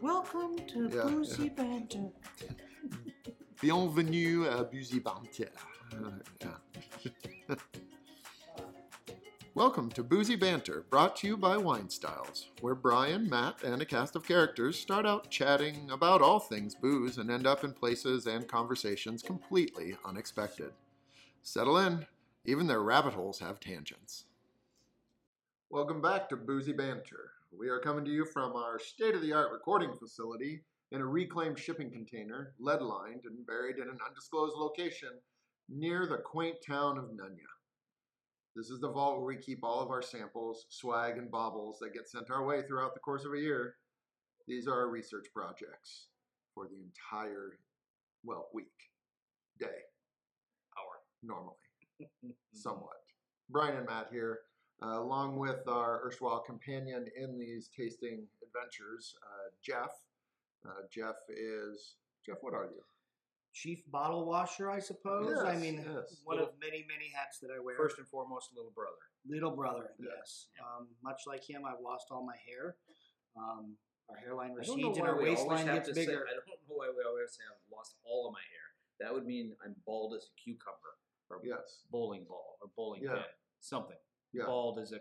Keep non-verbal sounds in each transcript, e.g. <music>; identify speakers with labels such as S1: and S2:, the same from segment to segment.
S1: Welcome to
S2: Yeah,
S1: Boozy Banter.
S2: Bienvenue à Busy Banter. Uh, yeah. Welcome to Boozy Banter, brought to you by Wine Styles, where Brian, Matt, and a cast of characters start out chatting about all things booze and end up in places and conversations completely unexpected. Settle in, even their rabbit holes have tangents. Welcome back to Boozy Banter. We are coming to you from our state of the art recording facility in a reclaimed shipping container, lead lined and buried in an undisclosed location near the quaint town of Nunya. This is the vault where we keep all of our samples, swag, and baubles that get sent our way throughout the course of a year. These are our research projects for the entire, well, week, day, hour, normally, somewhat. Brian and Matt here, uh, along with our erstwhile companion in these tasting adventures, uh, Jeff. Uh, Jeff is Jeff. What are you?
S3: chief bottle washer, I suppose. I
S2: Yes,
S3: mean,
S2: yes.
S3: one of many, many hats that I wear.
S4: First and foremost, little brother.
S3: Little brother,
S2: Yeah.
S3: yes. Um, much like him, I've lost all my hair. Um, our hairline
S4: I don't know
S3: recedes and
S4: why
S3: our
S4: we always
S3: waistline
S4: have
S3: gets
S4: to Say,
S3: bigger.
S4: I don't know why we always say I've lost all of my hair. That would mean I'm bald as a cucumber or
S2: Yes.
S4: bowling ball or bowling
S2: Yeah.
S4: pin. Something.
S2: Yeah.
S4: Bald as a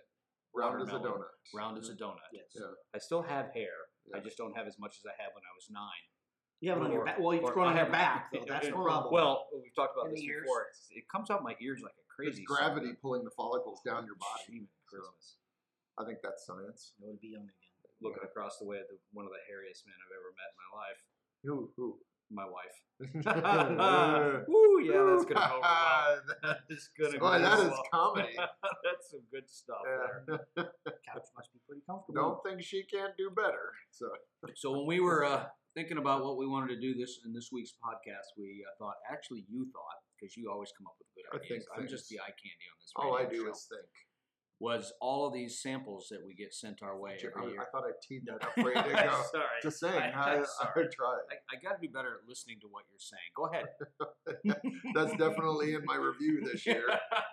S2: Round as a
S4: Watermelon.
S2: donut.
S4: round as a donut.
S3: yes.
S2: Yeah.
S4: I still have hair. I
S2: Yeah.
S4: just don't have as much as I had when I was nine.
S3: You have it on your
S4: Or-
S3: back. Well, it's
S4: or
S3: growing
S4: I
S3: on your
S4: have-
S3: back, though. That's the
S4: Yeah.
S3: problem.
S4: Well, we've talked about
S3: In
S4: this
S3: the ears.
S4: before. It's, it comes out my ears like a
S2: It's
S4: crazy.
S2: gravity pulling the follicles down your body.
S4: Even Christmas.
S2: I think that's science.
S3: I would be young again.
S4: Looking across the way at the, one of the hairiest men I've ever met in my life.
S2: Who? <laughs> Who?
S4: My wife.
S2: Boy,
S4: Woo, <laughs> yeah, that's gonna go over well. <laughs> That is gonna go
S2: Ah, Oh, that is
S4: well. <laughs>
S2: comedy.
S4: that's some good stuff there.
S2: Yeah.
S3: Couch must be pretty
S2: <laughs>
S3: comfortable.
S2: Don't think she can't do better. So
S4: So when we were uh, thinking about what we wanted to do this in this week's podcast, we uh, thought actually you thought because you always come up with
S2: I
S4: good ideas.
S2: think
S4: I'm just the
S2: things.
S4: eye candy on this.
S2: all I
S4: radio
S2: do
S4: show.
S2: is think.
S4: was all of these samples that we get sent our way
S2: Gee, I,
S4: every
S2: I
S4: year.
S2: thought I teed that
S4: <laughs>
S2: up ready to go.
S4: Sorry,
S2: Just saying,
S4: I-
S2: I, I,
S4: <laughs> sorry.
S2: tried.
S4: I, I got to do better at listening to what you're saying. Go ahead.
S2: That's definitely in my review this year.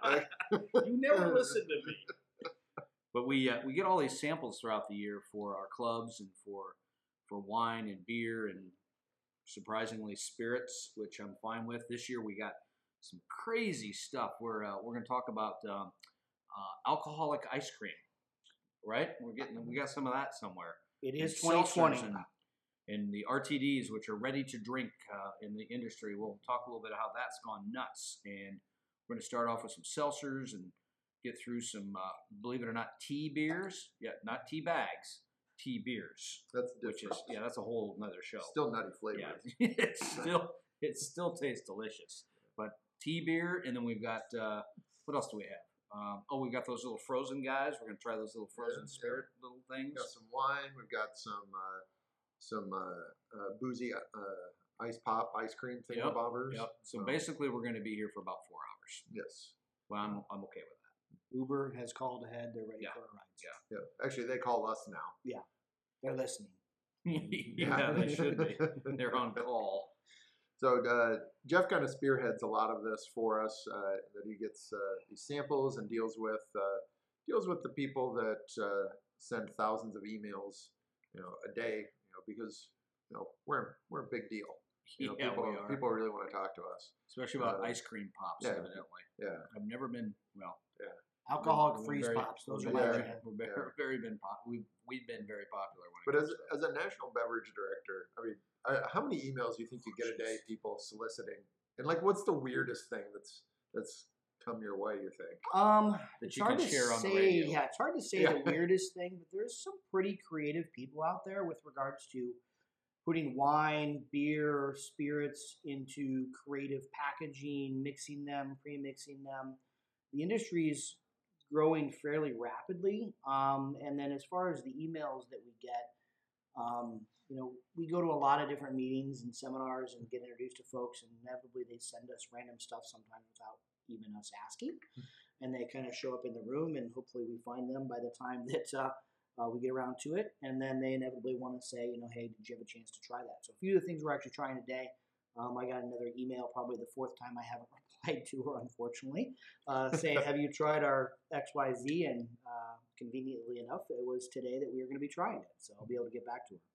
S2: Like-
S4: you
S3: Uh,
S4: never listen to me. But we uh, we get all these samples throughout the year for our clubs and for for wine and beer and surprisingly spirits, which I'm fine with. This year we got some crazy stuff. We're uh, we're going to talk about um, uh, alcoholic ice cream, right? <laughs> We're getting we got some of that somewhere.
S3: It
S4: And
S3: is
S4: seltzers
S3: 2020.
S4: And, and the RTDs, which are ready to drink uh, in the industry, we'll talk a little bit how that's gone nuts. And we're going to start off with some seltzers and get through some, uh, believe it or not, tea beers. Yeah, not tea bags, tea beers,
S2: That's
S4: which
S2: different.
S4: is yeah, that's a whole another show.
S2: Still nutty flavors.
S4: yeah, <laughs> it's still it still tastes delicious. But tea beer, and then we've got uh, what else do we have? Um, oh, we've got those little frozen guys. We're gonna try those little frozen
S2: Yeah, yeah.
S4: spirit little things.
S2: We've got some wine. We've got some uh, some uh, uh, boozy uh, ice pop ice cream
S4: Yep,
S2: thingamabobbers.
S4: Yep. So
S2: Um,
S4: basically, we're going to be here for about four hours.
S2: Yes.
S4: Well, I'm, I'm okay with that.
S3: Uber has called ahead. They're ready
S4: Yeah.
S3: for a ride.
S4: Yeah.
S2: Yeah. Actually, they call us now.
S3: They're listening.
S4: <laughs>
S2: <laughs>
S4: yeah, they should be. They're on call.
S2: So uh, Jeff kind of spearheads a lot of this for us. Uh, that he gets uh, these samples and deals with uh, deals with the people that uh, send thousands of emails, you know, a day, you know, because you know we're we're a big deal. You know,
S4: yeah,
S2: people
S4: we are.
S2: people really want to talk to us.
S4: Especially about
S2: uh,
S4: ice cream pops,
S2: yeah.
S4: evidently.
S2: Yeah.
S4: I've never been, well,
S3: Alcoholic
S4: we're
S3: freeze
S4: very-
S3: pops. Those are
S4: we're
S3: my
S2: very-
S3: jam.
S4: we've <laughs> very,
S2: Yeah.
S4: very been pop. We've, we've been very popular. When
S2: But
S4: it
S2: as
S4: comes
S2: as a
S4: to
S2: national beverage director, I mean, I, how many emails do you think you get a day? People soliciting, and like, what's the weirdest thing that's that's come your way? You think?
S3: Um,
S4: that
S3: it's
S4: you
S3: hard
S4: can
S3: to
S4: share on the
S3: say-
S4: radio.
S3: Yeah, it's hard to
S4: <laughs>
S3: say the weirdest thing, but there's some pretty creative people out there with regards to putting wine, beer, spirits into creative packaging, mixing them, pre-mixing them. The industry is growing fairly rapidly. Um, and then as far as the emails that we get, um, you know, we go to a lot of different meetings and seminars and get introduced to folks, and inevitably they send us random stuff sometimes without even us asking and they kind of show up in the room and hopefully we find them by the time <laughs> that uh, uh, we get around to it and then they inevitably want to say you know hey did you have a chance to try that so a few of the things we're actually trying today um, i got another email probably the fourth time i haven't <laughs> replied to her unfortunately uh, saying have you tried our xyz and uh, conveniently enough it was today that we were going to be trying it so i'll be able to get back to her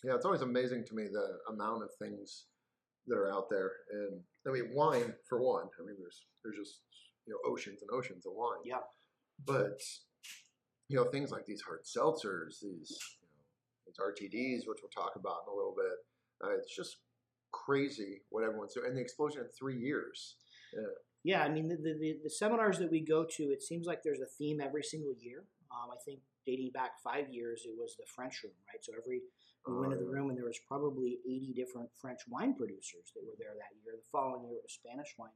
S2: Yeah, it's always amazing to me the amount of things that are out there, and I mean wine for one. I mean there's there's just you know oceans and oceans of wine.
S3: Yeah.
S2: But you know things like these hard seltzers, these you know, these RTDs, which we'll talk about in a little bit. Uh, it's just crazy what everyone's doing, and the explosion in three years.
S3: Yeah, I mean, the, the, the- the seminars that we go to, it seems like there's a theme every single year. Um, I think dating back five years, it was the French room, right? So every we went to the
S2: Uh,
S3: room and there was probably 80 different French wine producers that were there that year. The following year, it was Spanish wine.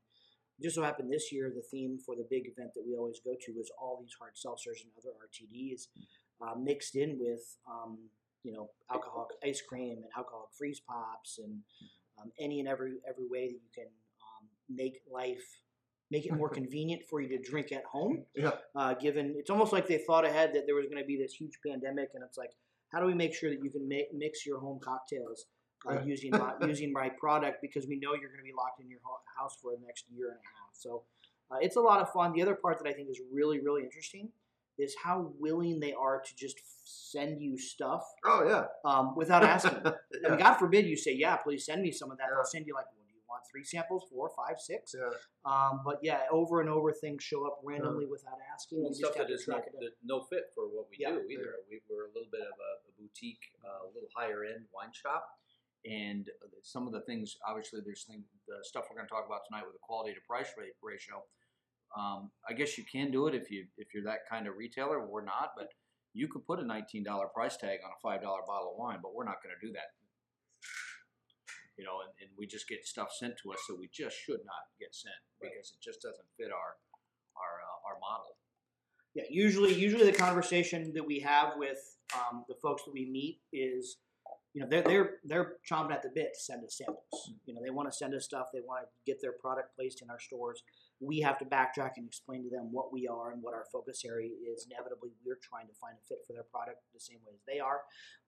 S3: It just so happened this year, the theme for the big event that we always go to was all these hard seltzers and other RTDs uh, mixed in with, um, you know, alcoholic ice cream and alcoholic freeze pops and um, any and every every way that you can um, make life make it more convenient for you to drink at home.
S2: Yeah.
S3: Uh, given it's almost like they thought ahead that there was going to be this huge pandemic, and it's like, how do we make sure that you can make, mix your home cocktails uh,
S2: Yeah.
S3: using my, <laughs> using my product because we know you're going to be locked in your ho- house for the next year and a half. So uh, it's a lot of fun. The other part that I think is really really interesting is how willing they are to just send you stuff
S2: Oh yeah.
S3: um,
S4: <laughs>
S3: without asking. I
S2: Yeah.
S3: mean, God forbid you say, "Yeah, please send me some of that."
S2: Yeah.
S3: They'll send you like, "What do you want? Three samples, four, five,
S2: <laughs>
S3: six?
S2: Yeah.
S3: Um, but yeah, over and over, things show up randomly without asking.
S4: Well,
S3: You just
S4: stuff
S3: have
S4: that
S3: to
S4: is no,
S3: track it. down.
S4: that no fit for what we
S3: Yeah.
S4: do either. We, we're a little bit of a, a boutique, uh, a little higher end wine shop, and uh, some of the things. Obviously, there's thing, the stuff we're going to talk about tonight with the quality to price rate ratio. Um, I guess you can do it if you if you're that kind of retailer. We're not, but you could put a nineteen dollar price tag on a five dollar bottle of wine, but we're not going to do that. You know, and, and we just get stuff sent to us that we just should not get sent because it just doesn't fit our our uh, our model.
S3: Yeah, usually, usually the conversation that we have with um, the folks that we meet is, you know, they're they're they're chomping at the bit to send us samples. You know, they want to send us stuff. They want to get their product placed in our stores. We have to backtrack and explain to them what we are and what our focus area is. Inevitably, we're trying to find a fit for their product the same way as they are,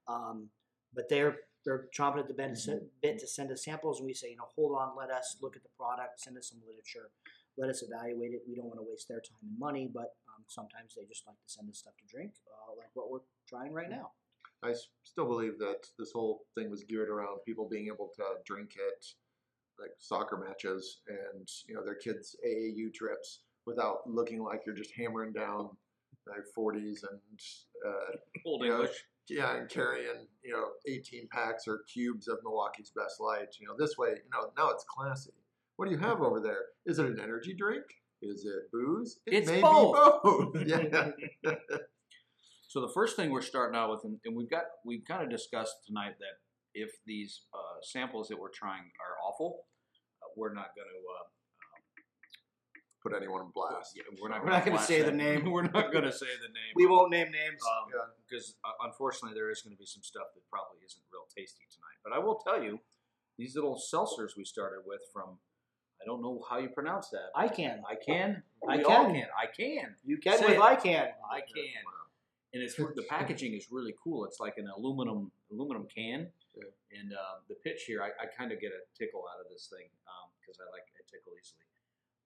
S3: um, but they're they're chomping at the bit, to sen- bit to send us samples, and we say, you know, hold on, let us look at the product, send us some literature let us evaluate it. We don't want to waste their time and money, but um, sometimes they just like to send us stuff to drink, uh, like what we're trying right now.
S2: I s- still believe that this whole thing was geared around people being able to drink at like soccer matches and you know their kids' AAU trips without looking like you're just hammering down like 40s and uh,
S4: Old
S2: Yeah.
S4: English.
S2: yeah and carrying you know 18 packs or cubes of Milwaukee's Best Light. You know this way you know now it's classy. What do you have over there? Is it an energy drink? Is it booze? It
S4: It's
S2: may
S4: both.
S2: be both.
S3: <laughs>
S2: yeah.
S4: So the first thing we're starting out with, and, and we've got we've kind of discussed tonight that if these uh, samples that we're trying are awful, uh, we're not uh, going to
S2: Put anyone on
S4: uh,
S2: blast.
S4: yeah, we're not
S3: We're not
S4: gonna
S3: gonna
S4: blast
S3: say
S4: that.
S3: the name.
S4: <laughs> We're not going to say the name.
S3: We won't name names.
S2: Yeah.
S4: because uh, unfortunately there is going to be some stuff that probably isn't real tasty tonight. But I will tell you, these little seltzers we started with from I don't know how you pronounce that.
S3: I can.
S4: I can.
S3: I
S4: we all
S3: can.
S4: can. I can.
S3: You can
S4: Say
S3: with
S4: it.
S3: I can.
S4: I can. and it's the packaging is really cool. It's like an aluminum aluminum can,
S2: Yeah.
S4: and uh, the pitch here, I, I kind of get a tickle out of this thing because I like I tickle easily.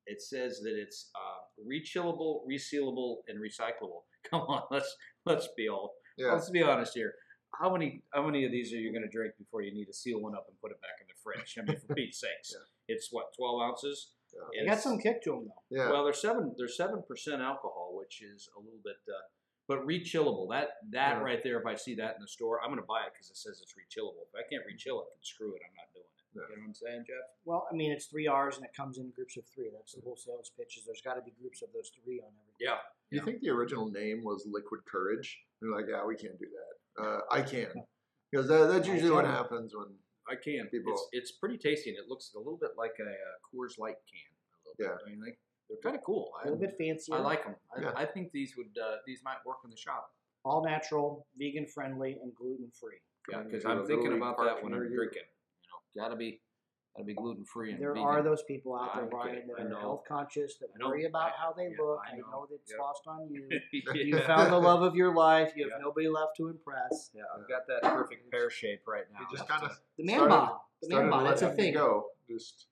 S4: It says that it's uh, rechillable, resealable, and recyclable. <laughs> Come on, let's let's be all
S2: Yeah.
S4: let's be honest here. How many how many of these are you going to drink before you need to seal one up and put it back in the fridge? I mean,
S2: <laughs>
S4: for Pete's sakes, it's what twelve ounces.
S2: Yeah.
S4: And
S3: They got
S4: it's-
S3: some kick to them though.
S2: Yeah.
S4: well, they're seven. They're seven percent alcohol, which is a little bit, uh, but rechillable. That that
S2: Yeah.
S4: right there. If I see that in the store, I'm going to buy it because it says it's rechillable. If I can't rechill it, then screw it. I'm not doing it.
S2: Yeah.
S4: You know what I'm saying, Jeff?
S3: Well, I mean, it's three R's and it comes in groups of three. That's the whole sales pitch. Is there's got to be groups of those three on every.
S4: Yeah.
S2: Do you
S4: Yeah.
S2: think the original name was Liquid Courage? They're like, yeah, we can't do that. Uh,
S3: <laughs>
S2: I can. Because that, that's
S3: I
S2: usually what
S3: can.
S2: happens when,
S4: I can.
S2: People-
S4: It's it's pretty tasty, and it looks a little bit like a uh, Coors Light can. A little
S2: Yeah.
S4: Bit, don't you think? They're kind of cool.
S3: A little
S4: I,
S3: bit fancier.
S4: I like them. I,
S2: Yeah.
S4: I think these would uh, these might work in the shop.
S3: all natural, vegan friendly, and gluten free.
S4: Yeah,
S2: Coming
S4: because
S2: to a
S4: I'm
S2: Little
S4: thinking
S2: League
S4: about
S2: park
S4: that when I'm
S2: near you.
S4: drinking. You know, gotta be gotta be gluten free and
S3: There
S4: vegan. <laughs>
S3: are those people out there,
S4: I'm
S3: Brian,
S4: kidding.
S3: that
S4: I
S3: are
S4: know.
S3: health conscious, that
S4: I know.
S3: worry about
S4: I-
S3: how they
S4: yeah,
S3: look.
S4: I
S3: I
S4: know.
S3: know that's
S4: Yeah.
S3: lost
S4: <laughs>
S3: on you.
S4: yeah.
S3: You found the love of your life. You have
S4: Yeah.
S3: nobody left to impress.
S4: Yeah, I've got that perfect pear shape right now.
S2: you Uh, just kind of
S3: The man
S2: Started-
S3: bod. The man
S2: started
S3: bod. That's a
S2: letting it
S3: thing.
S2: go. Just,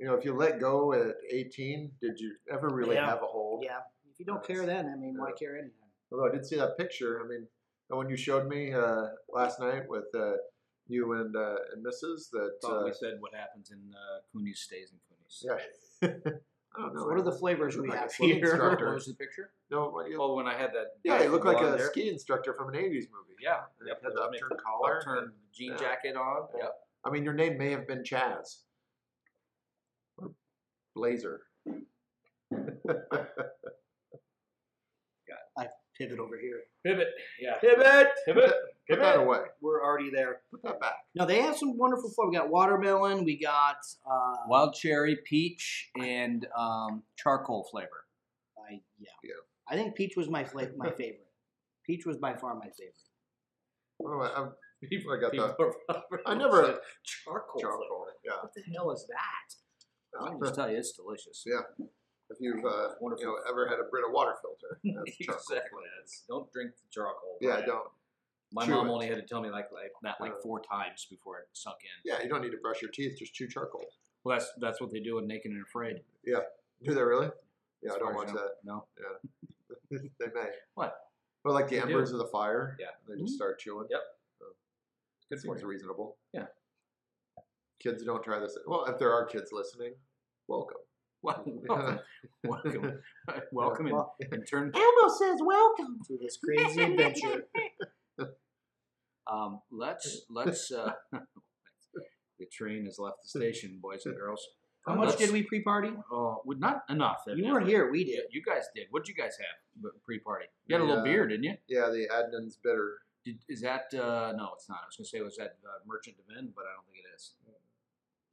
S2: you know, if you let go at 18, did you ever really
S3: Yeah.
S2: have a hold?
S3: Yeah. If you don't care then, I mean, why
S2: Yeah.
S3: care anyhow?
S2: Although I did see that picture. I mean, the one you showed me uh, last night with uh, you and uh, and Mrs. That
S4: Thought
S2: uh,
S4: we said what happens in uh, Cooney's stays in Cooney's.
S2: yeah. <laughs> I don't know.
S3: So what are the flavors we
S2: Like a
S3: have
S2: swimming
S3: here?
S2: instructor.
S4: What
S3: <laughs>
S4: was the picture?
S2: no? What, you-
S4: Oh, when I had that.
S2: yeah,
S4: guy
S2: he looked
S4: from
S2: like a
S4: Blonde there.
S2: ski instructor from an '80s movie.
S4: Yeah.
S2: And he
S4: Yep.
S2: had the upturned collar.
S4: Upturned jean
S2: Yeah.
S4: jacket on.
S2: Yeah.
S4: Yep.
S2: I mean, your name may have been Chaz or
S4: <laughs>
S2: Blazer.
S3: Pivot over here.
S4: Pivot. Yeah.
S3: Pivot.
S4: Pivot.
S2: Put that away.
S3: We're already there.
S2: Put that back.
S3: No, they have some wonderful flavor. We got watermelon. We got. Uh,
S4: Wild cherry, peach, and um, charcoal flavor.
S3: I, yeah.
S2: Yeah.
S3: I think peach was my fla-
S2: <laughs>
S3: my favorite. Peach was by far my favorite.
S2: Oh, I, I'm- <laughs> I got
S4: People
S2: that.
S4: are probably
S2: I
S4: <laughs>
S2: never-
S4: upset. charcoal. flavor.
S2: Charcoal. Yeah.
S4: What the hell is that? I can
S2: Uh,
S4: just tell you, it's delicious.
S2: Yeah. If you've uh, you know, ever had a Brita water filter,
S4: <laughs>
S2: that's charcoal.
S4: exactly. It's- Don't drink the charcoal.
S2: Yeah,
S4: brand.
S2: don't.
S4: My
S2: chew
S4: mom
S2: it.
S4: only had to tell me like, like that like
S2: Yeah.
S4: four times before it sunk in.
S2: Yeah, you don't need to brush your teeth. Just chew charcoal.
S4: Well, that's that's what they do in Naked and Afraid.
S2: Do they really? Yeah,
S4: as
S2: I
S4: far
S2: don't
S4: as
S2: watch
S4: know. <laughs>
S2: that.
S4: No.
S2: <laughs> they may.
S4: What?
S2: Well, like the
S4: They do.
S2: embers of the fire.
S4: Yeah. Mm-hmm.
S2: They just start chewing.
S4: Yep.
S2: So,
S4: Good for
S2: seems
S4: you.
S2: reasonable.
S4: Yeah.
S2: Kids don't try this. Well, if there are kids listening, welcome. <laughs>
S4: Well, welcome, <laughs> welcome, welcome, and,
S3: Well,
S4: and turn.
S2: Elmo says welcome.
S3: to this
S2: <laughs>
S3: crazy adventure.
S4: Um, let's let's. Uh, <laughs> the train has left the station, boys and girls.
S3: How much
S4: Let's-
S3: did we pre-party?
S4: Oh, well, not enough.
S3: You
S4: evidently.
S3: weren't here. We
S4: Yeah,
S3: did.
S4: you guys did. What'd you guys have b- pre-party? You had a little
S2: Yeah.
S4: beer, didn't you?
S2: Yeah, the Adnan's bitter.
S4: <laughs> Did, is that uh, no? It's not. I was gonna say was that uh, Merchant of Inn, but I don't think it is.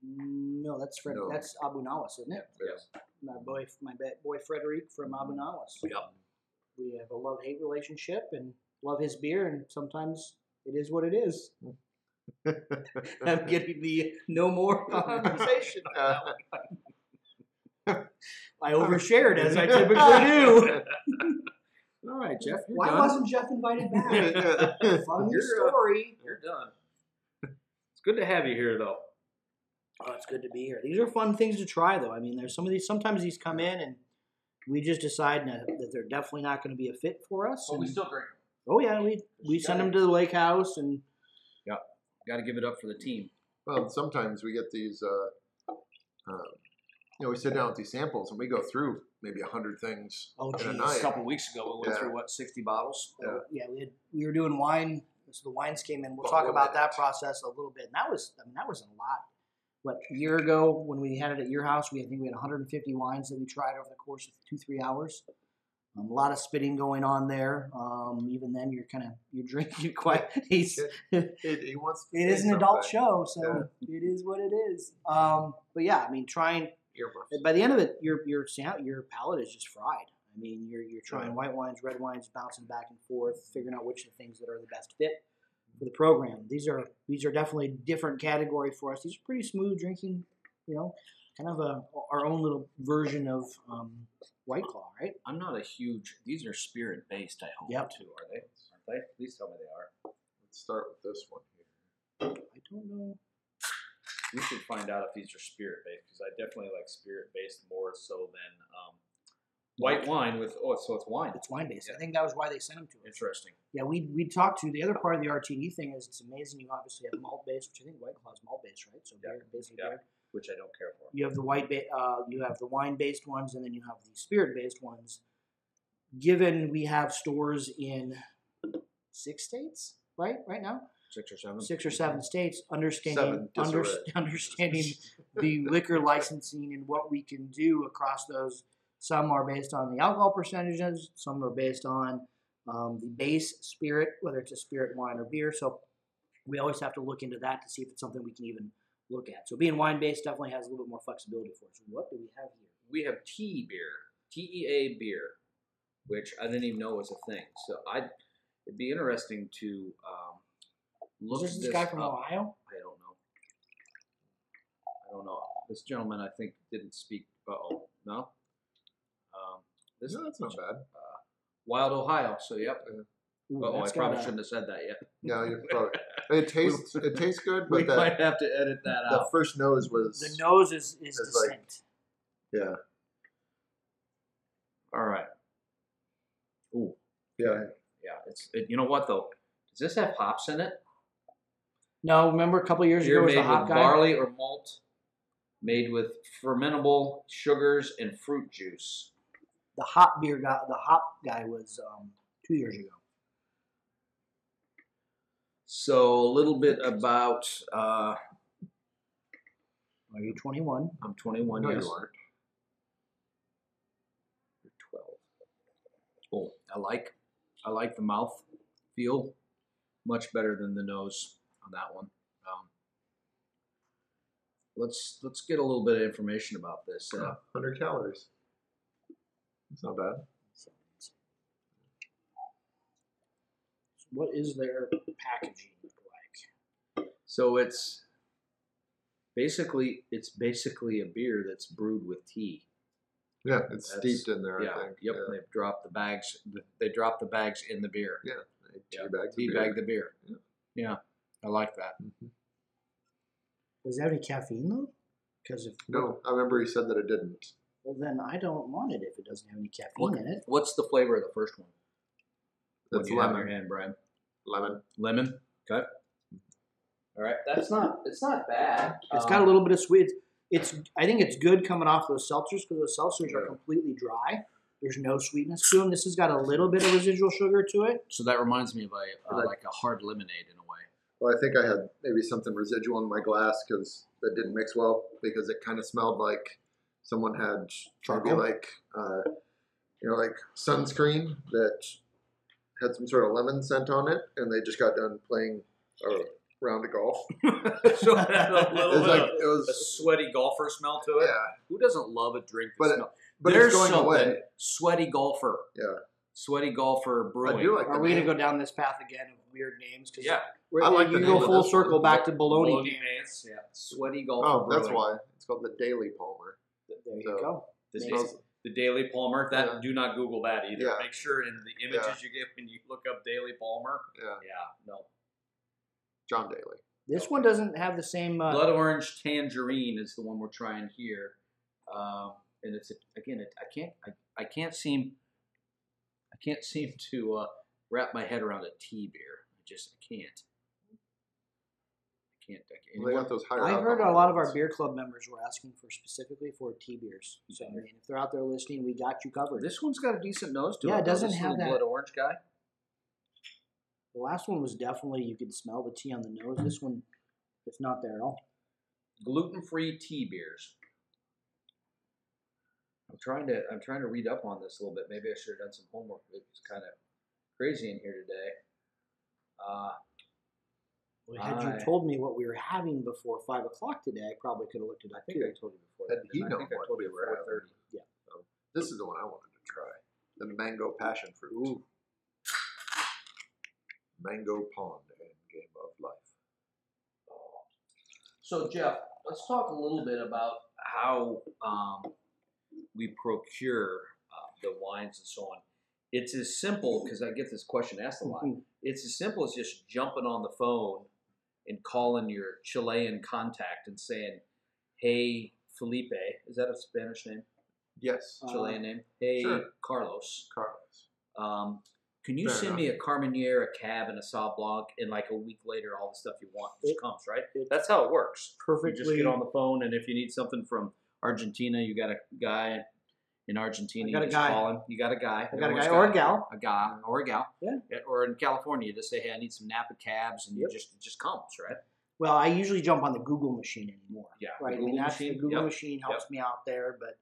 S3: No, that's Fred.
S2: No.
S3: That's Abu Nawas, isn't it?
S4: Yes.
S3: My boy, my ba- boy Frederic from Abu Nawas.
S4: Yep.
S3: We have a love-hate relationship, and love his beer, and sometimes it is what it is. I'm getting the no more conversation.
S2: Uh,
S3: I
S2: <laughs>
S3: overshared as I typically do.
S4: All right, Jeff. You're
S3: Why
S4: done.
S3: wasn't Jeff invited back?
S2: <laughs>
S3: Funny
S4: You're, uh,
S3: story.
S4: You're done. It's good to have you here, though.
S3: Oh, it's good to be here. These are fun things to try, though. I mean, there's some of these. Sometimes these come in, and we just decide na- that they're definitely not going to be a fit for us. and-
S4: drink.
S3: oh yeah, we we send
S4: Got
S3: them to the lake house, and
S4: Got to give it up for the team.
S2: well, sometimes we get these. Uh, uh, you know, we sit down with these samples and we go through maybe a hundred things
S3: Oh,
S2: in a
S3: geez.
S4: A
S2: night.
S4: couple weeks ago, we went
S2: Yeah.
S4: through what sixty bottles.
S2: Yeah.
S3: yeah, we had, we were doing wine. So the wines came in. We'll
S2: Well,
S3: talk
S2: we'll
S3: about
S2: get
S3: that process a little bit. And that was I mean that was a lot. What a year ago when we had it at your house, we I think we had 150 wines that we tried over the course of two three hours. Um, a lot of spitting going on there. Um, even then, you're kind of you're drinking <laughs> quite. He's,
S2: It, he wants. To
S3: it
S2: say
S3: is an adult
S2: something.
S3: show, so it is what it is. Um, but yeah, I mean, trying
S2: Earmuffs.
S3: by the end of it, your your sa- your palate is just fried. I mean, you're you're trying white wines, red wines, bouncing back and forth, figuring out which are the things that are the best fit for the program. These are these are definitely different category for us. These are pretty smooth drinking, you know, kind of a our own little version of um, White Claw, right?
S4: I'm not a huge. These are spirit based. I hope.
S3: Yep.
S4: Too are they? Aren't they? Please tell me they are.
S2: Let's start with this one here.
S3: I don't know.
S4: We should find out if these are spirit based because I definitely like spirit based more so than um, white wine with. Oh, so it's wine.
S3: It's wine based. I think that was why they sent them to us.
S4: Interesting.
S3: Yeah, we we talked to the other part of the RTD thing is it's amazing. You obviously have malt based, which I think White Claw is malt based, right? So
S4: Yeah.
S3: beer, basically
S4: Yeah.
S3: beer.
S4: Which I don't care for.
S3: you have the white ba- uh, you have the wine based ones and then you have the spirit based ones given we have stores in six states right right now
S4: Six or seven.
S3: six or seven states understanding
S2: Seven,
S3: under,
S2: disarray.
S3: understanding the liquor licensing and what we can do across those some are based on the alcohol percentages some are based on um, the base spirit whether it's a spirit wine or beer so we always have to look into that to see if it's something we can even look at so being wine based definitely has a little bit more flexibility for us what do we have here
S4: we have tea beer, T E A beer, which I didn't even know was a thing. So I, it'd be interesting to um, look
S3: is this,
S4: this, uh,
S3: this guy from
S4: up.
S3: ohio
S4: I don't know. I don't know. This gentleman, I think, didn't speak. Uh oh, no. Um, this
S2: No, that's not bad.
S4: Wild Ohio. So yep.
S3: Ooh,
S4: Oh, I
S3: that's
S4: probably
S3: got a-
S4: shouldn't have said that yet. <laughs>
S2: Yeah, you probably. It tastes. it tastes good,
S4: We
S2: but that,
S4: might have to edit that
S2: the
S4: out.
S2: first nose was.
S3: the nose is, is
S2: It's like-
S3: distinct
S4: All right. Ooh,
S2: Yeah.
S4: yeah. It's it, you know what though. Does this have hops in it?
S3: No, remember a couple years
S4: Beer
S3: ago was
S4: made
S3: the hot
S4: with
S3: guy.
S4: barley or malt, made with fermentable sugars and fruit juice.
S3: The hop beer guy. The hop guy was um, two years ago.
S4: So a little bit about uh,
S3: Are you 21?
S4: I'm 21
S2: No, you
S4: years
S2: aren't.
S4: You're 12. Oh, I like I like the mouth feel much better than the nose on that one. Um, let's let's get a little bit of information about this. Uh,
S2: 100 calories. That's not bad.
S3: What is their packaging look like?
S4: So it's basically it's basically a beer that's brewed with tea.
S2: Yeah, it's
S4: That's-
S2: steeped in there,
S4: yeah.
S2: I think.
S4: Yep.
S2: Yeah.
S4: They've dropped the bags. They dropped the bags in the beer.
S2: Yeah. They
S4: Yeah.
S2: Teabag the
S4: Tea
S2: beer.
S4: bag the beer. Yeah, I like that.
S2: Mhm.
S3: Does it have any caffeine though? Because if
S2: No, I remember he said that it didn't.
S3: well, then I don't want it if it doesn't have any caffeine
S4: What-
S3: in it.
S4: What's the flavor of the first one? What
S2: That's
S4: do you have in
S2: lemon.
S4: your hand, Brian?
S2: Lemon.
S4: Lemon. Okay. All right. That's not. It's not bad.
S3: It's
S4: Um,
S3: got a little bit of sweet. It's I think it's good coming off those seltzers because those seltzers are
S2: Yeah.
S3: completely dry. There's no sweetness to them. This has got a little bit of residual sugar to it.
S4: So that reminds me of a uh,
S2: Like-
S4: like a hard lemonade in a way.
S2: <laughs>
S4: <laughs>
S2: Well, I think I had maybe something residual in my glass because that didn't mix well because it kind of smelled like someone had maybe
S3: Charcoal?
S2: like uh, you know like sunscreen that had some sort of lemon scent on it, and they just got done playing a round of golf.
S4: so it had a
S2: It
S4: little
S2: was
S4: bit
S2: like
S4: of
S2: it
S4: a
S2: was,
S4: sweaty golfer smell to it.
S2: yeah,
S4: Who doesn't love a drink that
S2: But-
S4: smells?
S2: but
S4: There's
S2: it's going
S4: something.
S2: away.
S4: Sweaty golfer.
S2: Yeah.
S4: Sweaty golfer brewing.
S2: I do like.
S3: Are
S2: the
S3: we gonna
S2: name.
S3: go down this path again of weird names? Cause
S4: Yeah.
S3: we're-
S2: I like
S3: you
S2: the
S3: go
S2: name of
S3: full
S2: this
S3: circle
S2: one.
S3: back to bologna.
S4: Bologna
S3: game.
S4: pants. Yeah. Sweaty golfer.
S2: Oh, that's
S4: brewing.
S2: why it's called the Daily Palmer.
S3: There you
S2: So,
S3: go.
S4: The,
S3: Makes-
S4: Da- the Daily Palmer. That
S2: Yeah.
S4: do not Google that either.
S2: Yeah.
S4: Make sure in the images you get when you look up Daily Palmer.
S2: Yeah,
S4: Yeah. No.
S2: John Daly.
S3: This one doesn't have the same. Uh,
S4: Blood orange tangerine is the one we're trying here, um, and it's again. It, I can't. I, I can't seem. I can't seem to uh, wrap my head around a tea beer. I just I can't. I can't. I can't.
S2: They got those higher.
S3: I heard a
S2: alcohol
S3: lot of our
S2: ones.
S3: beer club members were asking for specifically for tea beers. So I mean, if they're out there listening, we got you covered.
S4: this one's got a decent nose to it.
S3: Yeah, it
S4: though,
S3: doesn't
S4: this
S3: have
S4: little
S3: that-
S4: blood orange guy.
S3: the last one was definitely you could smell the tea on the nose. This one, it's not there at all.
S4: Gluten free tea beers. I'm trying to. I'm trying to read up on this a little bit. Maybe I should have done some homework. It's kind of crazy in here today. Uh,
S3: Had you
S4: Aye.
S3: told me what we were having before five o'clock today, I probably could have looked it up
S4: I think
S3: too.
S4: I told you before.
S2: Had
S4: that,
S2: he
S4: didn't I? I
S2: known
S4: think I
S2: what
S4: told
S2: we
S4: you
S2: were
S4: before
S2: having.
S4: thirty.
S2: This is the one I wanted to try. The mango passion fruit. Mango Pond and Game of Life.
S4: So Jeff, let's talk a little bit about how um, we procure uh, the wines and so on. It's as simple because I get this question asked a lot.
S3: Mhm.
S4: It's as simple as just jumping on the phone and calling your Chilean contact and saying, "Hey, Felipe, is that a Spanish name?
S2: Yes,
S3: Uh,
S4: Chilean name? Hey,
S2: sure.
S4: Carlos."
S2: Carlos.
S4: Um, can you
S2: Fair
S4: send
S2: enough.
S4: me a Carmenere, a cab, and a Sauv Blanc, and like a week later, all the stuff you want just
S3: It-
S4: comes, right?
S3: it-
S4: That's how it works. You
S3: Perfectly.
S4: just get on the phone, and if you need something from Argentina, you got a guy in Argentina.
S3: I got
S4: you
S3: a
S4: just
S3: guy.
S4: call him. You got a guy.
S3: I got a
S4: Everyone's
S3: guy or a gal.
S4: A guy or a gal.
S3: Yeah.
S4: Or in California, you just say, "Hey, I need some Napa cabs," and
S3: Yep.
S4: you just it just comes, right?
S3: Well, I usually jump on the Google machine anymore.
S4: Yeah.
S3: Right. I
S4: Google
S3: mean, that's the
S4: machine.
S3: Google
S4: Yep.
S3: machine helps me out there, but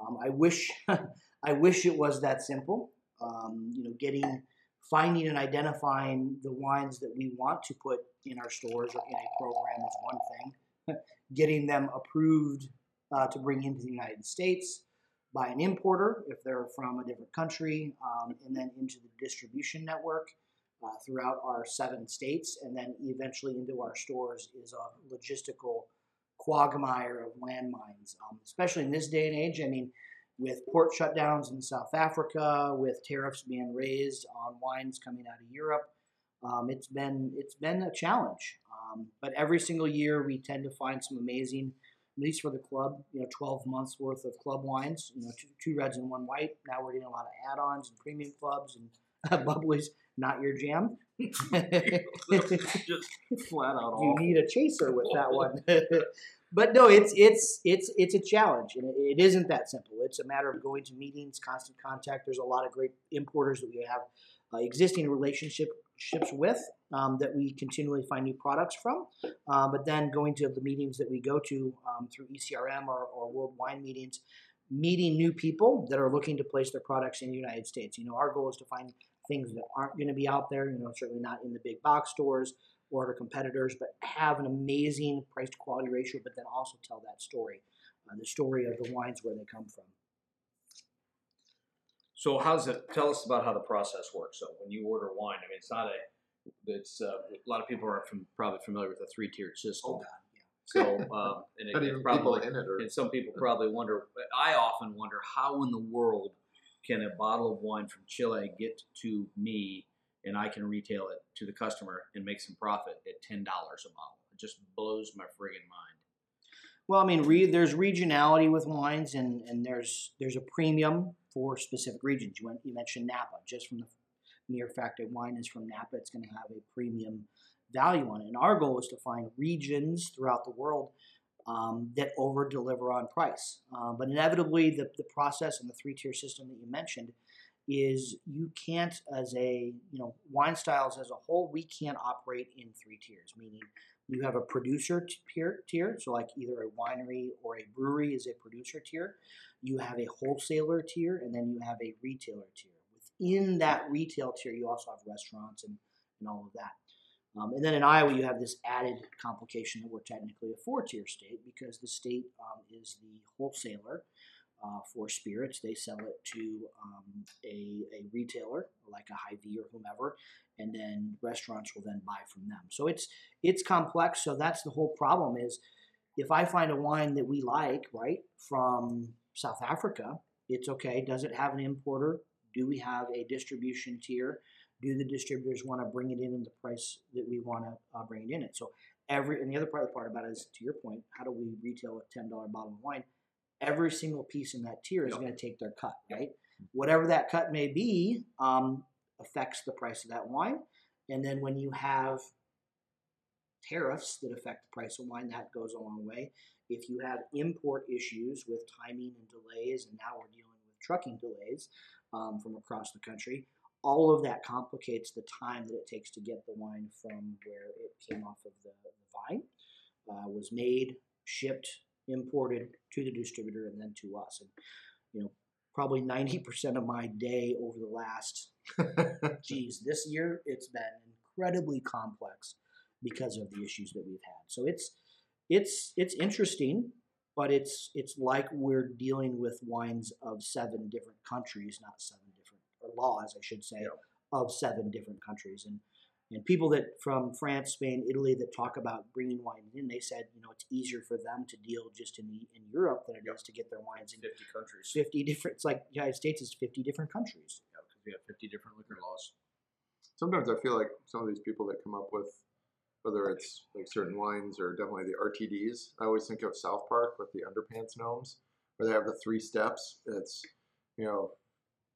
S3: um, I wish <laughs> I wish it was that simple. Um, you know, getting finding and identifying the wines that we want to put in our stores or in a program is one thing. <laughs> getting them approved uh, to bring into the United States by an importer if they're from a different country, um, and then into the distribution network uh, throughout our seven states, and then eventually into our stores is a logistical quagmire of landmines, um, especially in this day and age. I mean, with port shutdowns in South Africa, with tariffs being raised on wines coming out of Europe, um, it's been it's been a challenge. Um, but every single year, we tend to find some amazing, at least for the club, you know, 12 months worth of club wines, you know, two, two reds and <laughs> one white. Now we're getting a lot of add-ons and premium clubs and Bubbly's not your jam. <laughs> you
S4: just flat out awful.
S3: need a chaser with that one. <laughs> but no, it's it's it's it's a challenge, and it, it isn't that simple. It's a matter of going to meetings, constant contact. There's a lot of great importers that we have uh, existing relationships with um, that we continually find new products from. Uh, but then going to the meetings that we go to um, through ECRM or, or World Wine meetings, meeting new people that are looking to place their products in the United States. You know, our goal is to find things that aren't going to be out there, you know, certainly not in the big box stores or our competitors, but have an amazing price to quality ratio, but then also tell that story, uh, the story of the wines where they come from.
S4: So how's it? Tell us about how the process works. So when you order wine, I mean, it's not a. It's uh, a lot of people are from, probably familiar with the three tiered system.
S3: Oh, God,
S4: So um, and
S2: Not
S4: it,
S2: even people
S4: probably
S2: in it or
S4: and some people probably wonder. I often wonder how in the world can a bottle of wine from Chile get to me and I can retail it to the customer and make some profit at ten dollars a bottle. It just blows my friggin' mind.
S3: Well, I mean, re- there's regionality with wines, and, and there's there's a premium for specific regions. You, went, you mentioned Napa, just from the mere fact that wine is from Napa, it's going to have a premium value on it. And our goal is to find regions throughout the world um, that over deliver on price. Uh, but inevitably, the, the process and the three tier system that you mentioned is you can't, as a you know, wine styles as a whole, we can't operate in three tiers, meaning you have a producer t- tier, tier, so like either a winery or a brewery is a producer tier. You have a wholesaler tier, and then you have a retailer tier. Within that retail tier, you also have restaurants and, and all of that. Um, and then in Iowa, you have this added complication that we're technically a four tier state because the state um, is the wholesaler uh, for spirits. They sell it to um, a, a retailer like a Hy-Vee or whomever, and then restaurants will then buy from them. So it's it's complex. So that's the whole problem is if I find a wine that we like, right, from South Africa, it's okay. Does it have an importer? Do we have a distribution tier? Do the distributors want to bring it in at the price that we want to uh, bring it in at? So every and the other part of the part about it is to your point, how do we retail a ten dollar bottle of wine? Every single piece in that tier is
S4: Yep.
S3: going to take their cut, right? Whatever that cut may be, um, affects the price of that wine. And then when you have tariffs that affect the price of wine, that goes a long way. If you have import issues with timing and delays, and now we're dealing with trucking delays um, from across the country, all of that complicates the time that it takes to get the wine from where it came off of the, the vine, uh, was made, shipped, imported to the distributor, and then to us. And you know, probably ninety percent of my day over the last geez, this year it's been incredibly complex because of the issues that we've had. So it's it's it's interesting, but it's it's like we're dealing with wines of seven different countries, not seven different or laws, I should say,
S4: Yeah.
S3: of seven different countries. And and people that from France, Spain, Italy that talk about bringing wine in, they said you know it's easier for them to deal just in the, in Europe than it is
S4: Yep.
S3: to get their wines in
S4: Fifty countries.
S3: fifty different. It's like the United States is fifty different countries.
S4: Yeah, because we have fifty different liquor laws.
S2: sometimes I feel like some of these people that come up with whether it's like certain wines or definitely the RTDs. I always think of South Park with the underpants gnomes, where they have the three steps. It's you know,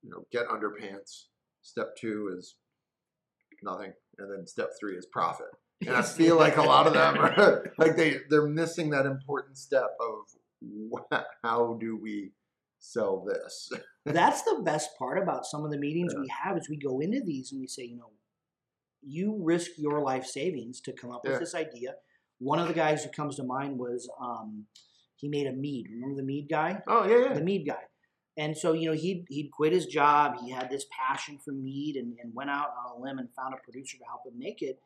S2: you know, get underpants. Step two is nothing, and then step three is profit. And I feel like a lot of them are <laughs> like they they're missing that important step of wha- how do we sell this?
S3: that's the best part about some of the meetings
S2: Yeah.
S3: we have is we go into these and we say, you know, you risk your life savings to come up
S2: Yeah.
S3: with this idea. One of the guys who comes to mind was um, he made a mead. Remember the mead guy?
S2: Oh yeah,
S3: the
S4: Hmm.
S3: mead guy. And so, you know, he'd, he'd quit his job. He had this passion for mead and, and went out on a limb and found a producer to help him make it.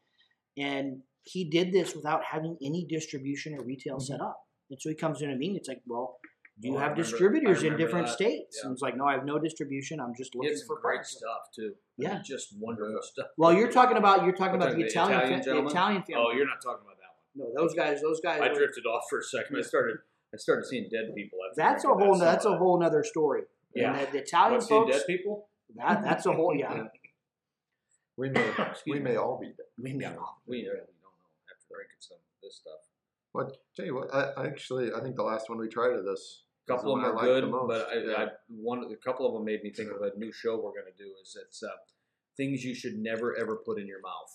S3: And he did this without having any distribution or retail set up. And so he comes in a meeting. It's like, well, do you
S4: Mm-hmm. Oh, I
S3: have
S4: remember- I
S3: distributors in
S4: remember
S3: different
S4: that.
S3: states?
S4: Yeah.
S3: And it's like, no, I have no distribution. I'm just looking
S4: It's
S3: for
S4: some great
S3: products.
S4: stuff too. I
S3: Yeah.
S4: mean, just wonderful stuff.
S3: Well, you're talking about you're talking
S4: We're
S3: about
S4: talking
S3: the Italian fa-
S4: gentleman?
S3: the Italian family.
S4: Oh, you're not talking about that one.
S3: no, those guys, those guys.
S4: I
S3: were-
S4: drifted off for a second. I started. I started seeing dead people. After
S3: that's a
S4: drinking
S3: whole
S4: that
S3: that's a
S4: stuff.
S3: whole nother story.
S4: Yeah.
S3: And the, the
S4: What,
S3: Italian
S4: seeing
S3: folks.
S4: dead people.
S3: That that's a whole
S4: <laughs>
S3: yeah.
S2: we may
S4: Excuse
S2: we
S4: me.
S2: may all be
S3: We may all-
S4: We really don't know after drinking some of this stuff.
S2: Well, tell you what, I, I actually I think the last one we tried of this.
S4: A couple of
S2: That's the
S4: them are
S2: one I like
S4: good,
S2: the most,
S4: but I,
S2: yeah.
S4: I one a couple of them made me think of a new show we're going to do. Is it's uh, things you should never ever put in your mouth,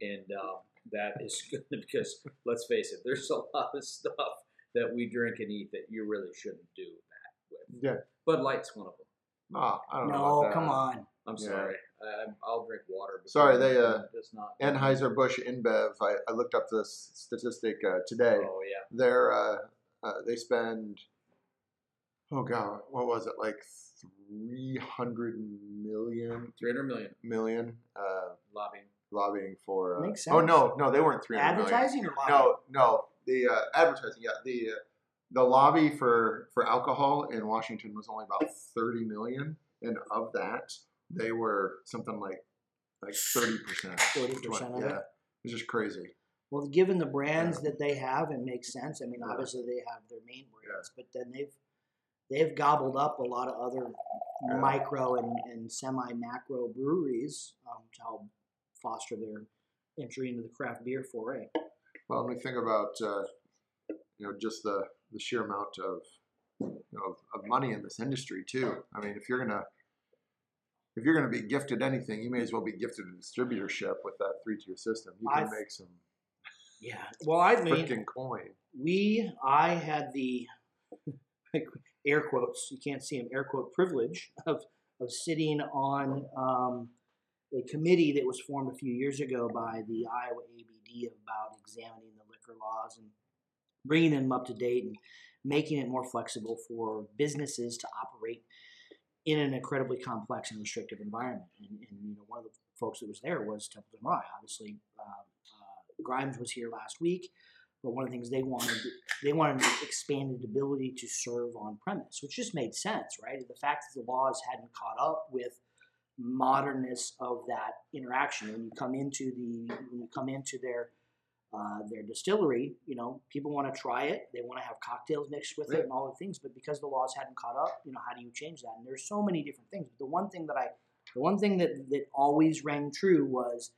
S4: and um, that is <laughs> good because let's face it, there's a lot of stuff that we drink and eat that you really shouldn't do that with.
S2: Yeah.
S4: Bud Light's one of them.
S2: Nah, I don't know.
S3: No,
S2: about that.
S3: come on.
S4: I'm
S2: Yeah.
S4: sorry. I, I'm- I'll drink water. because
S2: Sorry, they, uh,
S4: It's not.
S2: Anheuser Busch InBev. I, I looked up this statistic uh, today.
S4: Oh yeah.
S2: They're uh, uh, they spend oh god, what was it like three hundred million
S4: Three hundred million
S2: million uh,
S4: lobbying.
S2: lobbying for. Uh,
S3: Makes
S2: Oh
S3: sense.
S2: no, no, they weren't three hundred million.
S3: Advertising or lobbying?
S2: No, no, the uh, advertising. Yeah, the uh, the lobby for for alcohol in Washington was only about thirty million, and of that, they were something like like thirty percent.
S3: 40% of
S2: Yeah,
S3: it.
S2: it's just crazy.
S3: Well, given the brands
S2: Yeah.
S3: that they have, it makes sense. I mean,
S2: Yeah.
S3: obviously they have their main brands, but then they've they've gobbled up a lot of other
S2: Yeah.
S3: micro and, and semi macro breweries um, to help foster their entry into the craft beer foray.
S2: Well, when we think about uh, you know just the the sheer amount of you know, of, of money in this industry too. I mean, if you're gonna if you're gonna be gifted anything, you may as well be gifted a distributorship with that three tier system. You can
S3: I've-
S2: make some
S3: Yeah. Well, I mean,
S2: freaking coin.
S3: we I had the air quotes you can't see them air quote privilege of of sitting on um, a committee that was formed a few years ago by the Iowa ABD about examining the liquor laws and bringing them up to date and making it more flexible for businesses to operate in an incredibly complex and restrictive environment. And, and you know, one of the folks that was there was Templeton Rye. Obviously, um, uh, Grimes was here last week, but one of the things they wanted they wanted an expanded ability to serve on premise, which just made sense, right? The fact that the laws hadn't caught up with modernness of that interaction when you come into the when you come into their uh, their distillery, you know, people want to try it. They want to have cocktails mixed with it and all the things. But because the laws hadn't caught up, you know, how do you change that? And there's so many different things. But the one thing that I, the one thing that that always rang true was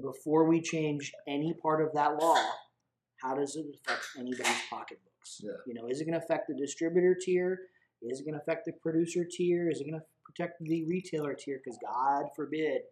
S3: before we change any part of that law, how does it affect anybody's pocketbooks?
S2: Yeah.
S3: You know, is it going to affect the distributor tier? Is it going to affect the producer tier? Is it going to protect the retailer tier? Because God forbid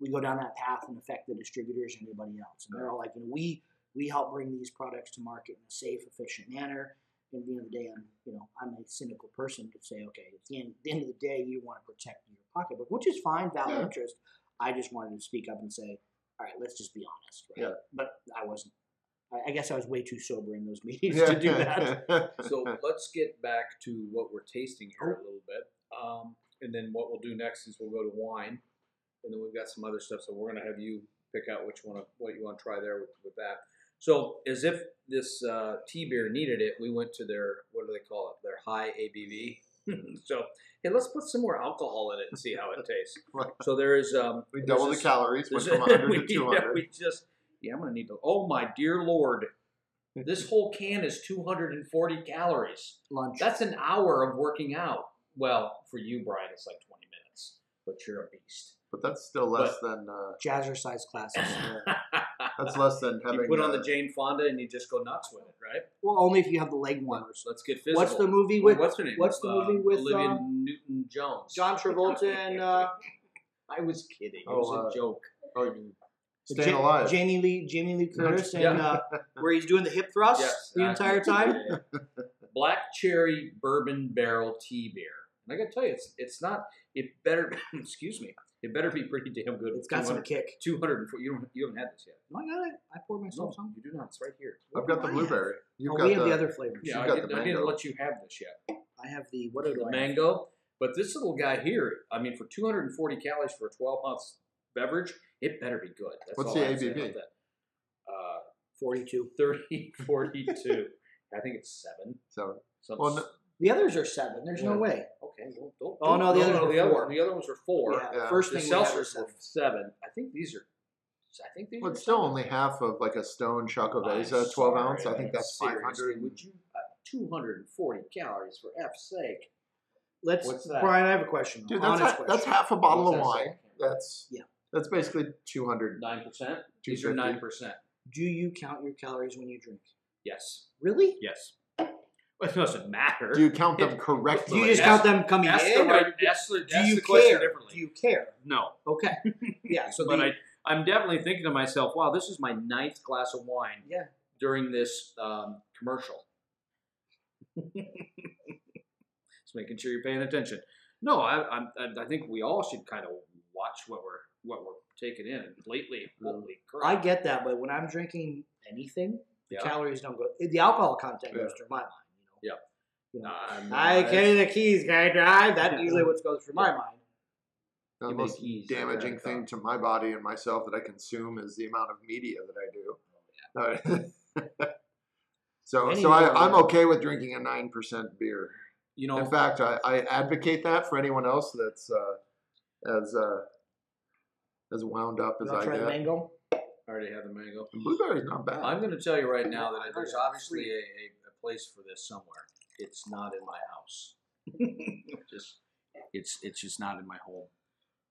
S3: we go down that path and affect the distributors and anybody else. And they're all like, you know, we we help bring these products to market in a safe, efficient manner. And at the end of the day, I'm you know I'm a cynical person to say, okay, at the end, the end of the day, you want to protect your pocketbook, which is fine, valid
S2: Yeah.
S3: interest. I just wanted to speak up and say, all right, let's just be honest. Right?
S2: Yeah.
S3: But I wasn't. I- I guess I was way too sober in those
S2: <laughs>
S3: meetings to do that.
S4: So let's get back to what we're tasting here
S2: Oh.
S4: a little bit, um, and then what we'll do next is we'll go to wine, and then we've got some other stuff. So we're gonna have you pick out which one of what you want to try there with, with that. So as if this uh, tea beer needed it, we went to their what do they call it? Their high ABV.
S2: <laughs>
S4: so hey, let's put some more alcohol in it and see how it tastes. So there is um,
S2: we
S4: there's
S2: double the
S4: this-
S2: calories, went
S4: <laughs> there's
S2: from
S4: a-
S2: 100 to
S4: we- yeah,
S2: 200.
S4: we just yeah, I'm gonna need to. Oh my dear lord,
S3: <laughs>
S4: this whole can is 240 calories.
S3: Lunch.
S4: That's an hour of working out. Well, for you, Brian, it's like 20 minutes, but you're a <laughs> beast.
S2: But that's still less than
S4: <laughs>
S2: uh,
S3: jazzercise classes.
S2: that's less than having
S4: you put on
S2: uh,
S4: the Jane Fonda and you just go nuts with it, right?
S3: well, only if you have the leg warmers.
S4: Let's, let's get physical.
S3: What's the movie
S4: Well,
S3: with
S4: what's her name?
S3: what's the movie with,
S4: Olivia
S3: uh,
S4: Newton Jones? <laughs>
S3: John Travolta and uh,
S4: I was kidding. It
S2: Oh,
S4: was
S2: uh,
S4: a joke.
S2: oh, you mean
S3: Ja-
S2: staying alive.
S3: Jamie Lee Jamie Lee Curtis and
S4: Yeah.
S3: uh, <laughs> where he's doing the hip thrust
S4: Yes,
S3: the
S4: I-
S3: entire time.
S4: <laughs> yeah, yeah. Black cherry bourbon barrel tea beer. And I gotta tell you, it's it's not. It better <coughs> excuse me. It better be pretty damn good.
S3: It's got
S4: 200
S3: some kick.
S4: 204. You don't. You haven't had this yet.
S3: No, I got it. I poured
S4: No,
S3: myself some.
S4: you do not. It's right here.
S2: I've got the
S3: I have?
S2: blueberry. You've
S3: Oh,
S2: got
S3: we have
S2: the,
S3: the, other flavors.
S4: Yeah,
S2: You've
S4: I,
S2: got
S4: did,
S2: the
S4: I didn't
S2: mango.
S4: let you have this yet.
S3: I have the what did
S4: The
S3: I have?
S4: mango, but this little guy here. I mean, for 240 calories for a 12 ounce beverage, it better be good. That's
S2: What's
S4: all
S2: the
S4: I'm saying
S2: ABV?
S4: about that. Uh,
S3: 42.
S4: 30, 42. I think it's seven.
S2: So
S4: Some,
S2: Well, no-
S3: The others are seven. There's no
S2: Yeah.
S3: way.
S4: Okay. Well, don't,
S3: Oh, no, the others were
S4: the other
S3: four.
S4: the other ones were four.
S3: Yeah,
S2: Yeah.
S3: First
S4: The
S3: thing we had
S4: seltzers
S3: was
S4: were
S3: seven.
S4: seven. I think these are. I think these.
S2: well,
S4: are
S2: it's still
S4: seven.
S2: only half of like a stone
S4: I'm
S2: Chocovesa, 12 ounce. I
S4: sorry,
S2: think
S4: but
S2: that's
S4: seriously,
S2: 500.
S4: Would you? Uh, 240 calories for F's sake.
S3: Let's
S4: What's that?
S3: Brian, I have a question.
S2: Dude, that's,
S3: honest
S2: ha-
S3: question.
S2: that's half a bottle of
S4: What's that
S2: wine.
S4: say?
S2: That's
S3: Yeah.
S2: That's basically 200.
S4: Nine percent. These are
S2: 250.
S4: nine percent.
S3: Do you count your calories when you drink?
S4: Yes.
S3: Really?
S4: Yes. It doesn't matter.
S2: Do you count them correctly?
S3: you just
S4: that's-
S3: count them coming
S4: Ask the
S3: in?
S4: right.
S3: or
S4: Ask the,
S3: do
S4: ask
S3: you
S4: the question
S3: care?
S4: differently.
S3: Do you care?
S4: no,
S3: Okay. Yeah. So
S4: but
S3: the,
S4: I, I'm definitely thinking to myself, wow, this is my ninth glass of wine
S3: yeah.
S4: during this um,
S3: <laughs>
S4: commercial. Just making sure you're paying attention. No, I, I'm- I, I think we all should kind of watch what we're what we're taking in. Lately, holy
S3: Mm. I
S4: crap!
S3: get that, but when I'm drinking anything, the
S4: Yeah.
S3: calories don't go. The alcohol content goes through my mind. You know. You know.
S4: I'm-
S3: I carry the keys, can I drive? That's usually what goes through my
S4: Yeah.
S3: mind.
S2: The
S4: Give me
S2: most
S4: keys.
S2: damaging thing to my body and myself that I consume is the amount of media that I do.
S3: Oh,
S2: <laughs> so, so
S3: Anyone.
S2: I, I'm okay with drinking a nine percent beer.
S4: You know,
S2: In fact, I, I advocate that for anyone else that's uh, as uh, as wound up as
S3: You want
S2: I
S3: to try the
S2: get.
S3: mango?
S4: I already had the mango.
S2: Blueberry's not bad.
S4: I'm going to tell you right now that there's
S3: Yeah.
S4: obviously a, a, a place for this somewhere. It's not in my house. just it's it's just not in my home.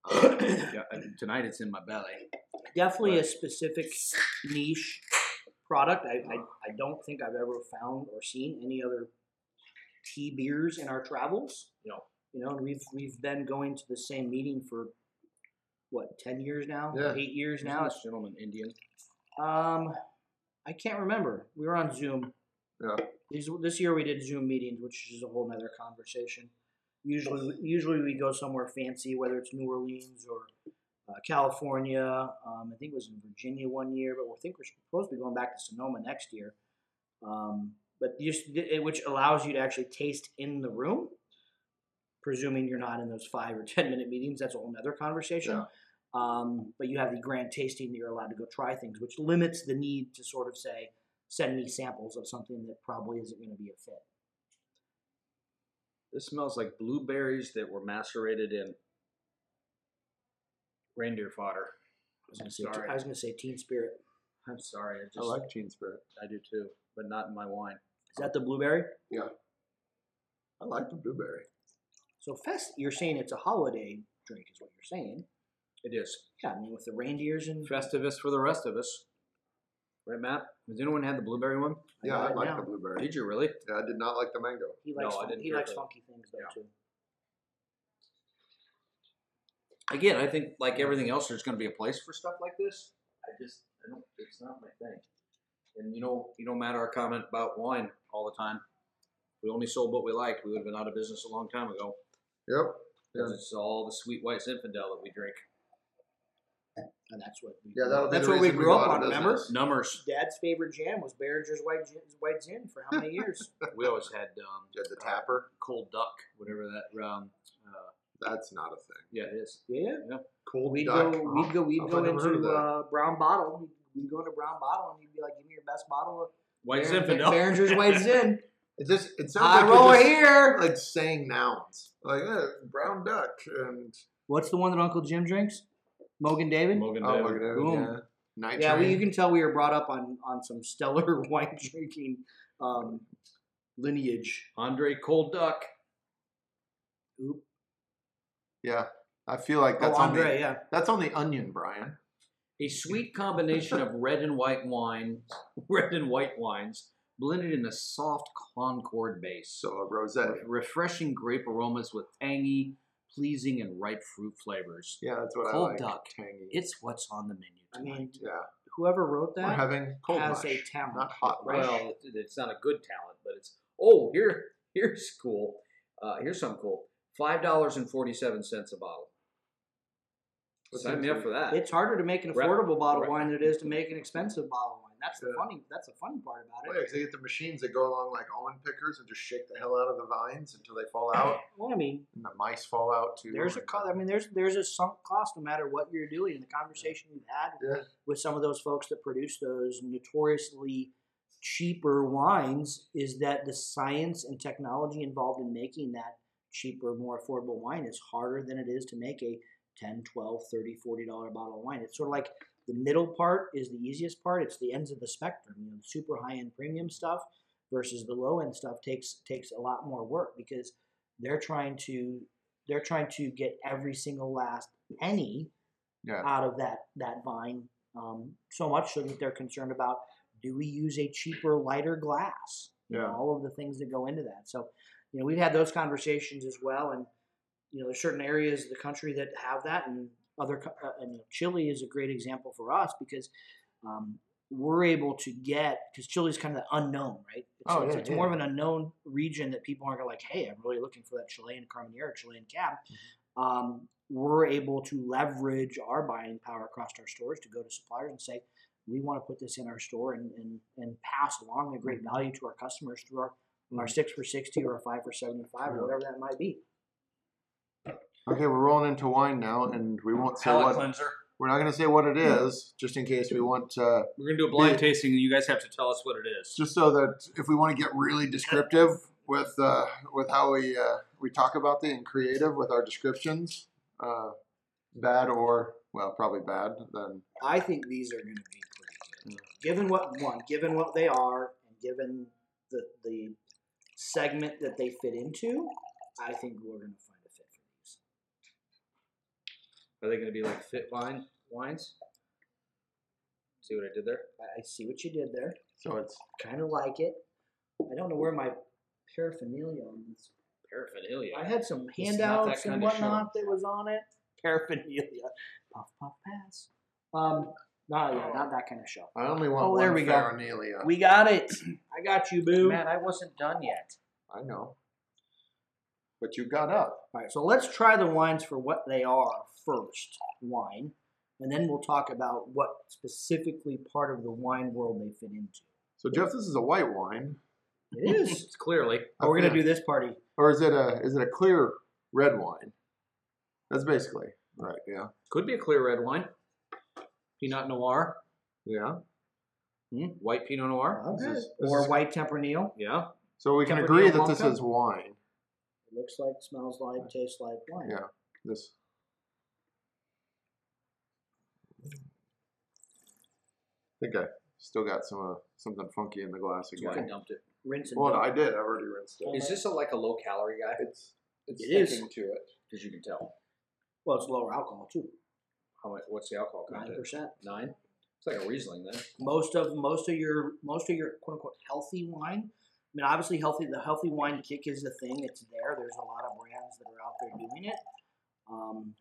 S4: Uh, yeah, and tonight it's in my belly.
S3: Definitely a
S4: But-
S3: specific
S4: <laughs>
S3: niche product. I, I, I don't think I've ever found or seen any other tea beers in our travels.
S4: No.
S3: You know, and we've we've been going to the same meeting for what ten years now,
S2: Yeah.
S3: eight years
S4: Now
S3: now.
S4: this gentleman Indian.
S3: Um, I can't remember. We were on Zoom.
S2: Yeah.
S3: These, this year we did Zoom meetings, which is a whole nother conversation. Usually, usually we go somewhere fancy, whether it's New Orleans or uh, California. Um, I think it was in Virginia one year, but we think we're supposed to be going back to Sonoma next year. Um, but just it, which allows you to actually taste in the room, presuming you're not in those five or ten minute meetings. That's a whole nother conversation.
S2: Yeah.
S3: Um, but you have the grand tasting that you're allowed to go try things, which limits the need to sort of say, send me samples of something that probably isn't going to be a fit.
S4: This smells like blueberries that were macerated in reindeer fodder.
S3: I was going to say,
S4: Sorry.
S3: I was going to say Teen Spirit.
S4: I'm sorry. I, just,
S2: I like Gene Spirit.
S4: I do too, but not in my wine.
S3: Is that the blueberry?
S2: I like the blueberry.
S3: So fest, you're saying it's a holiday drink, is what you're saying.
S4: It is
S3: Yeah, I mean with the reindeers and
S4: Festivus for the rest of us, right, Matt? Has anyone had the blueberry one?
S3: I
S2: Yeah,
S3: got
S2: I
S3: it
S2: like
S3: now.
S2: the blueberry.
S4: Did you really?
S2: Yeah, I did not like the mango.
S3: he
S4: No,
S3: likes
S4: I
S3: fun-
S4: didn't
S3: he
S4: care
S3: likes
S4: for that.
S3: funky things though
S4: Yeah.
S3: too.
S4: again, I think like everything else, there's going to be a place for stuff like this. I just, I don't, it's not my thing. And you know, you know, Matt, our comment about wine all the time. We only sold what we liked. We would have been out of business a long time ago
S2: Yep.
S4: because it's all the sweet white Zinfandel that we drink.
S3: And that's what we
S2: Yeah, that would be
S3: that's
S2: the
S3: what we
S2: reason we
S3: grew
S2: go
S3: up
S2: out
S3: on.
S2: of
S3: Remember,
S2: business.
S4: Numbers.
S3: Dad's favorite jam was Behringer's White Gin, White Gin for how
S2: <laughs>
S3: many years?
S4: We always had um,
S2: Did the tapper?
S4: cold duck, whatever that. Um, uh,
S2: That's not a thing.
S4: yeah, it is.
S3: yeah,
S2: Cold
S3: we'd
S2: duck.
S3: go, we'd go, we'd
S2: I've
S3: go
S2: never heard of
S3: into
S2: that.
S3: uh, Brown Bottle. We'd go into Brown Bottle, and you'd be like, "Give me your best bottle of
S4: White
S3: Behringer-
S4: Zinfandel.
S3: Behringer's
S4: <laughs>
S3: White Zin."
S2: It just it sounds
S3: I
S2: like
S3: roll
S2: you're just,
S3: here.
S2: like saying nouns like eh, brown duck and
S3: What's the one that Uncle Jim drinks? Mogan David.
S4: Mogan
S2: oh
S4: David.
S2: look at it,
S3: Boom.
S2: yeah. Night
S3: Yeah, well,
S2: Train.
S3: you can tell we were brought up on on some stellar <laughs> wine drinking um, lineage.
S4: Andre Cold Duck.
S3: Oop.
S2: yeah. I feel like
S3: Oh,
S2: that's on
S3: Andre,
S2: the
S3: yeah.
S2: that's on the onion, Brian.
S4: A sweet combination of <laughs> red and white wine, red and white wines, blended in a soft Concord base.
S2: So a rose.
S4: With refreshing grape aromas with tangy, pleasing, and ripe fruit flavors.
S2: Yeah, that's what
S4: Cold
S2: I like.
S4: duck.
S2: Tangy.
S4: It's what's on the menu.
S3: I mean,
S2: yeah.
S3: whoever wrote
S2: We're
S3: that
S2: having cold
S3: has
S2: mush,
S3: a talent.
S2: not hot mush.
S3: Right.
S4: Well, it- it's not a good talent, but it's oh here here's cool. Uh, here's something cool. Five dollars and forty seven cents a bottle.
S2: That
S4: Sign
S2: seems
S4: me up for that.
S3: It's harder to make an
S4: Right.
S3: affordable bottle of
S4: Right.
S3: wine than it is to make an expensive bottle of wine. That's the
S2: Yeah.
S3: funny. That's the funny part
S2: Oh,
S3: about
S2: yeah,
S3: it.
S2: 'cause they get the machines that go along like almond pickers and just shake the hell out of the vines until they fall
S3: <coughs>
S2: out
S3: Well, I mean,
S2: and the mice fall out too.
S3: there's a
S2: and-
S3: cost. I mean, there's there's a sunk cost no matter what you're doing. And the conversation we've had
S2: Yeah.
S3: with some of those folks that produce those notoriously cheaper wines is that the science and technology involved in making that cheaper, more affordable wine is harder than it is to make a 10, 12, 30, 40 dollar bottle of wine. It's sort of like the middle part is the easiest part. It's the ends of the spectrum. You know, the super high end premium stuff versus the low end stuff takes takes a lot more work because they're trying to they're trying to get every single last penny
S2: Yeah.
S3: out of that that vine um, so much so that they're concerned about do we use a cheaper lighter glass you know,
S2: Yeah.
S3: all of the things that go into that. So, you know, we've had those conversations as well, and you know, there's certain areas of the country that have that, and other co- uh, and you know, Chile is a great example for us because um, we're able to get because Chile is kind of the unknown, right? It's,
S2: Oh,
S3: it's,
S2: yeah,
S3: it's
S2: yeah.
S3: more of an unknown region that people aren't gonna like. Hey, I'm really looking for that Chilean Carmenere, Chilean cab.
S2: Mm-hmm.
S3: Um, we're able to leverage our buying power across our stores to go to suppliers and say, we want to put this in our store and, and, and pass along the great
S2: Mm-hmm.
S3: value to our customers through our, our six for 60 or a five for 75
S2: Yeah.
S3: or whatever that might be.
S2: Okay, we're rolling into wine now, and we won't say
S4: Palate
S2: what.
S4: cleanser.
S2: We're not going to say what it is, just in case we want. Uh,
S4: We're gonna do a blind
S2: Yeah.
S4: tasting, and you guys have to tell us what it is.
S2: just so that if we want to get really descriptive with uh, with how we uh, we talk about the and creative with our descriptions, uh, bad or well, probably bad. Then
S3: I think these are going to be
S4: Mm.
S3: pretty good. Given what one, given what they are, and given the the segment that they fit into, I think we're going to find a fit for these.
S4: Are they gonna be like fit wine wines? See what I did there?
S3: I, I see what you did there.
S2: so it's
S3: Kind of like it. I don't know where my paraphernalia on this.
S4: Paraphernalia.
S3: I had some
S4: It's not that
S3: handouts and
S4: kind of show.
S3: whatnot that was on it. Paraphernalia. Puff puff pass. Um, not yeah, not that kind of show.
S2: I only want
S3: Oh,
S2: one
S3: there we go.
S2: Faronelia.
S3: We got it. I got you, boo.
S4: I wasn't done yet.
S2: I know, but you got up.
S3: All right, so let's try the wines for what they are first, wine, and then we'll talk about what specifically part of the wine world they fit into.
S2: So Jeff, this is a white wine,
S3: It is.
S4: It's clearly.
S3: oh, we're gonna
S2: Okay.
S3: do this party.
S2: or is it a is it a clear red wine? That's basically right. Yeah.
S4: Could be a clear red wine. Pinot Noir.
S2: Yeah.
S4: Hmm? White Pinot Noir.
S2: This is- this
S3: Or
S2: is-
S3: white tempranillo.
S4: Yeah.
S2: So we can
S3: Tempranillo
S2: agree that this
S3: Blanco?
S2: is wine.
S3: It looks like, smells like, tastes like wine.
S2: Yeah. This. I think I still got some uh, something funky in the glass
S4: That's why I
S2: again.
S4: dumped it.
S3: Rinse and
S2: Well, no,
S3: dump.
S2: I did. I've already rinsed it.
S4: Is this a, like a low calorie guy?
S2: It's it's
S3: It is.
S2: sticking to it.
S4: Because you can tell.
S3: well, it's lower alcohol too,
S4: How much? What's the alcohol
S3: nine
S4: content?
S3: percent.
S4: Nine. It's like a Riesling then.
S3: Most of most of your most of your quote unquote healthy wine. I mean, obviously, healthy. The healthy wine kick is the thing. It's there. There's a lot of brands that are out there doing it. Um,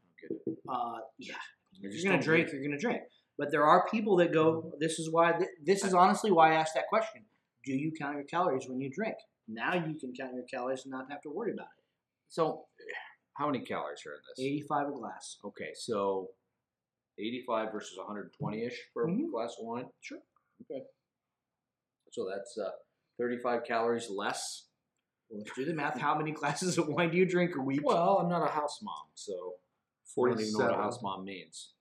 S3: uh, yeah. If you're gonna drink, you're gonna drink. But there are people that go. This is why. Th- this is honestly why I asked that question. Do you count your calories when you drink? Now you can count your calories and not have to worry about
S4: So, how many calories are in
S3: it.
S4: this?
S3: 85 a glass.
S4: Okay, so 85 versus 120 ish for
S2: Mm-hmm.
S3: Mhm.
S4: a glass of wine. Sure. Okay. So that's uh, 35 calories less.
S3: Well, let's do the math. How many <laughs> glasses of wine do you drink a week?
S4: Well, I'm not a house mom, so I don't even know what
S2: 47.
S4: a house mom means.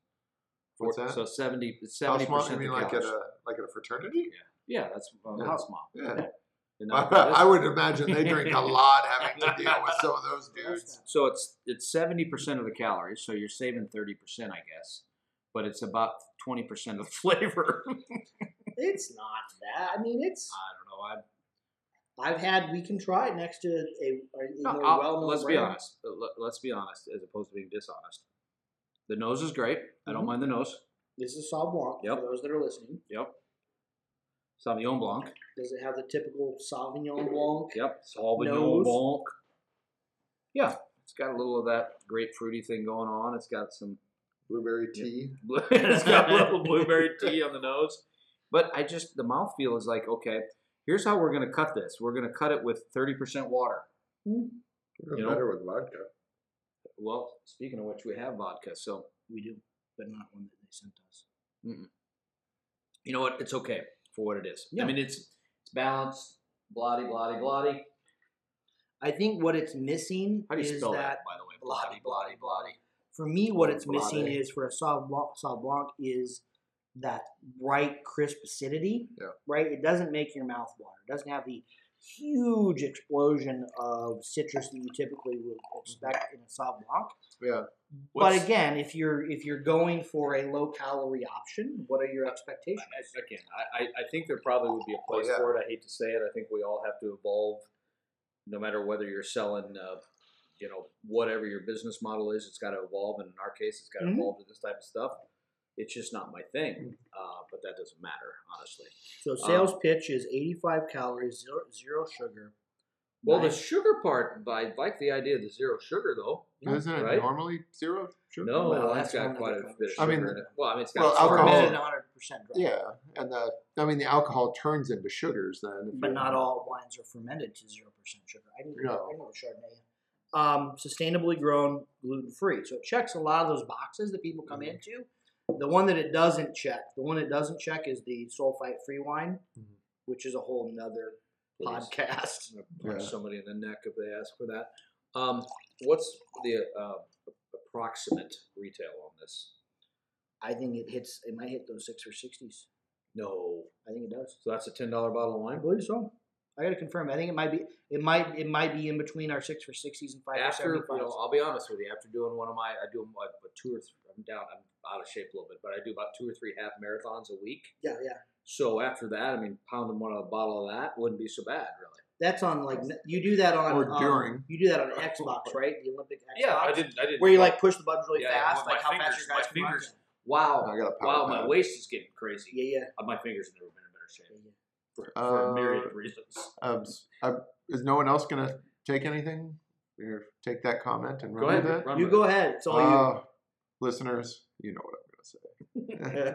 S2: What's
S4: Four-
S2: that?
S4: So 70
S2: House
S4: 70
S2: mom,
S4: percent.
S2: you mean like at a like at a fraternity?
S4: yeah, that's uh,
S2: Yeah.
S4: house mom.
S2: Yeah. <laughs>
S4: And not this-
S2: I would imagine they drink
S4: <laughs>
S2: a lot having to deal with some of those dudes.
S4: So it's it's 70 percent of the calories, so you're saving 30 percent, I guess. But it's about 20 percent of the <laughs> flavor. I don't
S3: It's not that. I mean, it's.
S4: know. I
S3: I've had. We can try it next to a. a, a
S4: No,
S3: more
S4: I'll-
S3: well-known
S4: let's be
S3: brand.
S4: honest. Let- Let's be honest, as opposed to being dishonest. The nose is great. I don't
S3: Mhm.
S4: mind the nose.
S3: This is Sauv Blanc.
S4: Yep.
S3: For those that are listening,
S4: Yep. Sauvignon Blanc.
S3: does it have the typical Sauvignon Blanc?
S4: Yep. Sauvignon
S3: Nose.
S4: Blanc. Yeah, it's got a little of that grapefruity thing going on. It's got some. <laughs>
S2: Blueberry tea.
S4: blue- it's got a
S3: <laughs>
S4: little blueberry tea on the nose, but I just the mouthfeel is like okay. Here's how we're gonna cut this. We're gonna cut it with 30% water. You know?
S2: Better with vodka.
S4: Well, speaking of which, we have vodka, so
S3: We do, but not one that they sent us.
S4: you know what? It's okay for what it is.
S3: Yeah.
S4: I mean, it's it's balanced. Blotty, blotty, blotty.
S3: I think what it's missing
S4: How do you
S3: is
S4: spell
S3: that
S4: that, by the way? Blotty, blotty, blotty.
S3: For me, what it's
S2: Blade.
S3: missing is for a Sauv Blanc, Sauv Blanc is that bright, crisp acidity.
S2: Yeah.
S3: Right? It doesn't make your mouth water. It doesn't have the huge explosion of citrus that you typically would expect in a Sauv Blanc.
S2: Yeah.
S3: but
S4: Mm-hmm. What's-
S3: again, if you're if you're going for a low calorie option, what are your expectations?
S4: I- Again, I, I, I think there probably would be a place
S2: Oh, yeah.
S4: for it. I hate to say it. I think we all have to evolve, no matter whether you're selling, uh, you know, whatever your business model is. It's got to evolve, and in our case, it's got to
S3: Mhm.
S4: evolve to this type of stuff. it's just not my
S3: Mm.
S4: thing. Uh, but that doesn't matter, honestly.
S3: So
S4: Uh,
S3: sales pitch is 85 calories, zero, zero sugar.
S4: Well, the
S3: Nice.
S4: sugar part, I like the idea of the zero sugar though.
S2: Isn't it
S4: Right?
S2: normally zero? Sugar?
S4: No,
S3: Well,
S4: that's
S3: that's one
S4: got
S3: of
S4: quite a
S3: the
S4: bit of sugar
S2: I mean,
S4: in it. Well, I mean, it's got
S2: well,
S4: sugar in it.
S2: alcohol-
S3: Fermented 100% dry.
S2: Yeah, and the I mean the alcohol turns into sugars then. if
S3: But
S2: you-
S3: not all wines are fermented to 0% sugar. I didn't know,
S2: No.
S3: I know Chardonnay. Um, sustainably grown, gluten free. So it checks a lot of those boxes that people come
S2: Mhm.
S3: into. The one that it doesn't check, the one it doesn't check is the sulfite free wine,
S2: Mhm.
S3: which is a whole nother
S4: Please.
S3: podcast.
S4: I'm gonna punch
S2: Yeah.
S4: somebody in the neck if they ask for that. Um, what's the uh, approximate retail on this?
S3: I think it hits, it might hit those six or 60s.
S4: No,
S3: I think it does.
S4: so that's a ten dollar bottle of
S3: I
S4: wine.
S3: believe so. I gotta confirm. I think it might be it might it might be in between our six for sixties and five
S4: After
S3: for
S4: you
S3: seventy
S4: know,
S3: fives.
S4: I'll be honest with you. After doing one of my, I do my but two or three. I'm down. I'm out of shape a little bit, but I do about two or three half marathons a week.
S3: Yeah, yeah.
S4: So after that, I mean, pounding one of a bottle of that wouldn't be so bad, really.
S3: That's on like you do that on
S2: Or
S3: um,
S2: during.
S3: you do that on Xbox, right? The Olympic Xbox.
S4: I didn't.
S3: Where you like push the buttons really
S4: Yeah, yeah,
S3: fast,
S4: with my
S3: like how fast
S4: fingers-
S3: your guys
S4: my
S3: can run.
S4: fingers-
S2: I
S4: Wow,
S2: got a power
S4: wow, my
S2: pad.
S4: waist is getting crazy.
S3: Yeah, yeah,
S4: Uh, My fingers have never been in better shape
S3: yeah, yeah.
S4: for, for
S2: Uh,
S4: a myriad of reasons.
S2: Um, s- uh, is no one else gonna take anything? Or take that comment and
S4: Go
S2: run
S4: ahead,
S2: with it.
S4: run
S3: You
S4: with
S3: go
S4: it.
S3: ahead. It's all <laughs>
S2: Uh, listeners, you know what I'm gonna
S3: <laughs>
S2: say.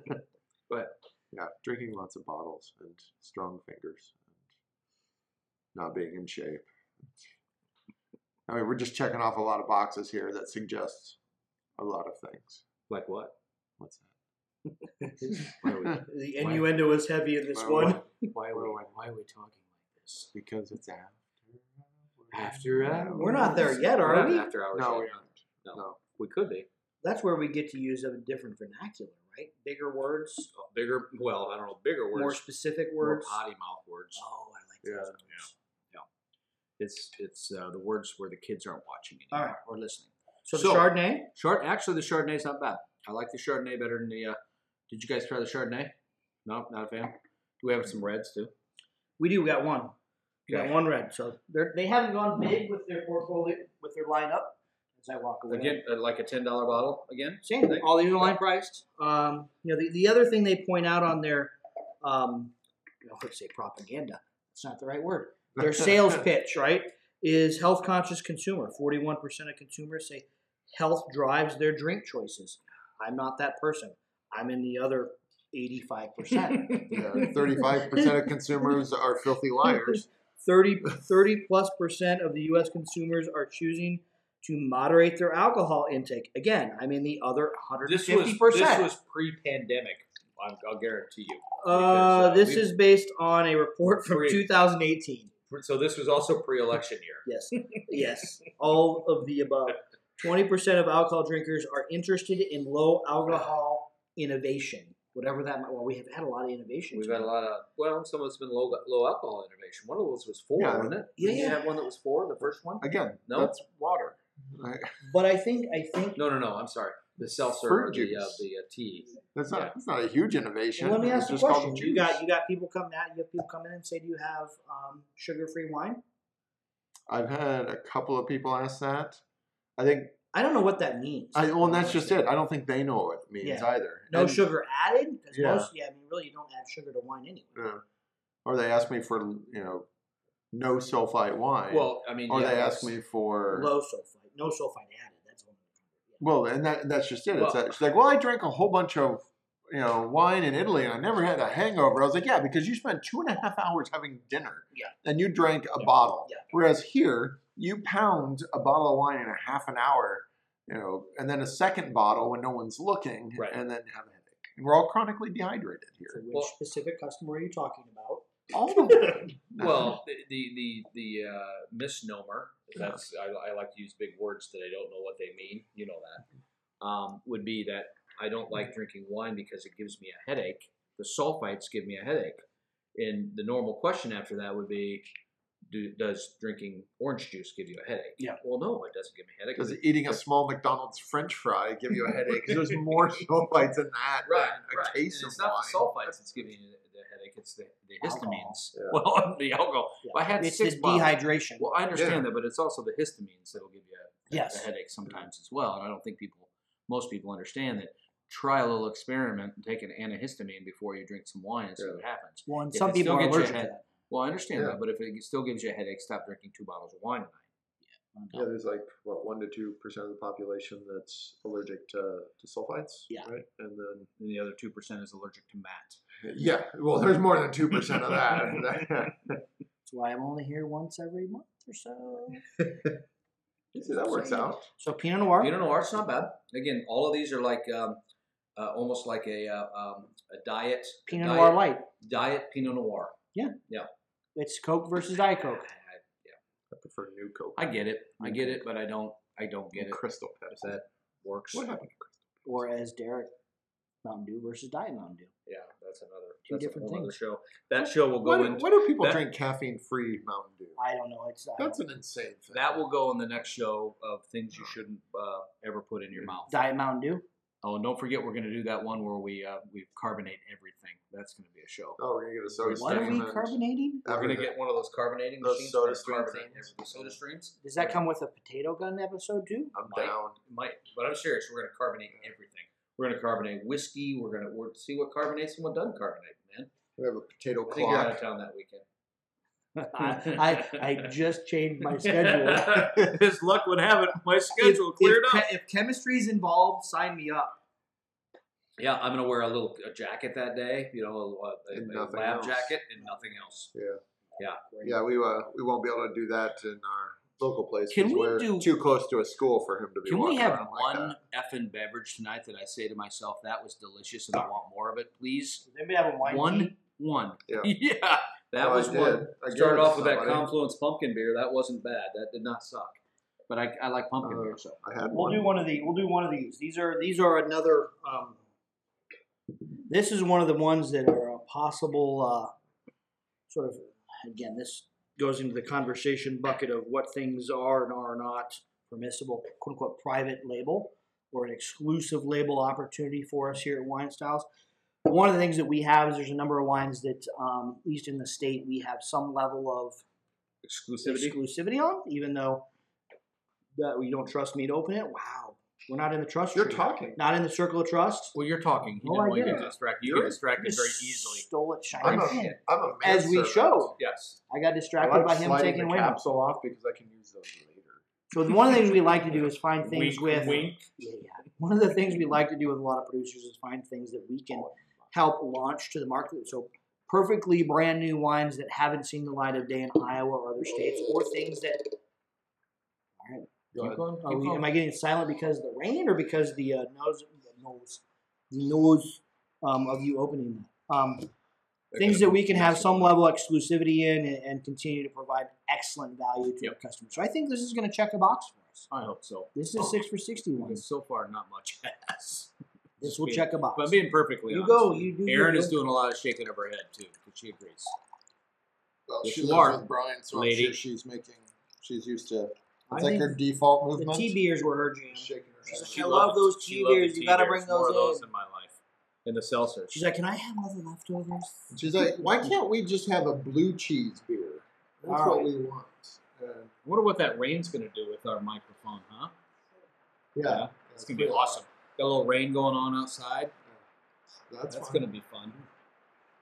S2: <laughs>
S4: Go ahead.
S2: yeah, drinking lots of bottles and strong fingers, and not being in shape. I mean, we're just checking off a lot of boxes here that suggests a lot of things.
S4: Like what?
S2: What's that?
S4: <laughs> Why are we,
S3: you. The innuendo is heavy in this
S2: Why-
S3: one.
S4: why are we,
S2: Well,
S4: why are we talking like this?
S2: Because it's after.
S3: <laughs>
S4: After hours.
S3: We're not there yet,
S4: We're
S3: are
S4: not
S3: we?
S4: After hours.
S2: No,
S4: yet.
S2: we aren't.
S4: No.
S2: No.
S4: We could be.
S3: That's where we get to use a different vernacular, right? Bigger words,
S4: Oh, bigger, well, I don't know, bigger words.
S3: more specific
S4: more
S3: words.
S4: potty mouth words.
S3: Oh, I like
S2: Yeah.
S3: those words.
S4: It's it's uh, the words where the kids aren't watching
S3: All
S4: anymore
S3: right.
S4: or listening.
S3: So, the
S4: So-
S3: Chardonnay.
S4: Chard, actually, the Chardonnay's not bad. I like the Chardonnay better than the. Uh, did you guys try the Chardonnay? No, not a fan. Do we have some reds too?
S3: We do. We got one. We got
S4: Okay.
S3: one red. So they're, they haven't gone big with their portfolio, with their lineup. As I walk away,
S4: Again, uh, like a ten dollar bottle again.
S3: same thing. All these are line priced. Um, you know, the, the other thing they point out on their, um, I was gonna say propaganda. It's not the right word.
S4: <laughs>
S3: Their sales pitch, right, is health conscious consumer. Forty one percent of consumers say health drives their drink choices. I'm not that person. I'm in the other eighty five percent.
S4: <laughs>
S2: Thirty-five percent of consumers are filthy liars.
S3: 30, 30 plus percent of the U.S. consumers are choosing to moderate their alcohol intake. Again, I'm in the other 150%.
S4: This was this was pre-pandemic. I'll, I'll guarantee you.
S3: uh,
S4: because, uh,
S3: this
S4: we-
S3: is based on a report from
S4: Pre-
S3: 2018.
S4: So this was also pre-election year.
S2: <laughs>
S3: Yes, yes, all of the above. 20% of alcohol drinkers are interested in low alcohol innovation, whatever that might Well, we have had a lot of innovation.
S4: We've had a lot of well, some of it's been low low alcohol innovation. One of those was four,
S2: Yeah.
S4: wasn't it?
S3: Yeah,
S4: Didn't you
S3: yeah.
S4: have one that was four, the first one.
S2: Again,
S4: No?
S2: that's water. Right?
S3: But I think, I think,
S4: No, no, no. I'm sorry. The seltzer, or
S2: Fruit
S4: the uh,
S2: juice.
S4: the uh, tea.
S2: That's not.
S4: Yeah.
S2: That's not a huge innovation.
S3: Well, let me
S2: It's
S3: ask you a
S2: just called
S3: question. You
S2: juice.
S3: got you got people come out. You have people come in and say, "Do you have um, sugar-free wine?"
S2: I've had a couple of people ask that. I think.
S3: I don't know what that means.
S2: I, well, and that's just it. I don't think they know what it means
S3: Yeah.
S2: either.
S3: No
S2: And-
S3: sugar added. 'Cause
S2: Yeah.
S3: most- yeah, I mean, really, you don't add sugar to wine anyway.
S2: yeah. uh, Or they ask me for you know, no sulfite wine.
S4: Well, I mean,
S2: or
S4: yeah,
S2: they ask
S4: that's-
S2: me for
S3: Low sulfite, no sulfite added. That's all.
S2: Well, and that, that's just it. it's
S4: Well-
S2: that, she's like, well, I drank a whole bunch of you know wine in Italy, and I never had a hangover. I was like, yeah, because you spent two and a half hours having dinner,
S3: Yeah.
S2: and you drank a
S3: Yeah.
S2: bottle.
S3: Yeah.
S2: Whereas here, you pound a bottle of wine in a half an hour, you know, and then a second bottle when no one's looking,
S4: Right.
S2: and then have a headache. And we're all chronically dehydrated
S3: So
S2: here.
S3: which
S4: Well-
S3: specific customer are you talking about?
S2: All
S4: Oh,
S2: of them.
S4: Well, the the the, the uh, misnomer. That's I, I like to use big words that I don't know what they mean. You know that um, would be that I don't like drinking wine because it gives me a headache. The sulfites give me a headache, and the normal question after that would be, do, does drinking orange juice give you a headache?
S3: Yeah.
S4: Well, no, it doesn't give me a headache.
S2: Does eating a small McDonald's French fry give you a headache? 'Cause
S4: <laughs>
S2: there's more <laughs> sulfites in that
S4: Right,
S2: than a
S4: right.
S2: case
S4: And
S2: of
S4: it's not
S2: wine.
S4: the sulfites that's giving you the, the headache; it's the, the
S3: Alcohol.
S4: histamines.
S2: Yeah.
S4: <laughs> Well, the alcohol.
S3: Yeah.
S4: If I had
S3: It's the
S4: six bottles-
S3: dehydration.
S4: Well, I understand that, but it's also the histamines that'll give you a, a-
S3: Yes.
S4: a headache sometimes as well. And I don't think people, most people understand that try a little experiment and take an antihistamine before you drink some wine and see what happens.
S3: Well, and
S4: If
S3: some
S4: it still
S3: people are
S4: gets you
S3: allergic to
S4: ahead-
S3: that.
S4: Well, I understand
S2: Yeah.
S4: that, but if it still gives you a headache, stop drinking two bottles of wine a night.
S2: Yeah,
S4: Um,
S2: there's like what one to two percent of the population that's allergic to, to sulfites.
S3: Yeah.
S2: Right, and then
S4: And the other two percent is allergic to mat.
S2: <laughs> yeah, well, there's more than two percent of that. <laughs>
S3: That's why I'm only here once every month or so.
S2: See, that works out.
S3: So Pinot Noir.
S4: Pinot Noir, it's not bad. Again, all of these are like um, uh, almost like a uh, um, a diet
S3: Pinot
S4: diet,
S3: Noir Light.
S4: diet Pinot Noir.
S3: It's Coke versus Diet Coke.
S2: I prefer new Coke.
S4: I get it, I get it, but I don't, I don't get it.
S2: Crystal
S4: If
S2: Pepsi.
S4: that works.
S2: What happened?
S3: Or as Derek, Mountain Dew versus Diet Mountain Dew.
S4: Yeah, that's another
S3: Two
S4: that's a
S3: different
S4: whole other
S3: things.
S4: show. That show will go
S2: Why, do-
S4: into
S2: why do people
S4: that-
S2: drink caffeine-free Mountain Dew?
S3: I don't know. It's I
S2: That's
S3: don't-
S2: an insane thing.
S4: that will go on the next show of things you shouldn't uh, ever put in
S3: Mm.
S4: your mouth.
S3: Diet Mountain Dew.
S4: Oh, and don't forget we're going to do that one where we uh, we carbonate everything. That's going to be a show.
S2: Oh, we're gonna get a soda
S3: What are
S2: stream.
S3: we
S2: and
S3: carbonating?
S4: We're going to
S2: everything.
S4: get one of those carbonating
S2: Those
S4: machines.
S2: soda
S4: that
S2: stream
S4: carbonate
S2: things.
S4: every- Soda streams.
S3: Does that come with a potato gun episode
S4: <laughs>
S3: too?
S2: I'm
S4: Mike.
S2: down.
S4: It might, but I'm serious. We're going to carbonate everything. We're going to carbonate whiskey. We're going to we're, see what carbonates and what doesn't carbonate. Man,
S2: We have a potato
S4: I think you're out
S2: clock.
S4: of town that weekend.
S3: I, I I just changed my schedule.
S4: As luck would have it, my <laughs> schedule
S3: if,
S4: cleared
S3: if,
S4: up.
S3: If chemistry's involved, sign me up.
S4: Yeah, I'm gonna wear a little a jacket that day. You know, a,
S2: And
S4: a, a
S2: nothing
S4: lab
S2: else.
S4: jacket and nothing else.
S2: Yeah, we uh, we won't be able to do that in our local place.
S4: Can
S2: 'cause
S4: we
S2: we're
S4: do-
S2: too close to a school for him to be?
S4: Can we
S2: walking
S4: have
S2: around like
S4: one
S2: that.
S4: effing beverage tonight that I say to myself that was delicious and I want more of it, please?
S3: Does anybody have a wine? tea?
S4: One, one. <laughs>
S2: Yeah.
S4: that
S2: Oh, I
S4: was
S2: did.
S4: one.
S2: I gave
S4: Started
S2: it
S4: off
S2: to
S4: with that
S2: somebody.
S4: Confluence pumpkin beer. That wasn't bad. That did not suck. But I, I like pumpkin
S2: Uh,
S4: beer, so
S2: I had
S3: We'll
S2: one.
S3: do one of the. We'll do one of these. These are these are another. Um, this is one of the ones that are a possible uh, sort of. Again, this goes into the conversation bucket of what things are and are not permissible, quote unquote, private label or an exclusive label opportunity for us here at Wine Styles. One of the things that we have is there's a number of wines that, um, at least in the state, we have some level of
S4: exclusivity.
S3: exclusivity on, even though that you don't trust me to open it. Wow, we're not in the trust.
S2: You're
S3: tree.
S2: talking.
S3: Not in the circle of trust.
S4: Well, you're talking. You
S3: Oh,
S4: didn't
S3: I
S4: want to
S3: get
S4: get
S2: it.
S4: distracted. You
S2: You're-
S4: get distracted
S3: Just
S4: very easily.
S3: Stole it
S2: I'm
S3: shiny.
S2: a,
S3: thing.
S2: I'm a
S3: As we
S2: manservant.
S3: show,
S4: Yes.
S3: I got
S2: I
S3: distracted
S2: like
S3: by him
S2: sliding the
S3: taking away. my-
S2: capsule off because I can use those later.
S3: So one of the things we like to do is find things
S4: Wink,
S3: with.
S4: wink.
S3: Yeah, yeah. One of the things we like to do with a lot of producers is find things that we can help launch to the market. So perfectly brand new wines that haven't seen the light of day in Iowa or other states, or things that
S2: Go
S4: Keep
S2: ahead.
S4: going.
S3: Are
S4: keep
S3: Oh, we,
S4: going.
S3: am I getting silent because of the rain or because the uh, nose, the nose, the nose um, of you opening that? Um, things that we can have some level of exclusivity in and, and continue to provide excellent value to our customers. So I think this is going to check a box for us.
S4: I hope so.
S3: This is six for sixty
S4: Because
S3: ones.
S4: So far, not much has.
S3: This will
S4: Being-
S3: check a box.
S4: But being perfectly
S3: you
S4: honest,
S3: go. You do.
S4: Aaron
S3: you
S4: is
S3: go.
S4: doing a lot of shaking of her head too, because she agrees.
S2: Well,
S4: Yes,
S2: she
S4: you
S2: lives
S4: are,
S2: with Brian, so
S4: lady.
S2: I'm sure she's making. She's used to.
S3: I
S2: It's like
S3: think
S2: her default
S3: the
S2: movement.
S3: tea beers were her jam.
S2: Shaking her
S3: She's
S2: head.
S3: like,
S4: She
S3: I
S4: loved-
S3: love those
S4: she
S3: tea
S4: loved the
S3: beers. You gotta bring
S4: more of
S3: those
S4: those in my life. And the seltzer.
S3: She's like, can I have other leftovers?
S2: She's like, why can't we just have a blue cheese beer? That's
S3: All
S2: what
S3: right.
S2: we want. Uh,
S4: I wonder what that rain's going to do with our microphone, huh?
S2: yeah,
S4: It's going to be awesome. Got a little rain going on outside.
S2: That's,
S4: That's,
S2: fine.
S4: going to be fun.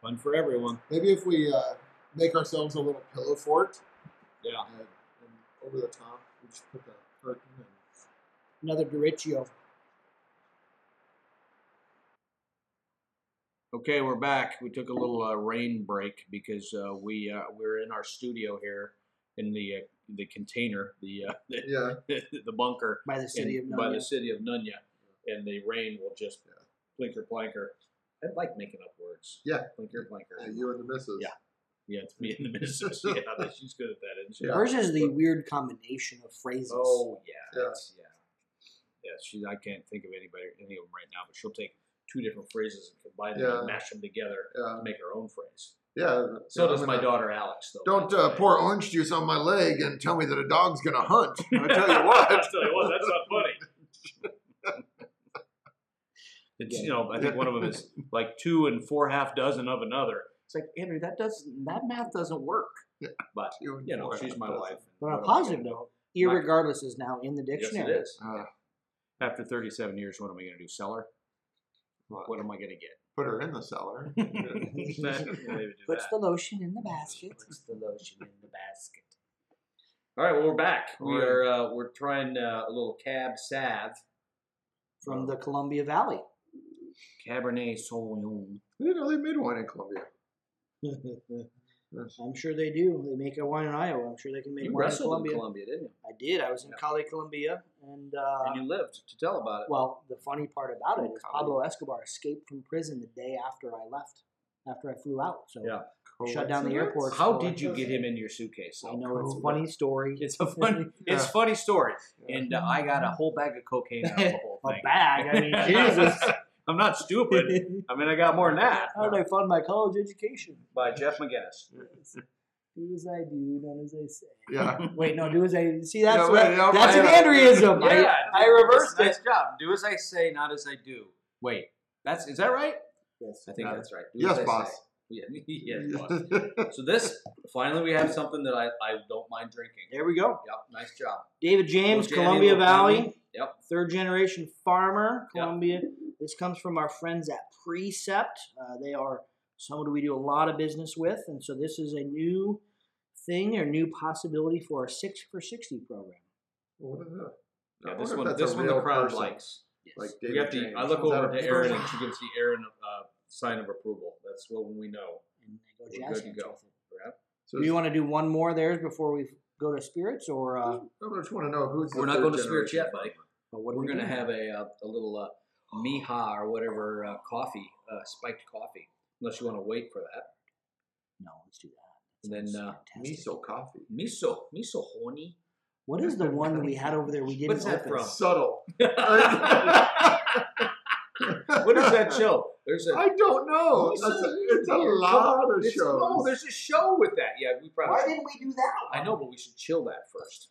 S4: Fun for everyone.
S2: Maybe if we uh, make ourselves a little pillow fort
S4: Yeah.
S2: and, and over the top, we just put the curtain. And,
S3: Another Duriccio.
S4: Okay, we're back. We took a little uh, rain break because uh, we uh, we're in our studio here in the uh, the container, the uh, <laughs> the,
S2: yeah,
S4: the bunker.
S3: by the city
S4: in-
S3: of
S4: by
S3: Nonya.
S4: the city of Nunya, and the rain will just plinker planker. I like making up words.
S2: Yeah.
S4: plinker planker.
S2: yeah, you and the missus.
S4: Yeah. Yeah, it's me and
S2: <laughs>
S4: the missus. Yeah, that- she's good at that, isn't she?
S2: Yeah.
S3: Hers is the weird combination of phrases.
S4: Oh yeah,
S2: Yeah.
S4: that's- yeah, yeah. She, I can't think of anybody, any of them right now, but she'll take two different phrases and combine them and
S2: Yeah.
S4: mash them together
S2: Yeah,
S4: to make her own phrase.
S2: yeah.
S4: So
S2: yeah,
S4: does
S2: I'm
S4: my
S2: gonna-
S4: daughter Alex, though.
S2: Don't
S4: by the
S2: uh,
S4: way.
S2: pour orange juice on my leg and tell me that a dog's gonna
S4: <laughs>
S2: hunt. I tell you what.
S4: tell you what, that's not funny. <laughs> It's, you know, I think one of them is like two and four half dozen of another. It's like Andrew, that doesn't that math doesn't work. But
S2: You and
S4: you know,
S2: Brian
S4: she's my
S2: does it.
S4: wife.
S3: But
S4: What
S3: on a
S4: am I
S3: positive
S4: gonna
S3: note, irregardless is now in the
S4: do?
S3: dictionary.
S4: Yes, it is.
S2: Uh,
S4: After 37 years, what am I going to do? Sell her?
S2: What?
S4: What am I going to get?
S2: Put her in the
S4: <laughs>
S2: cellar.
S4: That- yeah, maybe do
S1: Puts
S4: that.
S1: the lotion in the basket.
S3: Puts the lotion in the basket.
S4: All right, well we're back. We
S2: Alright.
S4: are uh, we're trying uh, a little cab sav,
S3: From the Columbia Valley.
S4: Cabernet Sauvignon.
S2: you know, they made one in Colombia.
S3: <laughs> I'm sure they do. They make a wine in Iowa. I'm sure they can make
S4: You
S3: wine in
S4: wrestled
S3: Columbia.
S4: in Columbia, didn't you?
S3: I did. I was in Cali, Columbia, and, uh,
S4: and you lived to tell about it.
S3: well, the funny part about it
S4: Oh,
S3: is
S4: Cali.
S3: Pablo Escobar escaped from prison the day after I left, after I flew out. So
S4: Yeah.
S3: Shut down the airport.
S4: How
S3: so
S4: did you
S3: that's-
S4: get him into your suitcase?
S3: I
S4: though?
S3: know it's a
S2: cool.
S3: funny story.
S4: It's a
S3: <laughs>
S4: funny, it's a funny story, and uh, I got a whole bag of cocaine out of the whole
S3: <laughs> a
S4: thing.
S3: bag.
S4: <laughs>
S3: I mean, Jesus.
S4: I'm not
S3: <laughs>
S4: stupid. I mean, I got more than that.
S3: How did <laughs> I fund my college education?
S4: By Jeff McGinnis.
S3: Do as I do, not as I say.
S2: Yeah.
S3: Wait, no, do as I see. That's
S2: Yeah, wait,
S3: what-
S2: no,
S3: that's an
S2: I-
S3: Andreism. I- I, reversed
S4: nice
S3: it.
S4: job. Do as I say, not as I do. Wait, that's is that right?
S3: Yes.
S4: I think
S2: Yeah.
S4: that's right. Do
S2: Yes,
S4: as I
S2: boss.
S4: say. <laughs> <laughs> Yeah, yes, boss. So this finally we have something that I, I don't mind drinking.
S3: There we go.
S4: Yep, nice job.
S3: David James,
S4: Little Danny,
S3: Columbia
S4: little
S3: Valley,
S4: Danny. Yep.
S3: third generation farmer,
S4: Yeah.
S3: Columbia. This comes from our friends at Precept. Uh, they are someone we do a lot of business with, and so this is a new thing or new possibility for our six for sixty program.
S2: <laughs> What is that? I
S4: Yeah,
S2: wonder
S4: this
S2: if
S4: one
S2: that's
S4: this
S2: a
S4: one the
S2: real
S4: crowd
S2: person,
S4: likes.
S2: Like
S4: We
S2: David
S4: got the,
S2: James.
S4: I look
S2: Is that
S4: over
S2: a
S4: to Aaron
S2: person?
S4: and she gives the Aaron uh, sign of approval. That's what we know.
S3: And they go
S4: We're
S3: jazz
S4: good to
S3: hands
S4: go.
S3: with it.
S2: So
S3: Do you want to do one more there before we go to spirits, or uh,
S2: I just want to know who's. the
S4: We're not
S2: third
S4: going to spirits
S2: generation
S4: yet, buddy.
S3: but what are
S4: We're
S3: we
S4: going to
S3: doing?
S4: have a, uh, a little uh, Miha or whatever uh, coffee, uh, spiked coffee, unless you want to wait for that.
S3: No, let's do that.
S4: And then,
S3: Sounds
S4: uh,
S3: fantastic.
S2: Miso coffee.
S4: Miso, miso <laughs> honey.
S3: What is the one that we had over there we didn't
S4: What's that
S3: open?
S4: from?
S2: Subtle.
S4: <laughs>
S2: <laughs>
S4: what is that show? There's a
S2: I don't know. That's a, it's a lot of
S4: it's- No,
S2: shows.
S4: there's a show with that. Yeah, we probably.
S3: Why
S4: should-
S3: didn't we do that?
S4: I know, but we should chill that first.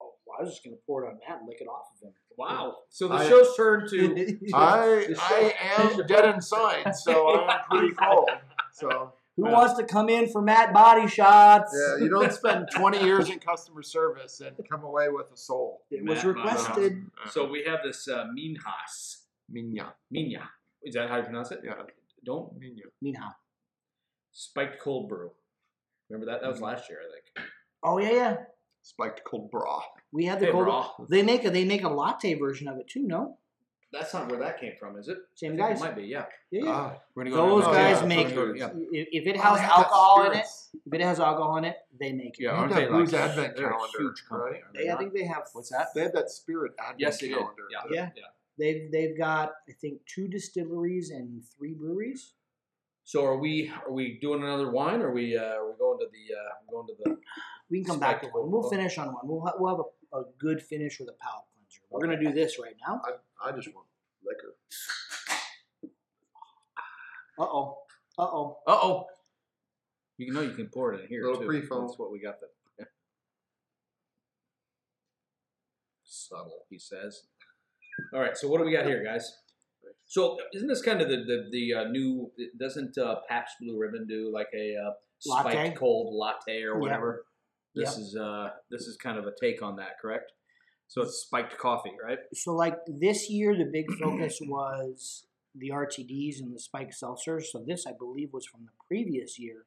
S3: Oh, well, I was just gonna pour it on Matt and lick it off of <laughs> him.
S4: Wow. So the
S2: I-
S4: show's turned to
S2: I
S4: It's-
S2: I <laughs> am dead inside, so I'm pretty cold. So
S3: Who
S4: Yeah.
S3: wants to come in for Matt body shots?
S2: yeah, you don't spend 20 years in customer service and come away with a soul.
S3: It was
S4: Matt body
S3: requested.
S4: so we have this uh, Minhas.
S2: Minya.
S4: Minya. Is that how you pronounce it?
S2: Yeah.
S4: Don't
S2: Minya.
S3: Mina.
S4: spiked cold brew. Remember that? That was last year, I think.
S3: Oh yeah, yeah.
S2: Spiked cold bra.
S3: We had the
S4: Hey,
S3: cold.
S4: raw.
S3: They make a they make a latte version of it too. No,
S4: That's not where that came from, is it?
S3: same
S4: I think
S3: guys.
S4: It might be, yeah.
S3: Yeah, yeah.
S2: Ah.
S4: We're gonna
S3: Those
S2: Oh,
S3: guys
S2: yeah.
S3: make
S2: Those
S4: Yeah.
S3: if, if it has alcohol in it. If it has alcohol in it, they make it.
S4: Yeah,
S2: They
S4: aren't
S2: got
S4: they
S2: Booze
S4: like
S2: Advent
S4: they're a
S2: calendar,
S4: huge company,
S2: right?
S4: aren't
S3: They, I think they have what's that?
S2: They had that spirit advent
S4: Yes, they did.
S2: calendar.
S4: Yeah.
S2: that-
S3: Yeah. They've they've got I think two distilleries and three breweries.
S4: So are we? Are we doing another wine? Or are we? Uh, are we going to the? Uh, going to the?
S3: We can come back to
S4: Spectacle.
S3: one. We'll finish on one. We'll ha- we'll have a, a good finish with a palate cleanser. We're gonna do this right now.
S2: I just want liquor.
S3: Uh oh. Uh oh.
S4: Uh oh. You know you can pour it in here
S2: Little
S4: too.
S2: pre-foam.
S4: That's what we got. The subtle, he says. All right. So what do we got here, guys? So isn't this kind of the the, the uh, new? Doesn't uh, Pabst Blue Ribbon do like a uh, spiked
S3: Latte?
S4: cold latte or
S3: Yeah.
S4: whatever? This
S3: Yep.
S4: is uh this is kind of a take on that, correct? So it's spiked coffee, right?
S3: So like this year, the big focus was the RTDs and the spike seltzers. So this, I believe, was from the previous year.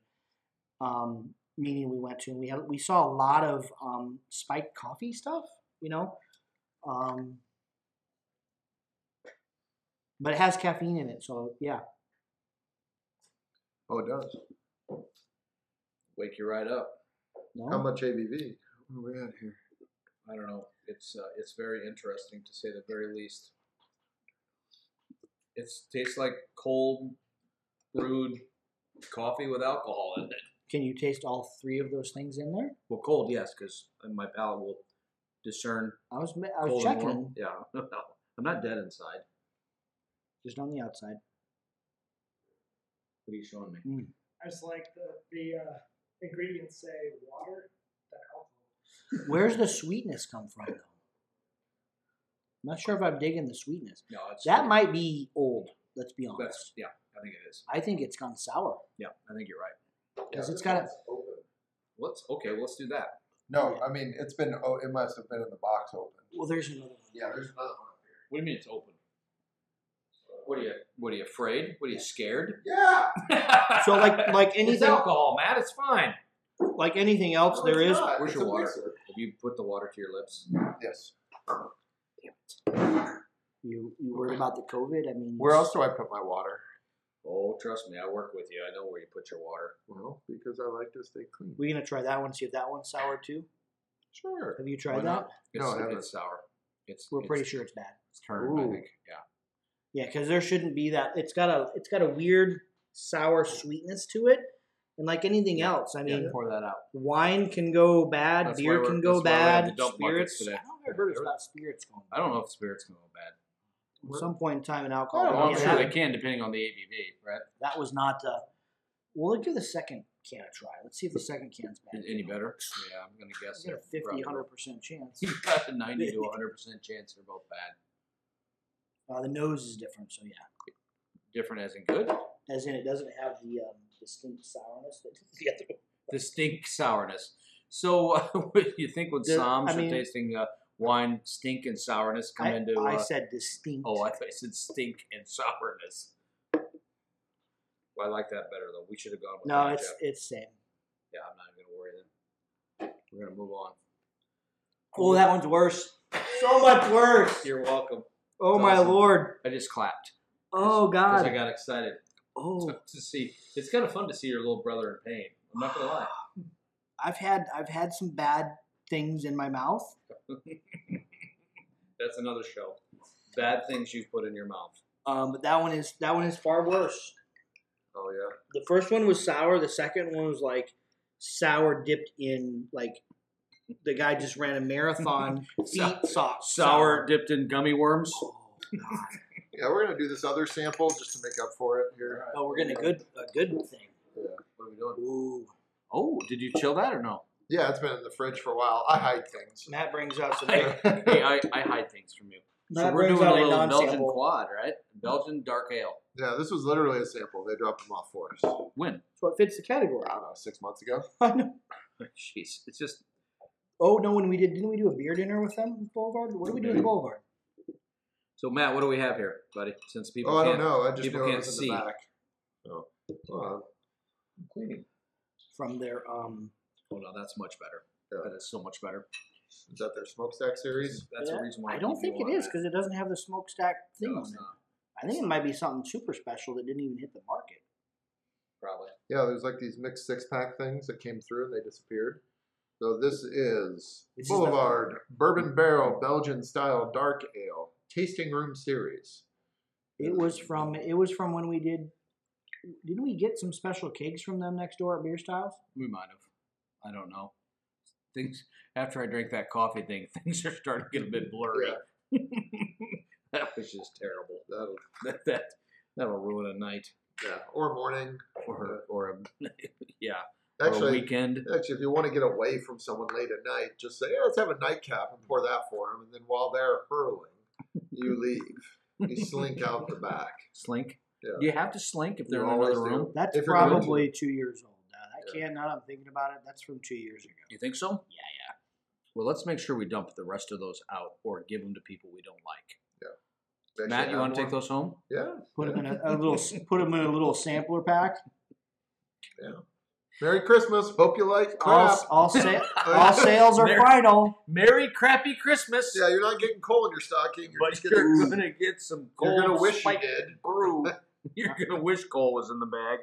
S3: Um, meaning we went to and we had we saw a lot of um, spike coffee stuff. You know. Um, but it has caffeine in it, so yeah.
S2: Oh, it does.
S4: Wake you right up.
S3: No?
S2: How much ABV? What are we at here?
S4: I don't know. It's uh, it's very interesting to say the very least. It tastes like cold brewed coffee with alcohol in it.
S3: Can you taste all three of those things in there?
S4: Well, cold, yes, because my palate will discern
S3: I was ma- I was
S4: cold and warm.
S3: checking
S4: Yeah, <laughs> no, I'm not dead inside.
S3: just on the outside.
S4: What are you showing me?
S5: I just like the, the uh, ingredients say water, then alcohol.
S3: Where's the sweetness come from though? Not sure if I'm digging the sweetness.
S4: No, it's
S3: That might be old. Let's be honest.
S4: That's yeah. I think it is.
S3: I think it's gone sour.
S4: Yeah, I think you're right.
S3: 'Cause
S2: Yeah,
S3: it's
S2: this
S3: got a-
S2: one's open.
S4: Let's okay. Let's do that.
S2: No, I mean it's been. Oh, it must have been in the box open.
S3: Well, there's another one.
S2: Yeah, there's another one up here.
S4: What do you mean it's open? What are you? What are you afraid? What are you scared?
S5: Yeah.
S3: So
S4: <laughs>
S3: like like
S4: it's
S3: anything
S4: alcohol, Matt. It's fine.
S3: like anything else,
S5: No,
S3: there is
S5: it's not.
S4: Where's
S5: It's
S4: your
S5: a
S4: water?
S5: mixer.
S4: Have you put the water to your lips?
S2: Yes.
S3: you you worried about the COVID. I mean,
S2: Where else do I put my water?
S4: Oh, trust me, I work with you. I know where you put your water.
S2: Well, because I like to stay clean.
S3: We're gonna try that one. See if that one's sour too.
S2: Sure.
S3: Have you
S4: Why
S3: tried that?
S4: not? It's,
S2: No, I haven't.
S4: it's sour. It's
S3: We're
S4: it's,
S3: pretty sure it's bad.
S4: it's turned. I
S2: Ooh.
S4: think. Yeah.
S3: Yeah, because there shouldn't be that. It's got a it's got a weird sour sweetness to it, and like anything
S4: Yeah.
S3: else, I mean,
S4: yeah. Pour that out.
S3: wine can go bad,
S4: That's why
S3: beer
S4: we're-
S3: can go
S4: that's why we have
S3: bad,
S4: the dump buckets
S3: spirits.
S4: today.
S3: I don't ever heard about spirits going
S4: I don't know if spirits can go bad.
S3: bad. At some point in time in alcohol,
S2: Oh,
S4: Well, I'm
S3: yeah,
S4: sure
S3: that,
S4: they can, depending on the ABV, right?
S3: that was not. Uh, well, let's give the second can a try. Let's see if the second can's bad.
S4: Is Any better? Yeah, I'm gonna guess.
S3: I got a
S4: they're
S3: 50,
S4: probably- <laughs>
S3: 100 percent chance.
S4: You've got a 90 to 100 percent chance they're both bad.
S3: Uh, the nose is different, so yeah.
S4: Different as in good.
S3: As in, it doesn't have the um, distinct sourness that <laughs> the other
S4: Distinct sourness. So, <laughs> uh, what do you think when
S3: The-
S4: Psalms
S3: I mean-
S4: are tasting uh, wine, stink and sourness come
S3: I,
S4: into?
S3: I
S4: uh,
S3: said distinct.
S4: Oh, I thought you said stink and sourness. Well, I like that better though. We should have gone with
S3: no,
S4: that.
S3: it's
S4: Jeff.
S3: it's same.
S4: yeah. I'm not even gonna worry then. We're gonna move on.
S3: Oh, that one's worse. So much worse.
S4: You're welcome.
S3: Oh
S4: It's
S3: my
S4: awesome.
S3: lord.
S4: I just clapped
S3: Oh
S4: because I
S3: god.
S4: got excited
S3: Oh,
S4: to see. It's kind of fun to see your little brother in pain. I'm not gonna lie.
S3: I've had I've had some bad things in my mouth.
S4: That's another show. Bad things you put in your mouth.
S3: Um, but that one is that one is far worse.
S4: Oh yeah.
S3: The first one was sour. The second one was like sour dipped in like the guy just ran
S4: <laughs>
S3: a marathon feet socks.
S4: Sour dipped in gummy worms.
S3: Oh, God.
S2: Yeah, we're gonna do this other sample just to make up for it here.
S3: oh, we're getting a good a good thing.
S4: What are we doing?
S3: Ooh.
S4: Oh, did you chill that or no?
S2: Yeah, it's been in the fridge for a while. I hide things. <laughs>
S3: Matt brings out some.
S4: I, <laughs> hey, I, I hide things from you.
S3: Matt
S4: so we're
S3: brings
S4: doing a
S3: out a
S4: little Belgian
S3: non-sample.
S4: quad, right? Belgian dark ale.
S2: Yeah, this was literally a sample. They dropped them off for us. I
S4: When?
S3: So it fits the category.
S2: don't know, six months ago.
S3: I know.
S4: Jeez, it's just
S3: Oh no, when we did, didn't we do a beer dinner with them, with Boulevard? What did we do
S4: Mm-hmm.
S3: with Boulevard?
S4: so. Matt, what do we have here, buddy? Since people
S2: oh, I
S4: can't,
S2: don't know. I just
S4: people
S2: know it
S4: can't
S2: was in
S4: see.
S2: the back. Oh, Hold
S4: cleaning.
S3: From their um,
S4: Oh no, that's much better.
S2: Yeah.
S4: That is so much better.
S2: on. Is that their smokestack series?
S4: That's
S3: Yeah.
S4: the reason why.
S3: I don't
S4: keep you
S3: think it
S4: on
S3: is
S4: that.
S3: because it doesn't have the smokestack thing
S4: No,
S3: on
S4: it's
S3: it.
S4: not,
S3: I think it might be something super special that didn't even hit the market.
S4: probably.
S2: Yeah, there's like these mixed six pack things that came through and they disappeared. So this is
S3: This is the-
S2: Boulevard Bourbon Barrel Belgian Style Dark Ale Tasting Room Series.
S3: It was from it was from when we did. Didn't we get some special cakes from them next door at Beer Styles?
S4: We might have. I don't know. Things after I drank that coffee thing, <laughs> things are starting to get a bit blurry. <laughs> that was just terrible.
S2: That'll,
S4: That that that'll ruin a night
S2: yeah, or morning.
S4: or or a <laughs> yeah or a
S2: Actually,
S4: weekend.
S2: Actually, if you want to get away from someone late at night, just say, "Yeah, let's have a nightcap and pour that for them." And then while they're hurling, you leave. You slink out the back.
S4: Slink.
S2: Yeah.
S4: Do you have to slink if they're
S2: You
S4: in another
S2: always do.
S4: room?
S3: That's
S2: If you're going to.
S3: probably two years old. Uh, that can now that I'm thinking about it. That's from two years
S4: <laughs>
S3: ago.
S4: You think so? Yeah, yeah. Well, let's make sure we dump the rest of those out or give them to people we don't like.
S2: They
S4: Matt,
S2: should
S4: you
S2: have
S4: want to take
S2: one.
S4: those home?
S2: Yeah.
S3: Put them in a, a little s- put them in a little sampler pack.
S2: Merry Christmas. Hope you like crap.
S3: All,
S4: <laughs>
S3: all, sa-
S2: <laughs>
S3: all sales are
S4: Merry-
S3: final.
S4: Merry crappy Christmas!
S2: yeah, you're not getting coal in your stocking. You're
S4: but
S2: just getting.
S4: you're gonna get some cold.
S2: <laughs> You're gonna wish you
S4: spiked
S2: did.
S4: brew. You're gonna wish coal was in the bag.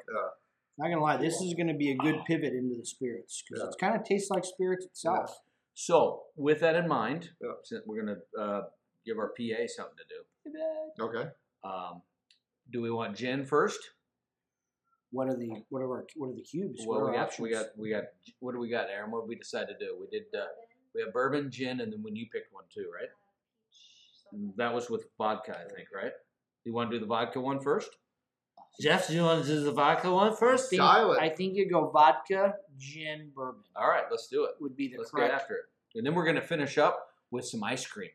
S3: Not gonna lie, this is gonna be a good pivot into the spirits because it kind of tastes like spirits itself.
S4: So, with that in mind,
S2: Yeah.
S4: since we're gonna uh, give our PA something to
S2: Okay.
S4: do. Um, do we want gin first?
S3: What are the what are our, what are the cubes?
S4: Well,
S3: what are
S4: we
S3: our
S4: got, we got, we got. What do we got, Aaron? What did we decide to do? We did. Uh, we have bourbon, gin, and then when you picked one too, right? That was with vodka, I think, right? You want to do the vodka one first? Jeff, do you want to do the vodka one first?
S3: think-
S2: Dial it.
S3: I think you go vodka, gin, bourbon
S4: All right, let's do it.
S3: would be the
S4: Let's get
S3: correct.
S4: after it. And then we're going to finish up with some ice cream.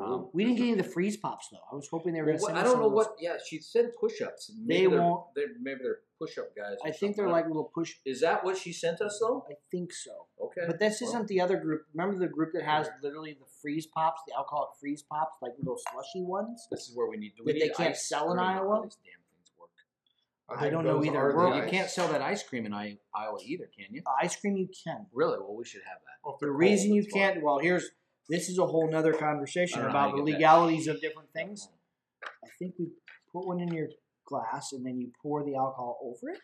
S3: Um, we didn't get any of the freeze pops though. I was hoping they were.
S4: Well,
S3: gonna
S4: what-
S3: send
S4: I
S3: us
S4: don't
S3: some
S4: know
S3: of those.
S4: what. Yeah, she said push-ups.
S3: They
S4: they're-
S3: won't-
S4: They're, maybe they're push-up guys. or
S3: I
S4: something.
S3: think they're like little push.
S4: Is that what she sent us though?
S3: I think so.
S4: Okay.
S5: Okay.
S3: But this
S2: Well.
S3: isn't the other group. Remember the group that has literally the freeze pops, the alcoholic freeze pops, like little slushy ones?
S4: This is where we need. Do we
S3: That
S4: need
S3: they can't
S4: ice
S3: sell in
S4: cream and all
S3: Iowa?
S4: These damn things work.
S3: I don't know
S2: those
S3: either.
S2: are the
S3: Well,
S4: you
S2: ice.
S4: can't sell that ice cream in I- Iowa either, can you?
S3: Ice cream you can.
S4: Really? Well, we should have that.
S2: Well, if
S3: The
S2: they're
S3: reason
S2: cold,
S3: you
S2: that's fine.
S3: can't, well, here's, this is a whole nother conversation
S4: I don't know
S3: about
S4: how
S3: the
S4: you get that.
S3: legalities of different things. I think we put one in your glass and then you pour the alcohol over it,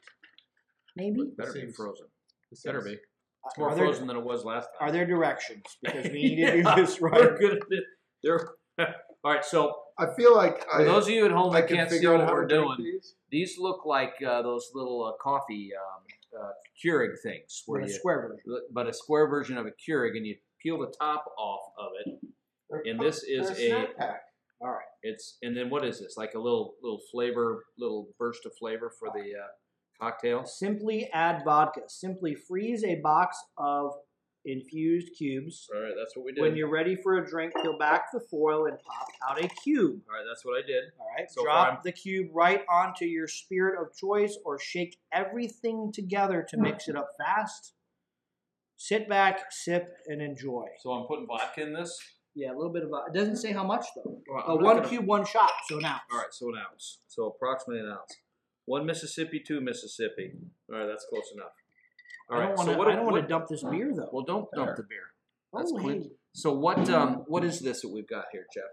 S3: maybe?
S4: Better be
S2: Seems-
S4: frozen.
S2: This
S4: Better
S2: is-
S4: be. It's more
S3: Are there,
S4: frozen than it was last time.
S3: are there directions? Because we <laughs> need to do
S4: Yeah, <laughs>
S3: this right.
S4: We're good at it. They're, <laughs> all right. So
S2: I feel like
S4: for
S2: I,
S4: those of you at home
S2: I
S4: that
S2: can
S4: can't see
S2: figure out
S4: what
S2: how
S4: we're
S2: to drink
S4: doing, <laughs>
S2: these.
S4: these look like uh, those little uh, coffee um, uh, Keurig things,
S3: We're
S4: where
S3: in a
S4: you
S3: square version.
S4: but a square version of a Keurig, and you peel the top off of it. And this is
S2: They're
S4: a
S2: snack pack.
S3: All right.
S4: it's and then what is this? Like a little little flavor, little burst of flavor for the uh, cocktail.
S3: Simply add vodka. Simply freeze a box of infused cubes.
S4: All right, that's what we did.
S3: When you're ready for a drink, peel back the foil and pop out a cube.
S4: All right, that's what I did.
S3: All right.
S4: So
S3: Drop
S4: far-
S3: the cube right onto your spirit of choice or shake everything together to mix it up fast. Sit back, sip, and enjoy.
S4: So I'm putting vodka in this.
S3: Yeah, a little bit of vodka. It doesn't say how much, though.
S4: All right, I'm
S3: Uh,
S4: not
S3: one
S4: gonna-
S3: cube, one shot, so now.
S4: All right, so an ounce. So approximately an ounce. One Mississippi, two Mississippi. All right, that's close enough. All
S3: I
S4: right,
S3: don't want to
S4: so what?
S3: I don't
S4: what
S3: want to dump this beer, though.
S4: well, don't dump the beer. That's
S3: Oh,
S4: quick.
S3: hey.
S4: So what? Um, what is this that we've got here, Jeff?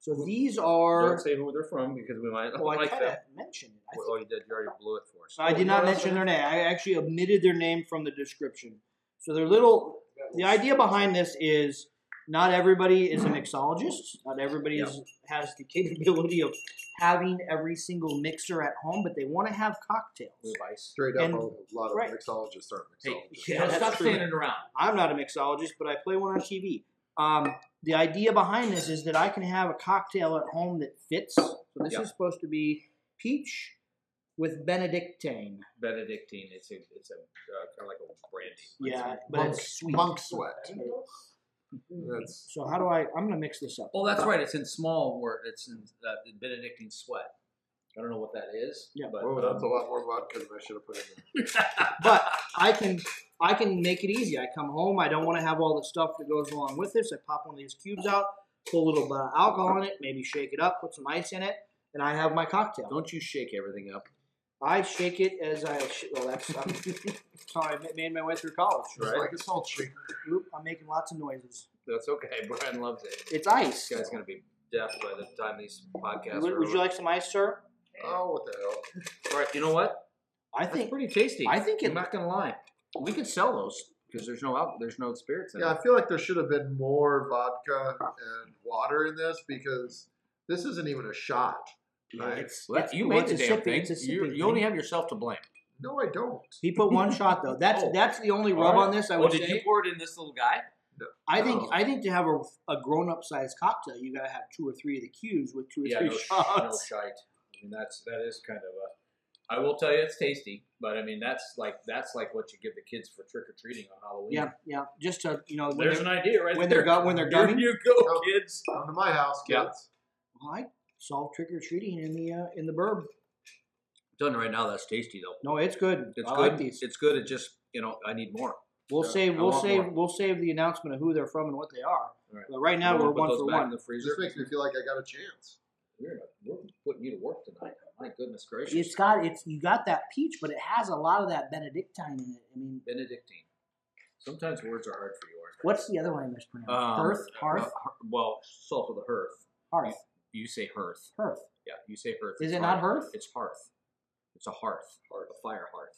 S3: So these
S4: Don't
S3: are.
S4: say who they're from because we might not
S3: Well, I
S4: like
S3: kind of
S4: that.
S3: mentioned it. I
S4: Oh, you did. You already blew it for us.
S3: So I did not mention their name. I actually omitted their name from the description. So they're little. The idea behind this is not everybody is a mixologist. Not everybody is, has the capability of having every single mixer at home, but they want to have cocktails.
S4: Ice.
S2: Straight up,
S3: And-
S2: a lot of
S3: right.
S2: mixologists aren't
S4: Hey,
S2: mixologists.
S3: Yeah,
S4: now
S3: that's
S4: stop
S3: true.
S4: standing around.
S3: I'm not a mixologist, but I play one on TV. Um, the idea behind this is that I can have a cocktail at home that fits. So this
S4: Yeah.
S3: is supposed to be peach with Benedictine.
S4: Benedictine. It's a, it's a uh, kind of like a brandy.
S3: Yeah, but
S2: monk,
S3: it's sweet.
S2: monk sweat. That's
S3: So how do I? I'm gonna mix this up.
S4: Oh, that's right. It's in small word. It's in uh, the Benedictine sweat. I don't know what that is.
S3: Yeah.
S4: But,
S2: oh, that's a
S4: um,
S2: lot more vodka than I should have put in there.
S3: but I can I can make it easy. I come home. I don't want to have all the stuff that goes along with this. I pop one of these cubes out, put a little bit of alcohol in it, maybe shake it up, put some ice in it, and I have my cocktail.
S4: don't you shake everything up.
S3: I shake it as I sh- well.
S4: <laughs>
S3: That's um, that's how I ma- made my way through college.
S2: It's
S4: Right.
S2: like a salt shaker.
S3: Oop, I'm making lots of noises.
S4: That's okay. <laughs> Brian loves it.
S3: It's ice.
S4: This guy's gonna be deaf by the time these podcasts
S3: Would,
S4: are
S3: would
S4: over.
S3: you like some ice, sir?
S2: Oh, what the hell?
S4: All right. You know what?
S3: I
S4: That's
S3: think
S4: pretty tasty.
S3: I think it-
S4: I'm not gonna lie. We could sell those because there's no alcohol, there's no spirits in
S2: Yeah,
S4: it.
S2: I feel like there should have been more vodka and water in this because this isn't even a shot. Like,
S3: it's,
S4: Well,
S3: it's-
S4: you
S3: well,
S4: made
S3: it's
S4: the
S3: a
S4: damn
S3: sippy-
S4: thing.
S3: it's a
S4: You,
S3: sippy
S4: you only
S3: thing.
S4: have yourself to blame.
S2: no, I don't.
S3: He
S4: <laughs>
S3: put one shot though. That's
S4: Oh.
S3: that's the only
S4: All
S3: rub
S4: right.
S3: on this. I
S4: Oh,
S3: would
S4: did
S3: say.
S4: you pour it in this little guy?
S3: I think
S2: Oh.
S3: I think to have a, a grown up size cocktail, you gotta have two or three of the cues with two or
S4: yeah,
S3: three <laughs>
S4: no, sh- no
S3: shots.
S4: shite. I mean, that's that is kind of a. I will tell you, it's tasty, but I mean, that's like that's like what you give the kids for trick or treating on Halloween.
S3: yeah, yeah. Just to you know, when
S4: there's
S3: they're,
S4: an idea right
S3: when
S4: there.
S3: they're gu- when they're
S4: Here
S3: gumming.
S4: you go,
S2: Oh.
S4: kids.
S2: Come to my house,
S4: Yeah.
S2: kids.
S3: Well, I solve trick or treating in the uh, in the burb.
S4: Done right now. That's tasty though.
S3: No, it's good.
S4: It's
S3: I
S4: good.
S3: like these.
S4: It's good. It just you know I need more.
S3: We'll
S2: Yeah,
S3: save
S4: I
S3: we'll
S4: want
S3: save
S4: more.
S3: we'll save the announcement of who they're from and what they are.
S4: All right.
S3: But right now
S4: You wanna
S3: we're
S4: put
S3: one
S4: these
S3: for
S4: back
S3: one.
S4: in the freezer.
S2: This makes me feel like I got a chance.
S4: We're, we're putting you to work tonight. My goodness gracious.
S3: It's got it's you got that peach, but it has a lot of that Benedictine in it. I mean,
S4: Benedictine. Sometimes words are hard for you. Aren't
S3: what's the other one I mispronounced?
S4: Um,
S3: hearth,
S4: they?
S3: hearth,
S4: Uh, her- well, salt of the hearth.
S3: hearth,
S4: You say hearth.
S3: hearth.
S4: Yeah, you say hearth.
S3: Is
S4: It's
S3: it not hearth?
S4: It's hearth. It's a hearth, hearth. a fire hearth.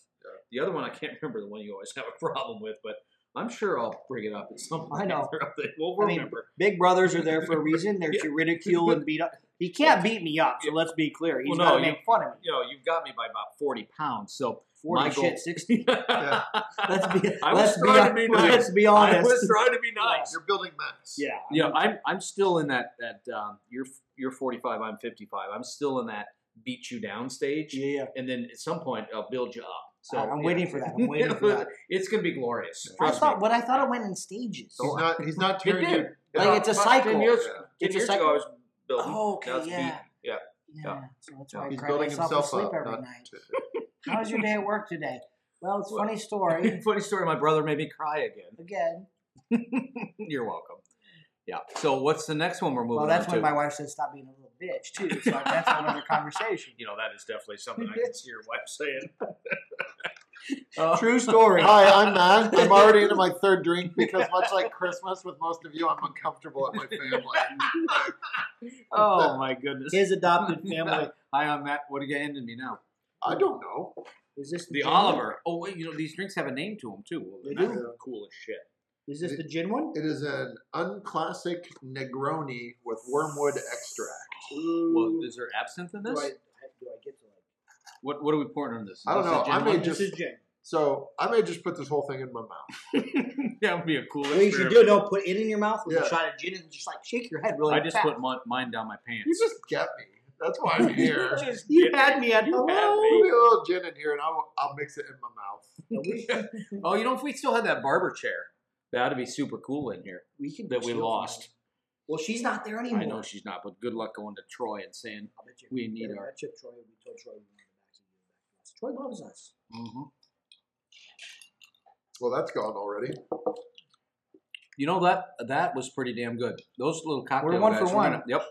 S4: The other one I can't remember the one you always <laughs> have a problem with, but I'm sure I'll bring it up at some point.
S3: I
S4: <laughs>
S3: know.
S4: or other. We'll
S3: I mean,
S4: remember.
S3: Big brothers are there for a
S4: <laughs>
S3: reason. They're to ridicule and beat up. He can't beat me up, so let's be clear. He's
S4: Well,
S3: got
S4: no,
S3: to
S4: you-
S3: make fun of me.
S4: you know, you've got me by about 40 pounds, so <laughs>
S3: 40
S4: Michael- <laughs>
S3: shit, 60.
S2: Yeah.
S3: Let's be,
S4: I was
S3: let's, be,
S4: trying to be nice.
S3: let's be
S4: I
S3: honest.
S4: was trying to be nice.
S2: You're building mass.
S3: <laughs> yeah.
S4: Yeah, I'm I'm still in that that um, you're you're 45, I'm 55. I'm still in that beat you down stage,
S3: Yeah. yeah.
S4: and then at some point I'll build you up. So
S3: I- I'm
S4: Oh, yeah.
S3: waiting for that.
S4: <laughs>
S3: I'm waiting for that.
S4: It's gonna be glorious.
S3: I
S4: Trust
S3: thought,
S4: me.
S3: but I thought it went in stages.
S2: He's not. He's not
S4: It
S2: tearing
S4: did.
S2: you.
S3: Like,
S2: down.
S3: it's a
S2: About
S3: cycle.
S2: 10 years ago.
S4: Ten
S3: It's a
S4: years
S3: cycle.
S4: ago I was building.
S3: Oh,
S4: now
S3: okay,
S4: it's
S3: yeah.
S4: beaten. Yeah.
S3: yeah.
S4: yeah.
S3: So that's why I
S2: He's
S3: cry
S2: building
S3: myself
S2: himself
S3: to sleep
S2: up.
S3: <laughs> every
S2: not
S3: <laughs> night.
S2: to-
S3: How was your day at work today? Well, it's a
S4: <laughs>
S3: funny story.
S4: Funny story. My brother made me cry again.
S3: Again.
S4: <laughs> You're welcome. Yeah. So what's the next one we're moving
S3: Well, that's
S4: on to?
S3: when my wife says, stop being a little bitch, too. So
S4: <laughs>
S3: that's another conversation.
S4: you know, that is definitely something I
S3: <laughs>
S4: can see your wife saying. Uh,
S3: <laughs> True story.
S2: Hi, I'm Matt. I'm already into my third
S3: <laughs>
S2: drink because, much like Christmas with most of you, I'm uncomfortable at my
S3: <laughs>
S2: family.
S4: oh <laughs> my goodness.
S3: His adopted family.
S4: Hi, I'm Matt. What are you handing me now?
S2: I don't know.
S3: Is this the,
S4: The
S3: gin One?
S4: Oliver. Oh wait, you know these drinks have a name to them too. Well,
S3: They
S4: that's
S2: do.
S4: Cool as shit.
S3: Is this the gin one?
S2: It is an unclassic Negroni with wormwood extract.
S4: Well, is there absinthe in
S3: do, I,
S4: this?
S3: do I get to like
S4: What What are we pouring in this?
S2: I don't
S4: Is this
S2: know.
S4: a gin
S2: I may
S4: one?
S2: just
S3: This is gin.
S2: so I may just put this whole thing in my mouth.
S4: <laughs> that would be a cool.
S3: What you should
S4: experiment.
S3: do, don't put it in your mouth with
S2: Yeah.
S3: a shot of gin and just like shake your head really
S4: I just
S3: fast.
S4: put my, mine down my pants.
S2: You just get me. That's why
S3: <laughs>
S2: I'm here.
S4: Just
S3: you
S4: get
S3: had me at
S4: You had
S3: hello.
S2: Put me a little gin in here, and I'll, I'll mix it in my mouth.
S3: We,
S4: Oh, you know, if we still had that barber chair, that'd be super cool in here.
S3: we can
S4: That we
S3: steal from
S4: lost.
S3: her. Well, she's not there anymore.
S4: I know she's not, but good luck going to Troy and saying
S3: I bet you
S4: we need our.
S3: I chip Troy. We told Troy we wanted back to us. Troy loves us.
S2: Well, that's gone already.
S4: You know that that was pretty damn good. Those little cocktail
S3: one
S4: guys,
S3: for
S4: we're
S3: one.
S4: gonna- yep.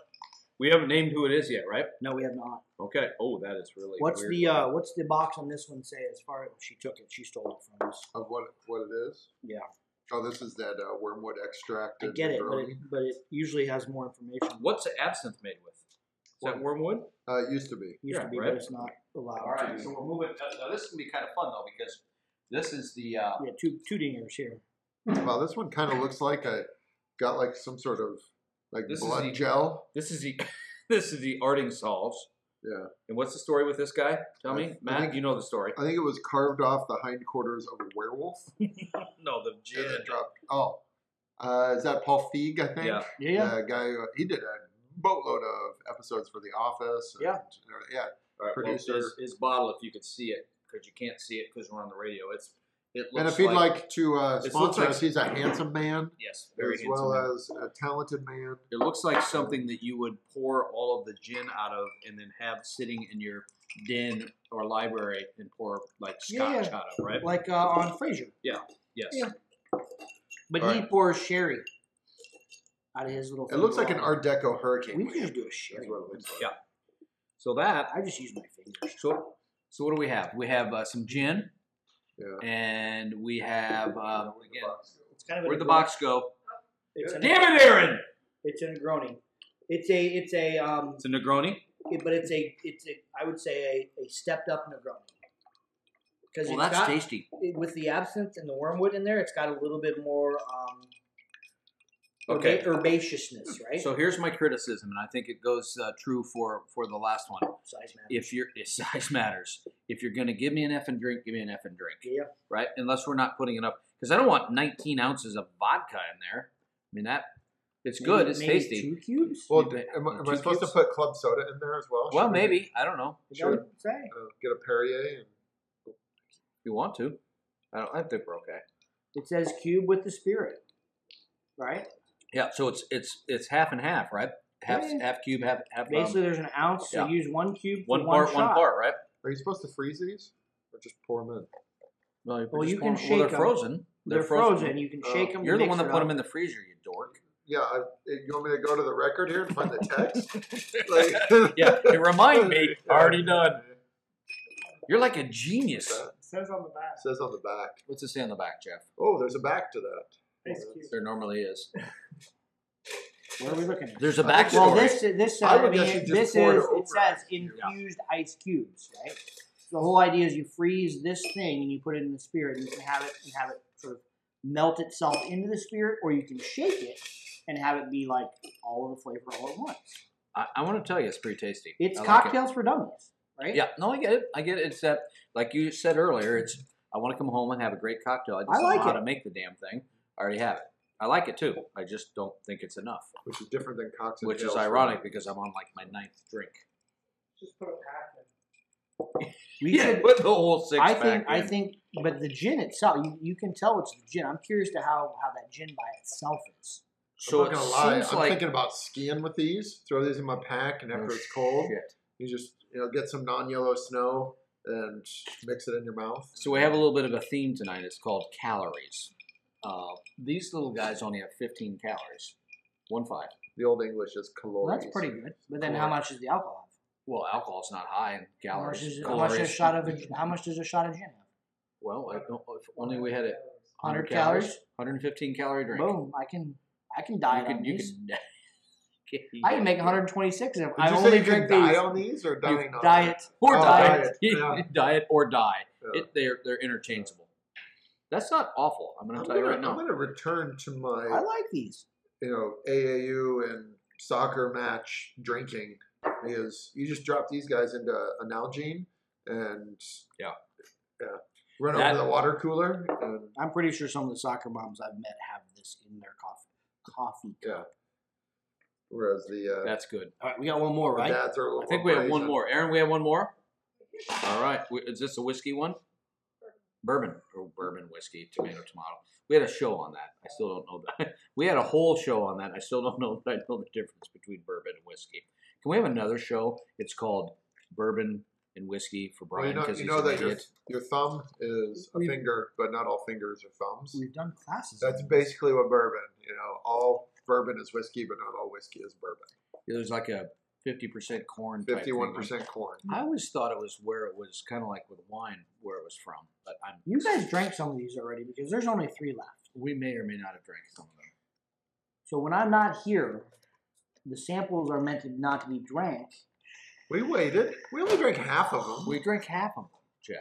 S4: We haven't named who it is yet, right?
S3: No, we have not.
S4: Okay. Oh, that is really.
S3: What's
S4: weird.
S3: the uh, what's the box on this one say as far as she took it? She stole it from us.
S2: Of what what it is?
S3: Yeah.
S2: Oh, this is that uh, wormwood extract.
S3: I
S2: and uh,
S3: get it, but
S2: Negroni.
S3: it, but it usually has more information.
S4: What's absinthe made with? Is that wormwood?
S2: Uh, it used to be.
S3: Used
S4: Yeah,
S3: to be,
S4: right.
S3: but it's not allowed.
S4: All right.
S3: to
S4: So
S3: be.
S4: we're moving. uh, Now, now this can be kind of fun though because this is the. Uh,
S3: Yeah, two two dingers here.
S2: Wow, this one kind of looks like I got like some sort of like
S4: This is
S2: blood
S4: the-
S2: gel.
S4: This is the. <laughs> this is the Arting solves.
S2: Yeah.
S4: And what's the story with this guy?
S3: Uh,
S4: Tell
S2: I
S4: me,
S2: think-
S4: Matt. You know the story.
S2: I think it was carved off the hindquarters of a werewolf
S4: No, the
S2: and then dropped. Oh, uh, is that Paul Feig? I think.
S4: Yeah.
S3: Yeah,
S2: The guy who, he did a boatload of episodes for The Office. and- uh,
S3: Yeah.
S2: yeah.
S4: All right, well,
S2: Producer.
S4: his, his bottle, if you could see it, because you can't see it because we're on the radio. It's it looks
S2: and if he'd like, to uh,
S4: This looks
S2: sponsor
S4: like-
S2: us, he's a handsome man
S4: yes, very
S2: as
S4: handsome.
S2: well
S4: man.
S2: as a talented man.
S4: it looks like something that you would pour all of the gin out of and then have sitting in your den or library and pour like
S3: Yeah, yeah.
S4: scotch out of, right?
S3: like uh, on Frasier.
S4: yes.
S3: yeah. But
S2: All
S3: he
S2: right.
S3: pours sherry out of his little.
S2: It looks like an
S3: finger.
S2: Art Deco hurricane.
S3: We
S2: wave.
S3: can just do a
S2: That's
S3: sherry.
S2: what it looks like.
S4: Yeah. So that
S3: I just use my fingers.
S4: so so what do we have? We have uh, some gin
S2: Yeah.
S4: and we have um, again.
S3: It's kind of
S4: Where'd the box go?
S3: It's an,
S4: Damn it, Aaron!
S3: It's a Negroni. It's a it's a um,
S4: It's a Negroni.
S3: it- but it's a it's a I would say a, a stepped up Negroni. Because
S4: Well,
S3: it's
S4: that's
S3: got
S4: tasty.
S3: it- with the absinthe and the wormwood in there, it's got a little bit more um,
S4: Okay.
S3: herba- herbaceousness, right?
S4: So here's my criticism, and I think it goes uh, true for for the last one.
S3: size matters.
S4: If you're <laughs> if size matters, if you're gonna give me an effing drink, give me an effing drink,
S3: yeah,
S4: right? Unless we're not putting enough, because I don't want 19 ounces of vodka in there. I mean that it's good,
S3: Maybe-
S4: it's
S3: maybe
S4: tasty.
S3: Two cubes.
S2: Well,
S4: You
S2: d-
S4: bet.
S2: am, I- am I
S4: Two
S2: supposed to
S4: cubes?
S2: put club soda in there as well?
S4: Well,
S2: Should we,
S4: maybe I don't know
S3: Is that
S2: Sure.
S3: what you say?
S2: uh, get a Perrier and
S4: if you want to. I don't. I think we're okay.
S3: It says cube with the spirit, right?
S4: Yeah. So it's it's it's half and half, right? Half
S3: Yeah.
S4: half cube, half half. um,
S3: Basically, there's an ounce, so
S4: yeah.
S3: use one cube for
S4: one
S3: one
S4: part,
S3: shot.
S4: one part, right?
S2: Are you supposed to freeze these or just pour them in?
S4: Well,
S3: Well,
S4: just
S3: you
S4: pour-
S3: can
S4: well,
S3: shake
S4: they're
S3: 'em.
S4: frozen.
S3: They're, frozen. You can
S2: Oh.
S3: shake them.
S4: You're the one that put them in the freezer, you dork.
S2: Yeah, I, eh, you want me to go to the record here and find the <laughs> text? Like-
S4: <laughs> Yeah, it remind
S2: <laughs>
S4: me. Already done.
S2: It
S4: You're like a genius.
S5: It says on the back,
S2: says on the back.
S4: What's it say on the back, Jeff?
S2: Oh, there's a back to that.
S5: Ice Cube.
S4: There normally is.
S3: Where are we looking? At?
S4: There's a
S2: I think
S3: <laughs> Well,
S4: backstory.
S3: this this
S2: I
S3: I
S2: would
S3: mean,
S2: guess you just
S3: this is
S2: poured
S3: it,
S2: it over
S3: says
S2: ice cubes.
S3: infused ice cubes, right? So the whole idea is you freeze this thing and you put it in the spirit, and you can have it and have it sort of melt itself into the spirit, or you can shake it and have it be like all of the flavor all at once.
S4: I, I want to tell you, it's pretty tasty.
S3: It's
S4: I like it.
S3: cocktails for dummies, right?
S4: Yeah, no, I get it. I get it. Except, like you said earlier, it's I want to come home and have a great cocktail. I just
S3: I
S4: don't
S3: like
S4: know how
S3: it.
S4: to make the damn thing. I already have it. I like it too. I just don't think it's enough,
S2: Which is different than Cox and
S4: which is
S2: Tails.
S4: ironic because I'm on like my ninth drink.
S5: Just put a pack in.
S4: <laughs>
S3: We
S4: Yeah,
S3: should.
S4: put the whole six
S3: I
S4: pack
S3: think. I
S4: in.
S3: think. But the gin itself, you, you can tell it's the gin. I'm curious to how how that gin by itself is.
S4: so.
S2: I'm
S4: It
S2: not gonna lie.
S4: seems
S2: I'm
S4: like
S2: thinking about skiing with these. Throw these in my pack, and after
S4: Oh,
S2: it's cold,
S4: shit.
S2: you just you know get some non-yellow snow and mix it in your mouth.
S4: So we have a little bit of a theme tonight. It's called calories. Uh, these little guys only have 15 calories. One five.
S2: The old English is
S3: Well,
S2: calories.
S3: that's pretty good. But then how
S4: Calories.
S3: much is the alcohol?
S4: Well, alcohol's not high in
S3: How much,
S4: calories.
S3: is, how much
S4: Calories.
S3: does a shot of a, how much does a shot of gin have?
S4: well, I don't, if only we had a
S3: 100
S4: 115 calorie drink.
S3: Boom! I can I can
S4: You
S3: diet
S4: could,
S3: on
S4: you
S3: these.
S4: <laughs> could, you
S3: I can
S4: could-
S3: make 126 if
S2: Did
S3: I
S2: you say
S3: only
S2: you
S3: drink
S2: can die
S3: these.
S2: on these or
S3: You
S2: dying on
S3: diet
S4: or
S2: Oh,
S4: <laughs> diet,
S2: diet, yeah.
S4: diet or die.
S2: them? Yeah.
S4: It, they're they're interchangeable. That's not awful. I'm gonna
S2: I'm
S4: tell you
S2: gonna,
S4: right
S2: I'm
S4: now.
S2: gonna return to
S3: I
S2: my
S3: like these.
S2: you know AAU and soccer match drinking because you just drop these guys into an Nalgene and
S4: Yeah.
S2: yeah run
S4: That-
S2: over the water cooler and
S3: I'm pretty sure some of the soccer moms I've met have this in their coffee. Coffee.
S2: yeah. Whereas the uh,
S4: That's good.
S3: All right, we got one more,
S2: the
S3: right?
S2: dads are a little
S4: I think we have one
S2: brazen.
S4: more. Aaron, we have one more. All right. We- Is this a whiskey one? Bourbon or bourbon whiskey, tomato, tomato. We had a show on that. I still don't know that. <laughs> We had a whole show on that. I still don't know <laughs> that I know the difference between bourbon and whiskey. Can we have another show? It's called Bourbon and Whiskey for
S2: Well, you
S4: Brian
S2: know,
S4: because
S2: you know
S4: he's an
S2: that your,
S4: idiot.
S2: your thumb is a
S3: We-
S2: finger, but not all fingers are thumbs.
S3: We've done classes. on
S2: That's
S3: this.
S2: basically what bourbon. You know, all bourbon is whiskey, but not all whiskey is bourbon.
S4: There's like a 50% corn. type thing.
S2: Fifty-one percent corn.
S4: I always thought it was where it was kind of like with wine, where it was from. But I'm,
S3: You guys drank some of these already because there's only three left.
S4: we may or may not have drank some of them.
S3: So when I'm not here, the samples are meant to not to be drank.
S2: We waited. We only drank half of them.
S4: We drank half of them, Jeff.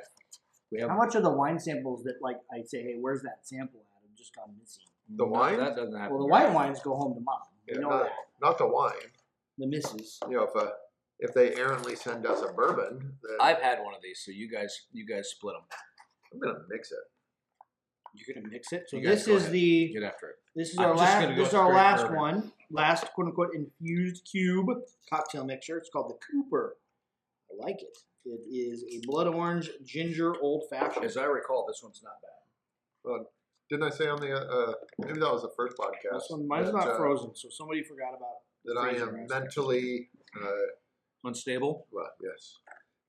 S4: We have
S3: How much are the wine samples that, like, I say, hey, where's that sample at? I've just gone missing.
S2: The
S4: no,
S2: wine?
S4: That doesn't happen.
S3: Well, the
S4: very often.
S3: white wines go home to mom. You
S2: Yeah,
S3: know
S2: not,
S3: that.
S2: not the wine.
S3: The misses.
S2: You know, if a, if they errantly send us a bourbon, then
S4: I've had one of these, so you guys, you guys split them.
S2: I'm gonna mix it.
S3: You're gonna mix it. So
S4: You guys
S3: this
S4: go
S3: is
S4: ahead.
S3: the
S4: Get after it.
S3: this is
S4: I'm
S3: our
S4: just
S3: last
S4: gonna go
S3: this is our
S4: straight
S3: last
S4: bourbon.
S3: one, last quote unquote infused cube cocktail mixture. It's called the Cooper. I like it. It is a blood orange ginger old fashioned.
S4: As I recall, this one's not bad.
S2: Didn't I say on the uh, uh, maybe that was the first podcast?
S3: This one mine's
S2: that,
S3: not
S2: uh,
S3: frozen, so somebody forgot about.
S2: That I
S3: freezer
S2: am
S3: aspect.
S2: mentally, uh,
S4: Unstable.
S2: well, yes,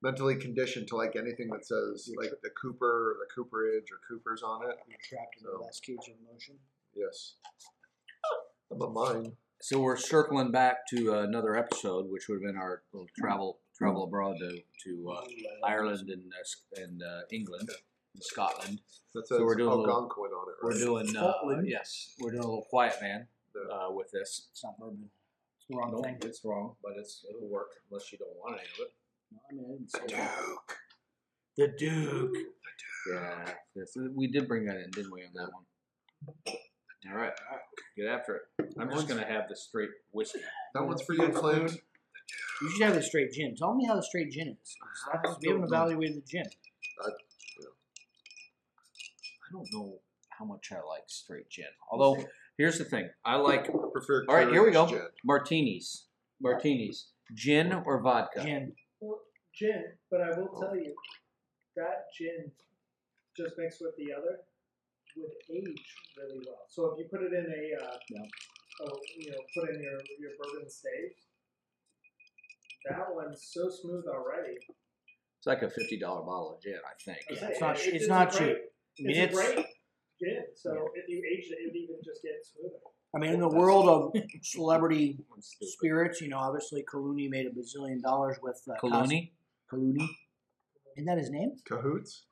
S2: mentally conditioned to like anything that says like the Cooper, or the Cooperage, or Coopers on it.
S3: You're trapped in the
S2: So.
S3: last cage of emotion.
S2: Yes. I'm a mine.
S4: So we're circling back to uh, another episode, which would have been our little travel travel abroad to to uh, Ireland and uh, Sc- and uh, England and Scotland.
S2: That says
S4: we're doing a little-
S2: Algonquin on it.
S4: We're
S2: right?
S4: doing uh, yes, we're doing a little quiet man
S2: Yeah.
S4: uh, with this.
S3: It's not bourbon. It's the wrong
S4: No,
S3: thing.
S4: it's wrong, but it's it'll work unless you don't want any of it.
S3: No, I mean, I didn't say that.
S2: Duke.
S4: The Duke. Yeah, yes, we did bring that in, didn't we, on that one? All right, get after it. I'm just gonna have the straight whiskey.
S2: That one's for you, Clint.
S3: You should have the straight gin. Tell me how the straight gin is. 'cause I haven't- We haven't
S2: don't know.
S3: evaluated the gin.
S4: I don't know how much I like straight gin. Although, here's the thing: I like
S2: I prefer.
S4: All right, here we
S2: Courage
S4: go.
S2: Gin.
S4: martinis, martinis, gin or vodka.
S3: Gin.
S5: gin, but I will tell you that gin just mixed with the other would age really well. So if you put it in a, uh,
S3: Yeah.
S5: oh, you know, put in your your bourbon staves, that one's so smooth already.
S4: It's like a fifty dollar bottle of gin, I think.
S5: I
S3: Yeah,
S5: say,
S3: it's not- it's
S5: a
S3: not
S5: great-
S3: cheap. I mean,
S5: it's,
S3: it's,
S5: a great gin. So if you aged it, it would even just get smoother.
S3: I mean, in the world of celebrity spirits, you know, obviously Kaluni made a bazillion dollars with uh,
S4: Kaluni?
S3: Cas- Kaluni. Isn't that his name?
S2: Cahoots.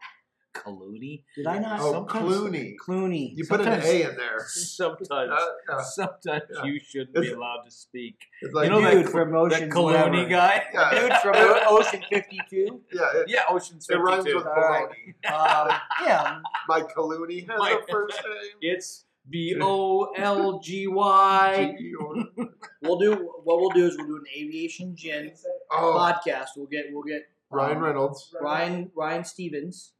S4: Kaluni?
S3: Did I not?
S2: Oh,
S4: sometimes-
S2: Clooney.
S3: Clooney.
S2: You put an
S3: Sometimes-
S2: A in there.
S4: <laughs> Sometimes,
S2: Uh, uh,
S4: sometimes
S2: yeah.
S4: you shouldn't
S2: It's-
S4: be allowed to speak.
S2: it's like,
S4: You know that-
S3: dude from
S4: That
S3: Ocean's
S4: Kaluni
S3: Eleven.
S4: guy?
S2: <laughs> Yeah.
S3: <laughs> Dude from Ocean Fifty Two.
S2: yeah,
S4: <laughs>
S2: it,
S4: Yeah, Ocean's
S2: it
S4: 52.
S2: rhymes with
S3: Alright.
S2: baloney.
S3: <laughs> Um, yeah,
S2: My Clooney has
S4: My-
S2: a
S4: <laughs>
S2: first name.
S4: It's B O L G
S3: <laughs>
S4: Y.
S2: G E or-
S3: we'll do. What we'll do is we'll do an aviation gin
S5: It's like-
S2: Oh,
S3: podcast. We'll get. We'll get um,
S2: Ryan Reynolds.
S3: Ryan Ryan Stevens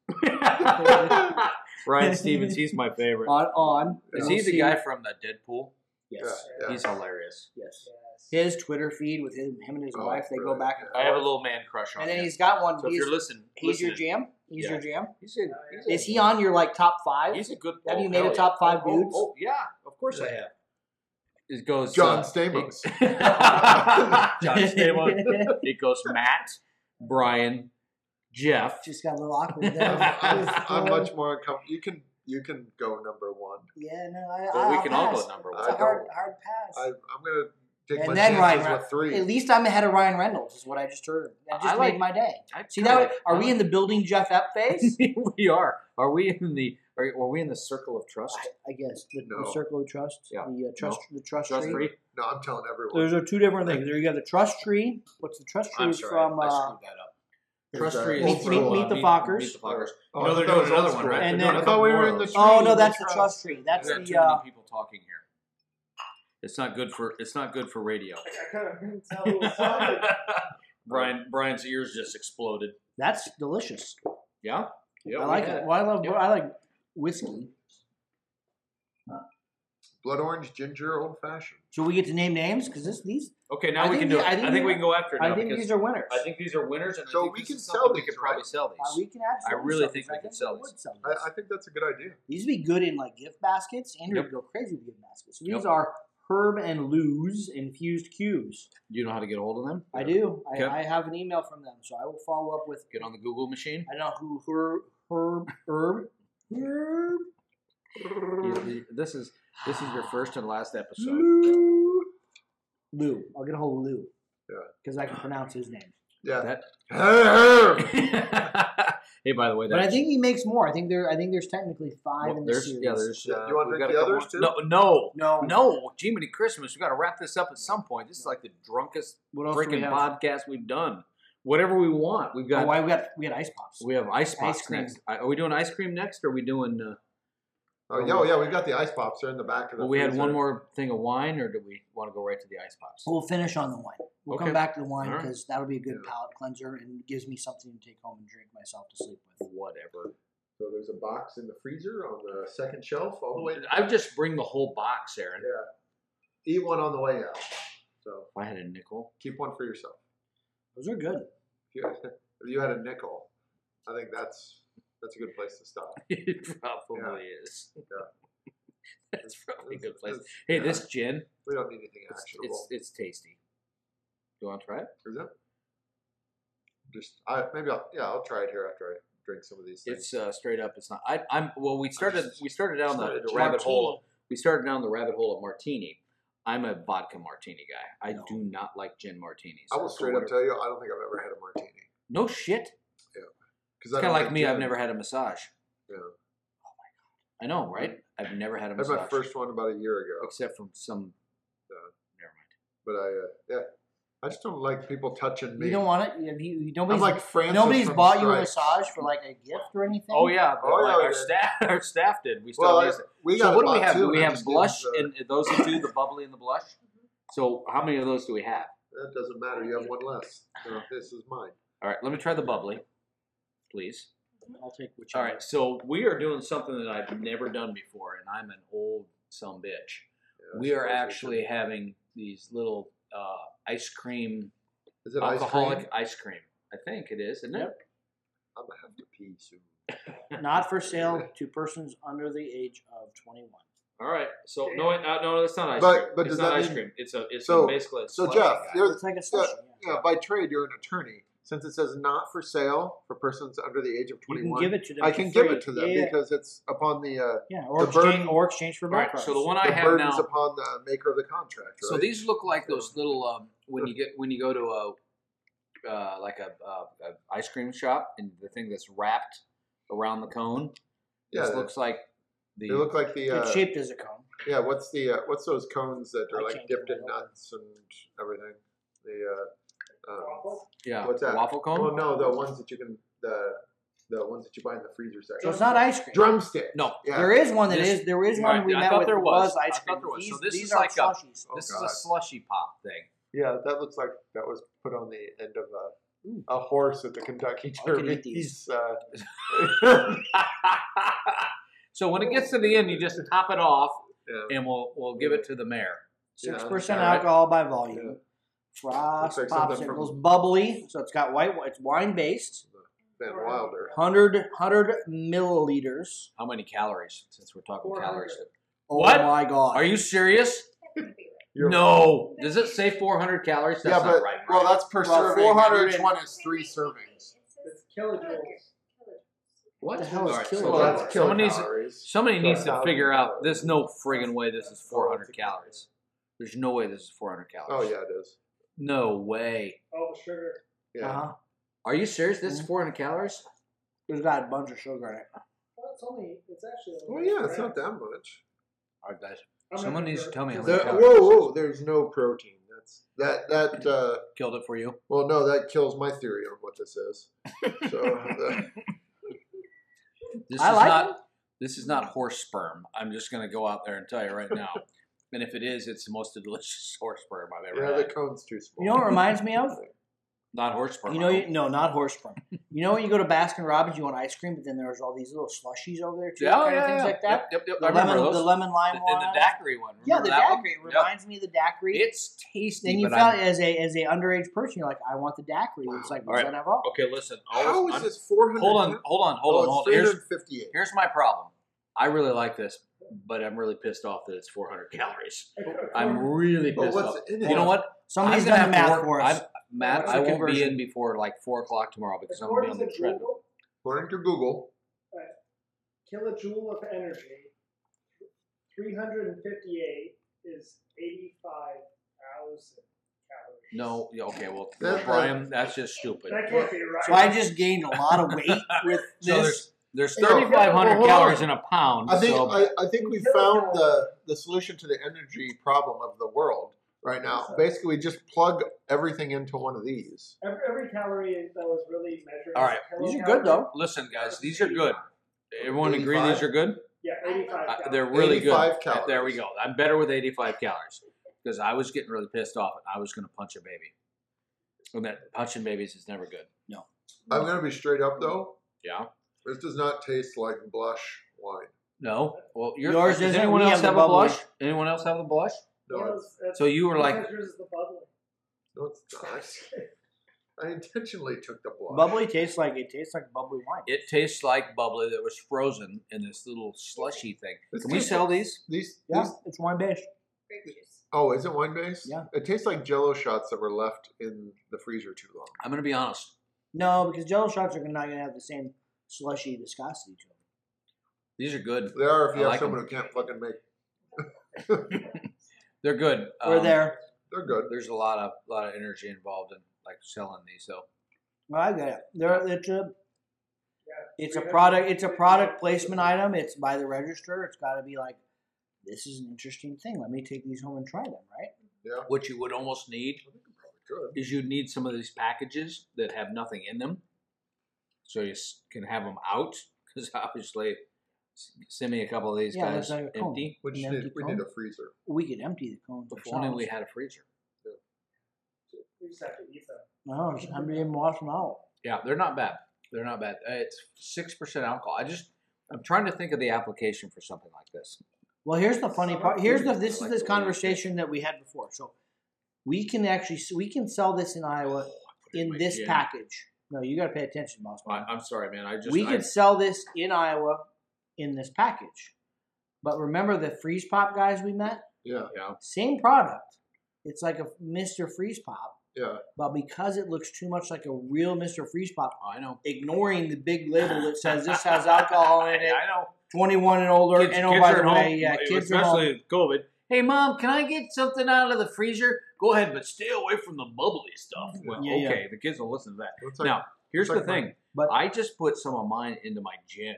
S4: Ryan Stevens, he's my favorite.
S3: on on.
S4: Is
S3: and
S4: he
S3: we'll
S4: the
S3: see-
S4: guy from the Deadpool?
S3: Yes.
S2: Yeah.
S4: He's hilarious.
S3: Yes.
S5: Yes.
S3: His Twitter feed with him, him and his
S2: Oh,
S3: wife. They go
S2: brilliant.
S3: back and
S4: I have a
S3: forth.
S4: little man crush on
S3: And then
S4: him.
S3: he's got one.
S4: so if
S3: he's
S4: you're listen,
S3: he's your
S4: listening,
S3: jam. He's your jam.
S4: He's a, he's a-
S3: Is he on your like top five? <laughs>
S4: He's a good.
S3: Have
S4: oh,
S3: you made
S4: hell
S3: a top
S4: yeah.
S3: five
S4: Oh, oh,
S3: dudes?
S4: oh, yeah, of course I
S2: Yeah.
S4: have. It goes
S2: John
S4: uh,
S2: Stamos.
S4: <laughs>
S3: <laughs>
S4: John Stamos. It goes Matt, Brian, Jeff.
S3: Just got a little awkward
S4: <laughs>
S3: there.
S2: I'm,
S3: <laughs>
S2: I'm,
S3: Just,
S2: I'm
S3: uh,
S2: much more uncomfortable. You can you can go number one.
S3: Yeah, no, I.
S4: Well, we
S3: I'll
S4: can
S3: pass.
S4: all go number
S3: It's a
S2: I
S4: one.
S3: hard,
S2: don't-
S3: hard pass.
S2: I, I'm gonna take
S3: And
S2: my
S3: then
S2: chances
S3: Ryan-
S2: with three.
S3: At least I'm ahead of Ryan Reynolds, is what I just heard. That just
S4: I
S3: made
S4: like-
S3: my day.
S4: I
S3: See
S4: kinda
S3: now,
S4: like-
S3: are we in the building Jeff
S4: <laughs>
S3: Epp phase?
S4: we are. Are we in the? Are, are we in the circle of trust?
S3: I guess the, the
S2: No.
S3: circle of trust,
S4: Yeah.
S3: the uh, trust, the trust,
S4: Trust free.
S3: tree.
S2: no, I'm telling everyone.
S3: Those are two different things. There you got the trust tree. What's the trust tree
S4: I'm sorry,
S3: from?
S4: I
S3: Uh,
S4: screwed that up.
S2: Is
S4: Trust
S2: that
S4: tree.
S3: Meet-
S4: is
S3: meet-
S4: from, uh,
S3: meet the Fockers.
S4: Meet the Fockers.
S2: Oh,
S4: You know
S2: I
S4: they're
S2: thought it was
S4: doing another
S2: old
S4: one,
S2: school.
S4: right? They're doing
S3: And then-
S4: a
S2: I
S4: couple
S2: thought we
S4: more
S2: were
S4: of
S2: in the
S4: those.
S3: oh
S2: tree
S3: no,
S2: with
S3: that's the
S2: trust.
S3: trust tree. That's
S4: We've got
S3: the.
S4: too
S3: Uh,
S4: many people talking here. It's not good for. It's not good for
S3: <laughs>
S4: radio.
S5: I kind of couldn't tell who was talking.
S4: Brian Brian's ears just exploded.
S3: that's delicious.
S4: Yeah. Oh, Yeah.
S3: I like it. Well, I love.
S4: Yep.
S3: I like whiskey.
S2: Blood orange ginger old fashioned.
S3: So we get to name names because this these.
S4: Okay, now
S3: I
S4: we
S3: think
S4: can do
S3: the-
S4: it.
S3: I
S4: I
S3: think
S4: think,
S3: the-
S4: we can go after it
S3: I
S4: now
S3: think
S4: because
S3: these are winners.
S4: I think these are winners, and I
S2: So
S4: think
S2: we
S4: this
S2: can
S4: is
S2: sell
S4: something we
S2: these,
S4: could probably
S2: right?
S4: sell these.
S3: Uh, we can absolutely.
S4: really
S3: sell
S4: think
S3: these.
S4: we
S3: I
S4: could sell
S3: we
S4: these.
S3: would sell these.
S2: I, I think that's a good idea.
S3: These would be good in like gift baskets. Andrew would go crazy with gift baskets. So these
S4: Yep.
S3: are Herb and Lou's infused cubes.
S4: You know how to get a hold of them?
S3: I do. I,
S4: Okay.
S3: I have an email from them, so I will follow up with.
S4: Get on the Google machine.
S3: I don't know who Herb Herb Herb Herb
S4: You- This is this is your first and last episode.
S3: Lou. Lou. I'll get a hold of Lou.
S2: Yeah.
S3: Because I can pronounce his name.
S2: Yeah.
S4: That-
S2: <laughs> That,
S4: <laughs> hey, by the way,
S3: But I
S4: that's
S3: think he makes more. I think there. I think there's technically five
S4: well,
S3: in the
S4: there's
S3: series.
S4: yeah, there's.
S2: Yeah,
S4: Uh,
S2: you wanna
S4: we've
S2: drink
S4: got
S2: the
S4: a couple
S2: others,
S4: more- No,
S3: no.
S4: no, no. Jiminy Christmas, we got to wrap this up at some point. This is like the drunkest
S3: What else do we
S4: freaking
S3: have?
S4: podcast we've done. Whatever we want, we've
S3: Oh,
S4: got.
S3: why we got we got ice pops.
S4: we have ice
S3: Ice
S4: pops
S3: cream.
S4: next. I- Are we doing ice cream next, or are we doing? Uh,
S2: oh, yeah, oh, yeah, we've got the ice pops. They're in the back of the
S4: well, we had
S2: freezer.
S4: one more thing of wine, or do we want to go right to the ice pops?
S3: We'll finish on the wine. We'll come
S4: Okay.
S3: back to the wine
S4: All right.
S3: because that'll be a good
S2: Yeah.
S3: palate cleanser and gives me something to take home and drink myself to sleep with.
S4: Whatever.
S2: So there's a box in the freezer on the second shelf all the way.
S4: I would just bring the whole box, Aaron.
S2: Eat one on the way out. So
S4: If I had a nickel,
S2: keep one for yourself.
S3: Those are good.
S2: If you, <laughs> if you had a nickel, I think that's that's a good place to stop.
S4: it <laughs> probably is. <laughs> That's probably a good place. Hey,
S2: yeah.
S4: this gin,
S2: We don't need anything
S4: it's,
S2: actionable.
S4: it's, it's tasty. You want to try it?
S2: Is it? Just I maybe I'll yeah I'll try it here after I drink some of these things.
S4: It's uh, straight up. It's not. I, I'm. Well, we started. We started down
S2: It's
S4: the,
S2: not a
S4: the rabbit
S2: martini.
S4: hole. We started down the rabbit hole of martini. I'm a vodka martini guy. I
S3: No.
S4: do not like gin martinis.
S2: I will
S4: So
S2: straight up
S4: whatever-
S2: tell you I don't think I've ever had a martini.
S4: No shit.
S2: Because
S4: It's kind of like me. I've never had a massage.
S2: Yeah.
S4: I know, right? I've never had a
S2: I had
S4: massage.
S2: Mm-hmm. my first one about a year ago,
S4: except from some.
S2: Yeah.
S4: Never mind.
S2: but I uh, yeah I just don't like people touching me.
S3: You don't want it. You, you, you- nobody's
S2: I'm like Francis.
S3: nobody's
S2: from
S3: bought you a
S2: Stripes.
S3: massage for like a gift or anything.
S4: Oh yeah,
S2: Oh,
S4: like
S2: yeah,
S4: our
S2: yeah.
S4: staff, <laughs> our staff did. We still
S2: Well, I,
S4: use it.
S2: we got
S4: So what do we
S2: about
S4: have?
S2: two,
S4: Do we
S2: and I
S4: have
S2: just
S4: blush
S2: didn't, uh,
S4: and those who do the bubbly and the blush? So how many of those do we have?
S2: That doesn't matter. You have one less. So this is mine.
S4: All right, let me try the bubbly, please.
S3: I'll take whichever.
S4: All right, so we are doing something that I've never done before, and I'm an old some bitch.
S2: Yeah,
S4: We are
S2: suppose
S4: actually having these little uh, ice cream,
S2: Is it
S4: alcoholic
S2: ice cream?
S4: ice cream. I think it is, isn't it?
S2: I'm gonna have to pee soon.
S3: Not for sale to persons under the age of 21.
S4: All right, so no, it- uh, no, it's not ice
S2: But-
S4: cream.
S2: but
S4: it's
S2: does
S4: not
S2: that
S4: ice
S2: mean-
S4: cream. It's a, it's
S2: So-
S4: a basically. A
S2: So
S4: slushy
S2: Jeff,
S4: guy.
S2: you're
S3: It's like a session.
S2: yeah, by trade you're an attorney. Since it says not for sale for persons under the age of
S3: You can
S2: 21,
S3: give it to them.
S2: I
S3: for
S2: can
S3: free.
S2: give it to them
S3: Yeah, yeah,
S2: because it's upon the uh,
S3: yeah. Or
S2: the
S3: exchange,
S2: burden-
S3: or exchange for
S4: All
S3: book
S4: right, so the one I
S2: the
S4: have
S2: burden's
S4: now.
S2: upon the maker of the contract.
S4: So
S2: right?
S4: these look like those little um, when you get when you go to a uh, like a, uh a ice cream shop and the thing that's wrapped around the cone.
S2: yeah,
S4: this
S2: they-
S4: looks like the
S2: they look like the
S3: It's
S2: uh,
S3: shaped as a cone.
S2: yeah. What's the uh, what's those cones that are
S3: I
S2: like
S3: can't
S2: dipped
S3: get
S2: in
S3: it open.
S2: nuts and everything? The uh, uh,
S5: Waffle?
S4: yeah
S2: what's that?
S4: waffle cone.
S2: oh no, the ones that you can the the ones that you buy in the freezer section.
S3: So it's not ice cream.
S2: drumstick.
S4: No,
S2: Yeah.
S3: There is one that is.
S4: This-
S3: There is
S4: Right,
S3: one we
S4: I
S3: met
S4: thought
S3: with.
S4: there
S3: that
S4: was. I
S3: ice
S4: thought
S3: cream.
S4: there was.
S3: These,
S4: So this
S3: these
S4: is
S3: are
S4: like a-
S3: slushies.
S2: Oh,
S4: this is
S2: God.
S4: a slushy pop thing.
S2: <laughs> Yeah, that looks like that was put on the end of a, a horse at the Kentucky
S3: I could
S2: Derby.
S3: eat these.
S2: He's, uh,
S4: so when it gets to the end, you just top it off,
S2: yeah.
S4: and we'll we'll give it to the mayor.
S3: Six
S2: Yeah.
S3: percent
S4: Alright.
S3: alcohol by volume.
S2: Yeah.
S3: Frost
S2: Looks like something from-
S3: popsicles, bubbly. So it's got white. It's wine based.
S2: Van Wilder.
S3: 100, 100 milliliters.
S4: How many calories? Since we're talking
S5: 400.
S4: calories,
S3: Oh
S4: What?
S3: my god!
S4: are you serious?
S2: You're-
S4: no. Does it say 400 calories? That's
S2: yeah,
S4: not
S2: but
S4: right.
S2: well, that's per
S3: Well,
S2: serving.
S3: 420
S2: 420 is three servings.
S5: It's kilojoules.
S6: What
S4: the hell is
S6: All right,
S4: killing
S6: so
S7: Well, that's
S4: Someone
S7: kilocalories.
S4: needs- Somebody needs to
S7: 12,000
S4: figure out.
S7: calories.
S4: There's no friggin' way this is
S7: That's
S4: 400
S7: all together.
S4: calories. There's no way this is 400 calories.
S2: Oh yeah, it is.
S4: No way.
S5: All Oh, the sugar.
S2: Yeah.
S3: Uh-huh.
S4: Are you serious? This is
S3: Mm-hmm.
S4: 400 calories?
S3: There's got a bunch of sugar in it.
S5: Well, it's only. It's actually.
S2: Well,
S5: only
S3: Oh,
S2: yeah, it's not
S5: grams.
S2: that much.
S4: All right, guys.
S5: I'm not
S4: Someone
S5: gonna
S4: needs to
S5: go-
S4: tell me how
S2: There,
S4: many calories.
S2: whoa, whoa! There's no protein. That's that that. Uh,
S4: Killed it for you.
S2: well, no, that kills my theory on what this is. So <laughs> uh,
S4: This
S3: I
S4: is
S3: like
S4: not. This is not horse sperm. I'm just gonna go out there and tell you right
S2: <laughs>
S4: now. and if it is, it's the most delicious <laughs> horse sperm I've ever
S2: yeah, the
S4: had.
S2: cone's too small.
S3: You know what it reminds
S4: <laughs>
S3: me of?
S4: Not horse sperm.
S3: You know,
S4: I
S3: you,
S4: hope.
S3: no, not horse sperm. You know, when you go to Baskin Robbins, you want ice cream, but then there's all these little slushies over there too,
S4: Yeah,
S3: kind
S4: yeah,
S3: of things
S4: yeah.
S3: like that.
S4: Yep, yep, yep.
S3: The
S4: I remember
S3: lemon,
S4: those.
S3: the lemon lime
S4: And- and
S3: one.
S4: the daiquiri one.
S3: yeah,
S4: Remember
S3: the
S4: that
S3: daiquiri
S4: One? Yep.
S3: reminds me of the daiquiri.
S4: It's tasty.
S3: then you
S4: but
S3: felt
S4: I'm-
S3: as a as a underage person, you're like, I want the daiquiri. It's like,
S4: All
S3: does
S4: right.
S3: that have all?
S4: Okay, listen. I was-
S2: How
S4: I'm-
S2: is this 400? <laughs>
S4: Hold on, hold on, hold on,
S2: oh,
S4: hold on.
S2: it's
S4: Here's
S2: 358.
S4: here's my problem. I really like this, but I'm really pissed off that it's 400 calories.
S5: I could-
S4: I'm really
S2: But
S4: pissed off.
S2: what's in it?
S4: You know what?
S3: Somebody's
S4: I'm gonna
S3: done the
S4: have to
S3: math
S4: work-
S3: for us.
S4: I'm, Matt,
S5: What's
S4: I
S5: the
S4: won't be
S3: conversion?
S4: in before like four o'clock tomorrow because I'm gonna be
S5: According
S4: on
S5: to
S4: the treadmill.
S5: Google,
S2: According to Google,
S5: kilojoule of energy, 358 is 85,000 calories.
S4: No, yeah, okay, well,
S2: That's
S4: Brian, that's just stupid.
S5: That can't be right.
S3: So I just gained a lot of
S4: <laughs>
S3: weight with
S4: So
S3: this.
S4: There's
S2: No,
S4: 3,500
S2: well, hold
S4: calories
S2: on.
S4: in a pound.
S2: I think
S4: so
S2: I, I think we found the the solution to the energy problem of the world right now. Basically, just plug everything into one of these.
S5: every, every calorie that was really measured.
S4: All right.
S5: as a
S3: These are
S5: kilocalorie.
S3: good though.
S4: listen, guys, these are good. Everyone agree these
S2: 85?
S4: are good?
S5: Yeah, 85.
S4: I,
S5: calories.
S4: they're really good.
S2: 85 calories.
S4: There we go. I'm better with 85 calories because I was getting really pissed off and I was going to punch a baby. And that punching babies is never good.
S2: I'm gonna be straight up though.
S4: Yeah.
S2: This does not taste like blush wine.
S4: No. Well, you're,
S3: Yours
S4: does
S3: isn't.
S4: anyone
S3: We
S4: else
S3: have the
S4: have a
S3: bubbly.
S4: blush? Anyone else have the blush?
S2: No,
S5: Yeah,
S2: it's,
S5: that's- that's-
S4: So you were
S5: that
S4: like,
S5: measures the bubbling.
S2: no, it's <laughs> not. I intentionally took the blush.
S3: Bubbly tastes like it tastes like bubbly wine.
S4: it tastes like bubbly that was frozen in this little slushy thing.
S2: This
S4: Can we
S2: tastes-
S4: sell these?
S2: These,
S3: Yeah,
S2: these.
S3: it's wine based.
S8: Grape juice.
S2: Oh, is it wine based?
S3: Yeah.
S2: It tastes like Jello shots that were left in the freezer too long.
S4: I'm going to be honest.
S3: No, because Jello shots are not going to have the same slushy viscosity to them.
S4: These are good.
S2: They are if
S4: I
S2: you have
S4: like
S2: someone who can't fucking make.
S4: They're good.
S3: Or
S4: Um,
S3: there.
S2: They're good.
S4: There's a lot of lot of energy involved in like selling these. So
S3: Well, I get it. There, it's a,
S5: Yeah,
S3: it's a
S5: 300.
S3: product. It's a product placement item. It's by the register. It's got to be like, this is an interesting thing. Let me take these home and try them. Right?
S4: what you would almost need
S2: Good.
S4: is you need some of these packages that have nothing in them, so you s- can have them out. Because <laughs> obviously, s- send me a couple of these
S3: Yeah,
S4: guys
S3: that's like a cone.
S4: empty.
S2: We, just
S3: An
S2: need,
S3: empty
S2: we need a
S3: cone?
S2: freezer.
S3: We could empty the cones.
S4: If only we
S3: ourselves.
S4: had a freezer.
S5: You just have to eat them.
S3: No, it's- I'm being washed out.
S4: Yeah, they're not bad. They're not bad. Uh, It's six percent alcohol. I just I'm trying to think of the application for something like this.
S3: Well, here's the funny
S5: Summer
S3: part. Here's the
S4: food.
S3: this
S4: I
S3: is
S4: like
S3: this
S4: the way you
S3: conversation that we had before. So we can actually s- we can sell this in
S4: Oh,
S3: Iowa in
S4: my
S3: this
S4: gin.
S3: package. No, you got to pay attention, boss.
S4: I, I'm sorry, man. I just
S3: we
S4: I-
S3: could sell this in Iowa in this package. But remember the freeze pop guys we met?
S2: Yeah,
S4: yeah.
S3: Same product. It's like a Mr. Freeze Pop,
S2: yeah.
S3: but because it looks too much like a real Mr. Freeze Pop,
S4: I know.
S3: ignoring the big label that
S4: <laughs>
S3: says this has alcohol in it,
S4: I know.
S3: 21 and older,
S4: Kids-
S3: and oh,
S4: kids
S3: by
S4: are
S3: the
S4: at
S3: way,
S4: home,
S3: yeah, kids are Um, home.
S4: especially COVID. Hey, mom, can I get something out of the freezer? Go ahead, but stay away from the bubbly stuff. Well,
S3: Yeah, yeah.
S4: okay, the kids will listen to that.
S2: That's
S4: Now, here's
S2: it's
S4: the
S2: like
S4: thing.
S3: But-
S4: I just put some of mine into my gin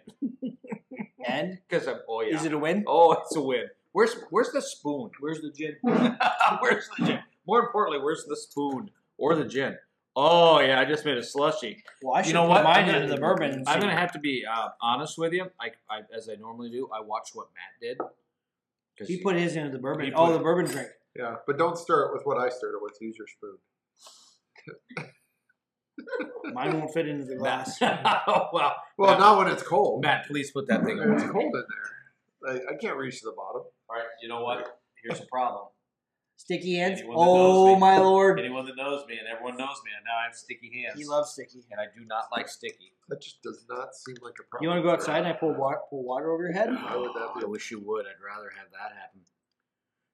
S3: And
S4: because I'm. Oh yeah.
S3: is it a win?
S4: oh, it's a win. Where's Where's the spoon? Where's the gin? <laughs> where's the gin? More importantly, where's the spoon or the gin? Oh yeah, I just made a slushy.
S3: Well, I should
S4: You know
S3: put
S4: what?
S3: mine
S4: I'm gonna-
S3: into the bourbon. And
S4: I'm
S3: see.
S4: gonna have to be uh, honest with you. I, I, as I normally do, I watched what Matt did. 'Cause
S3: He put his into the bourbon.
S4: He
S3: Oh,
S4: put-
S3: the bourbon drink.
S2: Yeah, but don't stir it with what I stirred it with. Use your spoon.
S3: Mine won't fit into the
S4: Matt. <laughs>
S3: glass.
S4: wow,
S2: Well,
S4: Yeah.
S2: not when it's cold.
S4: Oh, Matt, please put that thing
S2: When
S4: away.
S2: It's cold in there. I, I can't reach to the bottom.
S4: All right, you know what? Here's a problem.
S3: Sticky hands.
S4: Anyone that knows
S3: Oh
S4: me.
S3: my lord,
S4: Anyone that knows me, and everyone knows me, and now I have sticky hands.
S3: he loves sticky.
S4: and I do not like sticky.
S2: That just does not seem like a problem.
S3: You want to go outside and I pour water, pour water over your head?
S2: Why would that be?
S4: Oh, I wish you would. I'd rather have that happen.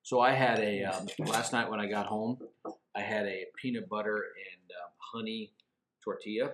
S4: So I had a um, last night when I got home. I had a peanut butter and um, honey tortilla,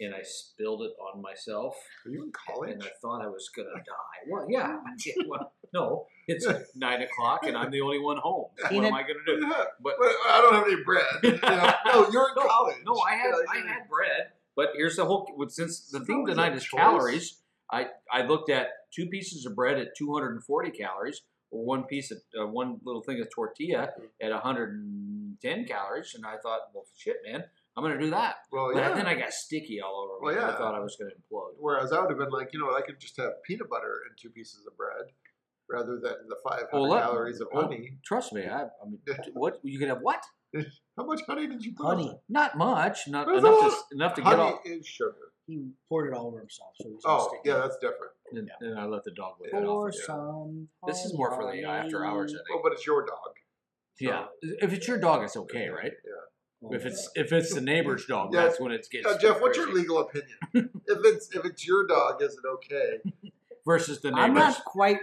S4: and I spilled it on myself,
S2: Are you in
S4: and
S2: college?
S4: I thought I was gonna die. Well, yeah, yeah, well, no,
S2: <laughs>
S4: it's nine o'clock, and I'm the only one home. What
S3: Peanut-
S4: am I gonna do? But
S2: Well, I don't have any
S4: <laughs>
S2: bread. You know, no, you're in
S4: No,
S2: college.
S4: no, I had
S2: Yeah,
S4: I
S2: you're-
S4: had bread, but here's the whole. well, Since the
S2: It's
S4: theme
S2: always a
S4: tonight is
S2: choice.
S4: calories, I I looked at two pieces of bread at 240 calories, or one piece of uh, one little thing of tortilla
S2: Mm-hmm.
S4: at 110 calories, and I thought, well, shit, man, I'm gonna do that.
S2: Well,
S4: But
S2: Oh, yeah.
S4: then I got sticky all over me.
S2: Well,
S4: and
S2: yeah.
S4: I thought I was gonna implode.
S2: Whereas I would have been like, you know what, I could just have peanut butter and two pieces of bread rather than the 500
S4: Well, let-
S2: calories of
S4: oh.
S2: honey.
S4: Trust me, I, I mean, t- what you could have? What?
S2: How much honey did you put?
S3: Honey.
S2: on
S4: Not much. Not
S2: There's
S4: enough
S2: a
S4: to,
S2: lot
S4: s- enough to
S2: it?
S4: get
S2: Honey
S4: off.
S2: is sugar.
S3: He poured it all over himself, so he was all
S2: Oh,
S3: sticky.
S2: yeah, that's different.
S4: And, and I let the dog lick it
S3: Pour
S4: off.
S3: some.
S4: This is more for the after hours, I
S2: Well,
S4: think.
S2: but it's your dog.
S4: Yeah, if it's your dog, it's okay, right?
S3: honey.
S4: If it's if it's the neighbor's dog,
S2: Yeah.
S4: that's when it gets.
S2: Yeah, Uh, Jeff, what's your
S4: crazy.
S2: legal opinion? if it's if it's your dog, is it okay?
S4: versus the neighbors?
S3: I'm not quite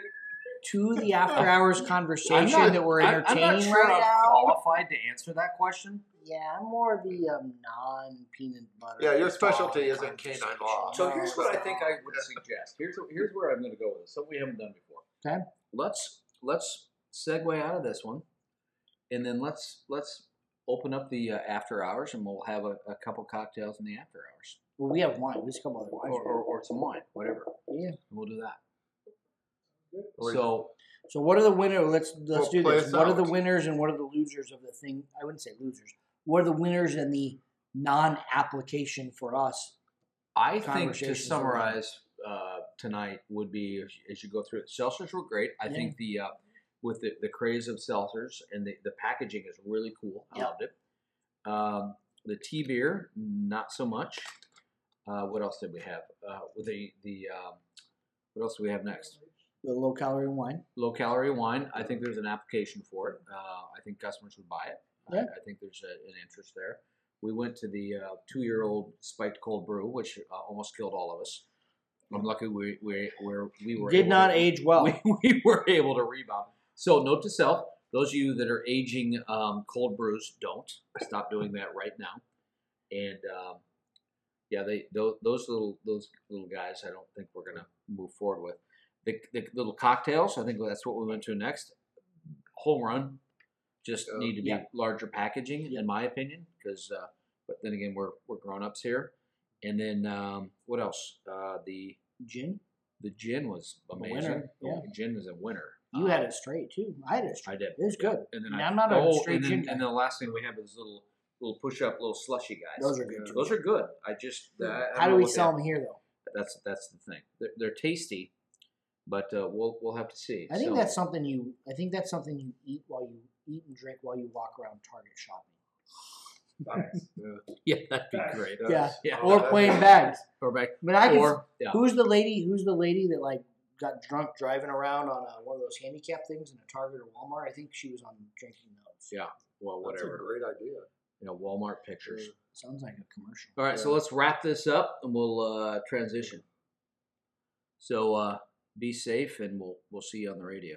S3: to the after
S4: <laughs>
S3: hours conversation that we're
S4: I'm- I'm
S3: entertaining
S4: not sure
S3: right
S4: I'm
S3: now.
S4: qualified to answer that question.
S3: Yeah, I'm more the um, non peanut butter.
S2: Yeah, your
S3: dog
S2: specialty isn't canine
S3: conversation.
S2: law.
S4: So
S3: No,
S4: here's
S3: it's
S4: what I
S3: not.
S4: think I would suggest. Here's here's where I'm going to go with this. Something we haven't done before.
S3: Okay.
S4: Let's let's segue out of this one, and then let's let's open up the uh, after hours, and we'll have a, a couple cocktails in the after hours,
S3: Well, we have wine. We just come other
S4: or,
S3: wines.
S4: or, or some wine, whatever.
S3: Yeah.
S4: We'll do that.
S2: Or-
S4: So
S3: So what are the winners? Let's let's
S2: Well,
S3: do
S2: play
S3: this.
S2: us
S3: What are the
S2: out.
S3: winners and what are the losers of the thing? I wouldn't say losers. What are the winners and the non-application for us?
S4: I think to
S3: conversations around.
S4: summarize uh, tonight would be as- as you go through it. Seltzers were great. I
S3: Yeah.
S4: think the uh, with the, the craze of seltzers and the, the packaging is really cool. I
S3: Yeah.
S4: loved it. Um, the tea beer, not so much. Uh, what else did we have? Uh, with the the um, what else do we have next?
S3: The low-calorie wine.
S4: Low calorie wine. I think there's an application for it. Uh, I think customers would buy it. I,
S3: Yeah.
S4: I think there's a, an interest there. We went to the uh, two year old spiked cold brew, which uh, almost killed all of us. I'm lucky we we were we were
S3: Did
S4: able
S3: not
S4: to-
S3: age well.
S4: <laughs> We, we were able to rebound. So note to self: those of you that are aging um, cold brews, don't stop doing that right now. And um, yeah, they those, those little those little guys, I don't think we're gonna move forward with the, the little cocktails. I think that's what we went to next. Home run, just
S2: Yeah.
S4: need to be
S3: Oh, Yeah.
S4: larger packaging, in my opinion. Because, uh, but then again, we're we're grown ups here. And then um, what else? Uh, the
S3: Gin.
S4: the gin was
S3: winner,
S4: amazing. The
S3: yeah.
S4: gin is a winner.
S3: You
S4: Uh,
S3: had it straight too. I had it
S4: I
S3: straight.
S4: did.
S3: It was
S4: yeah.
S3: good.
S4: And then
S3: And
S4: I,
S3: I'm not a
S4: oh,
S3: straight
S4: and then,
S3: gin guy.
S4: and then the last thing we have is little little push up, little slushy guys.
S3: Those are good.
S2: Yeah.
S3: Too.
S4: Those are good. I just I- I don't
S3: How do
S4: know
S3: we
S4: what they-
S3: sell them here though?
S4: That's that's the thing. They're, they're tasty, but uh, we'll we'll have to see.
S3: I think
S4: So-
S3: that's something you. I think that's something you eat while you eat and drink while you walk around Target shopping.
S2: Nice. <laughs> Yeah.
S4: <laughs> yeah, that'd be great.
S3: Yeah.
S4: Yeah,
S2: Oh,
S3: Or
S2: that-
S3: playing bags.
S4: or back
S3: But I can.
S4: or yeah.
S3: Who's the lady? Who's the lady that like got drunk driving around on a, one of those handicap things in a Target or Walmart? I think she was on drinking those.
S4: Yeah. well,
S2: That's a
S4: whatever.
S2: great idea.
S4: You know, Walmart pictures.
S3: Sounds like a commercial.
S4: All right, so
S2: Yeah.
S4: let's wrap this up and we'll uh, transition. So uh, be safe, and we'll we'll see you on the radio.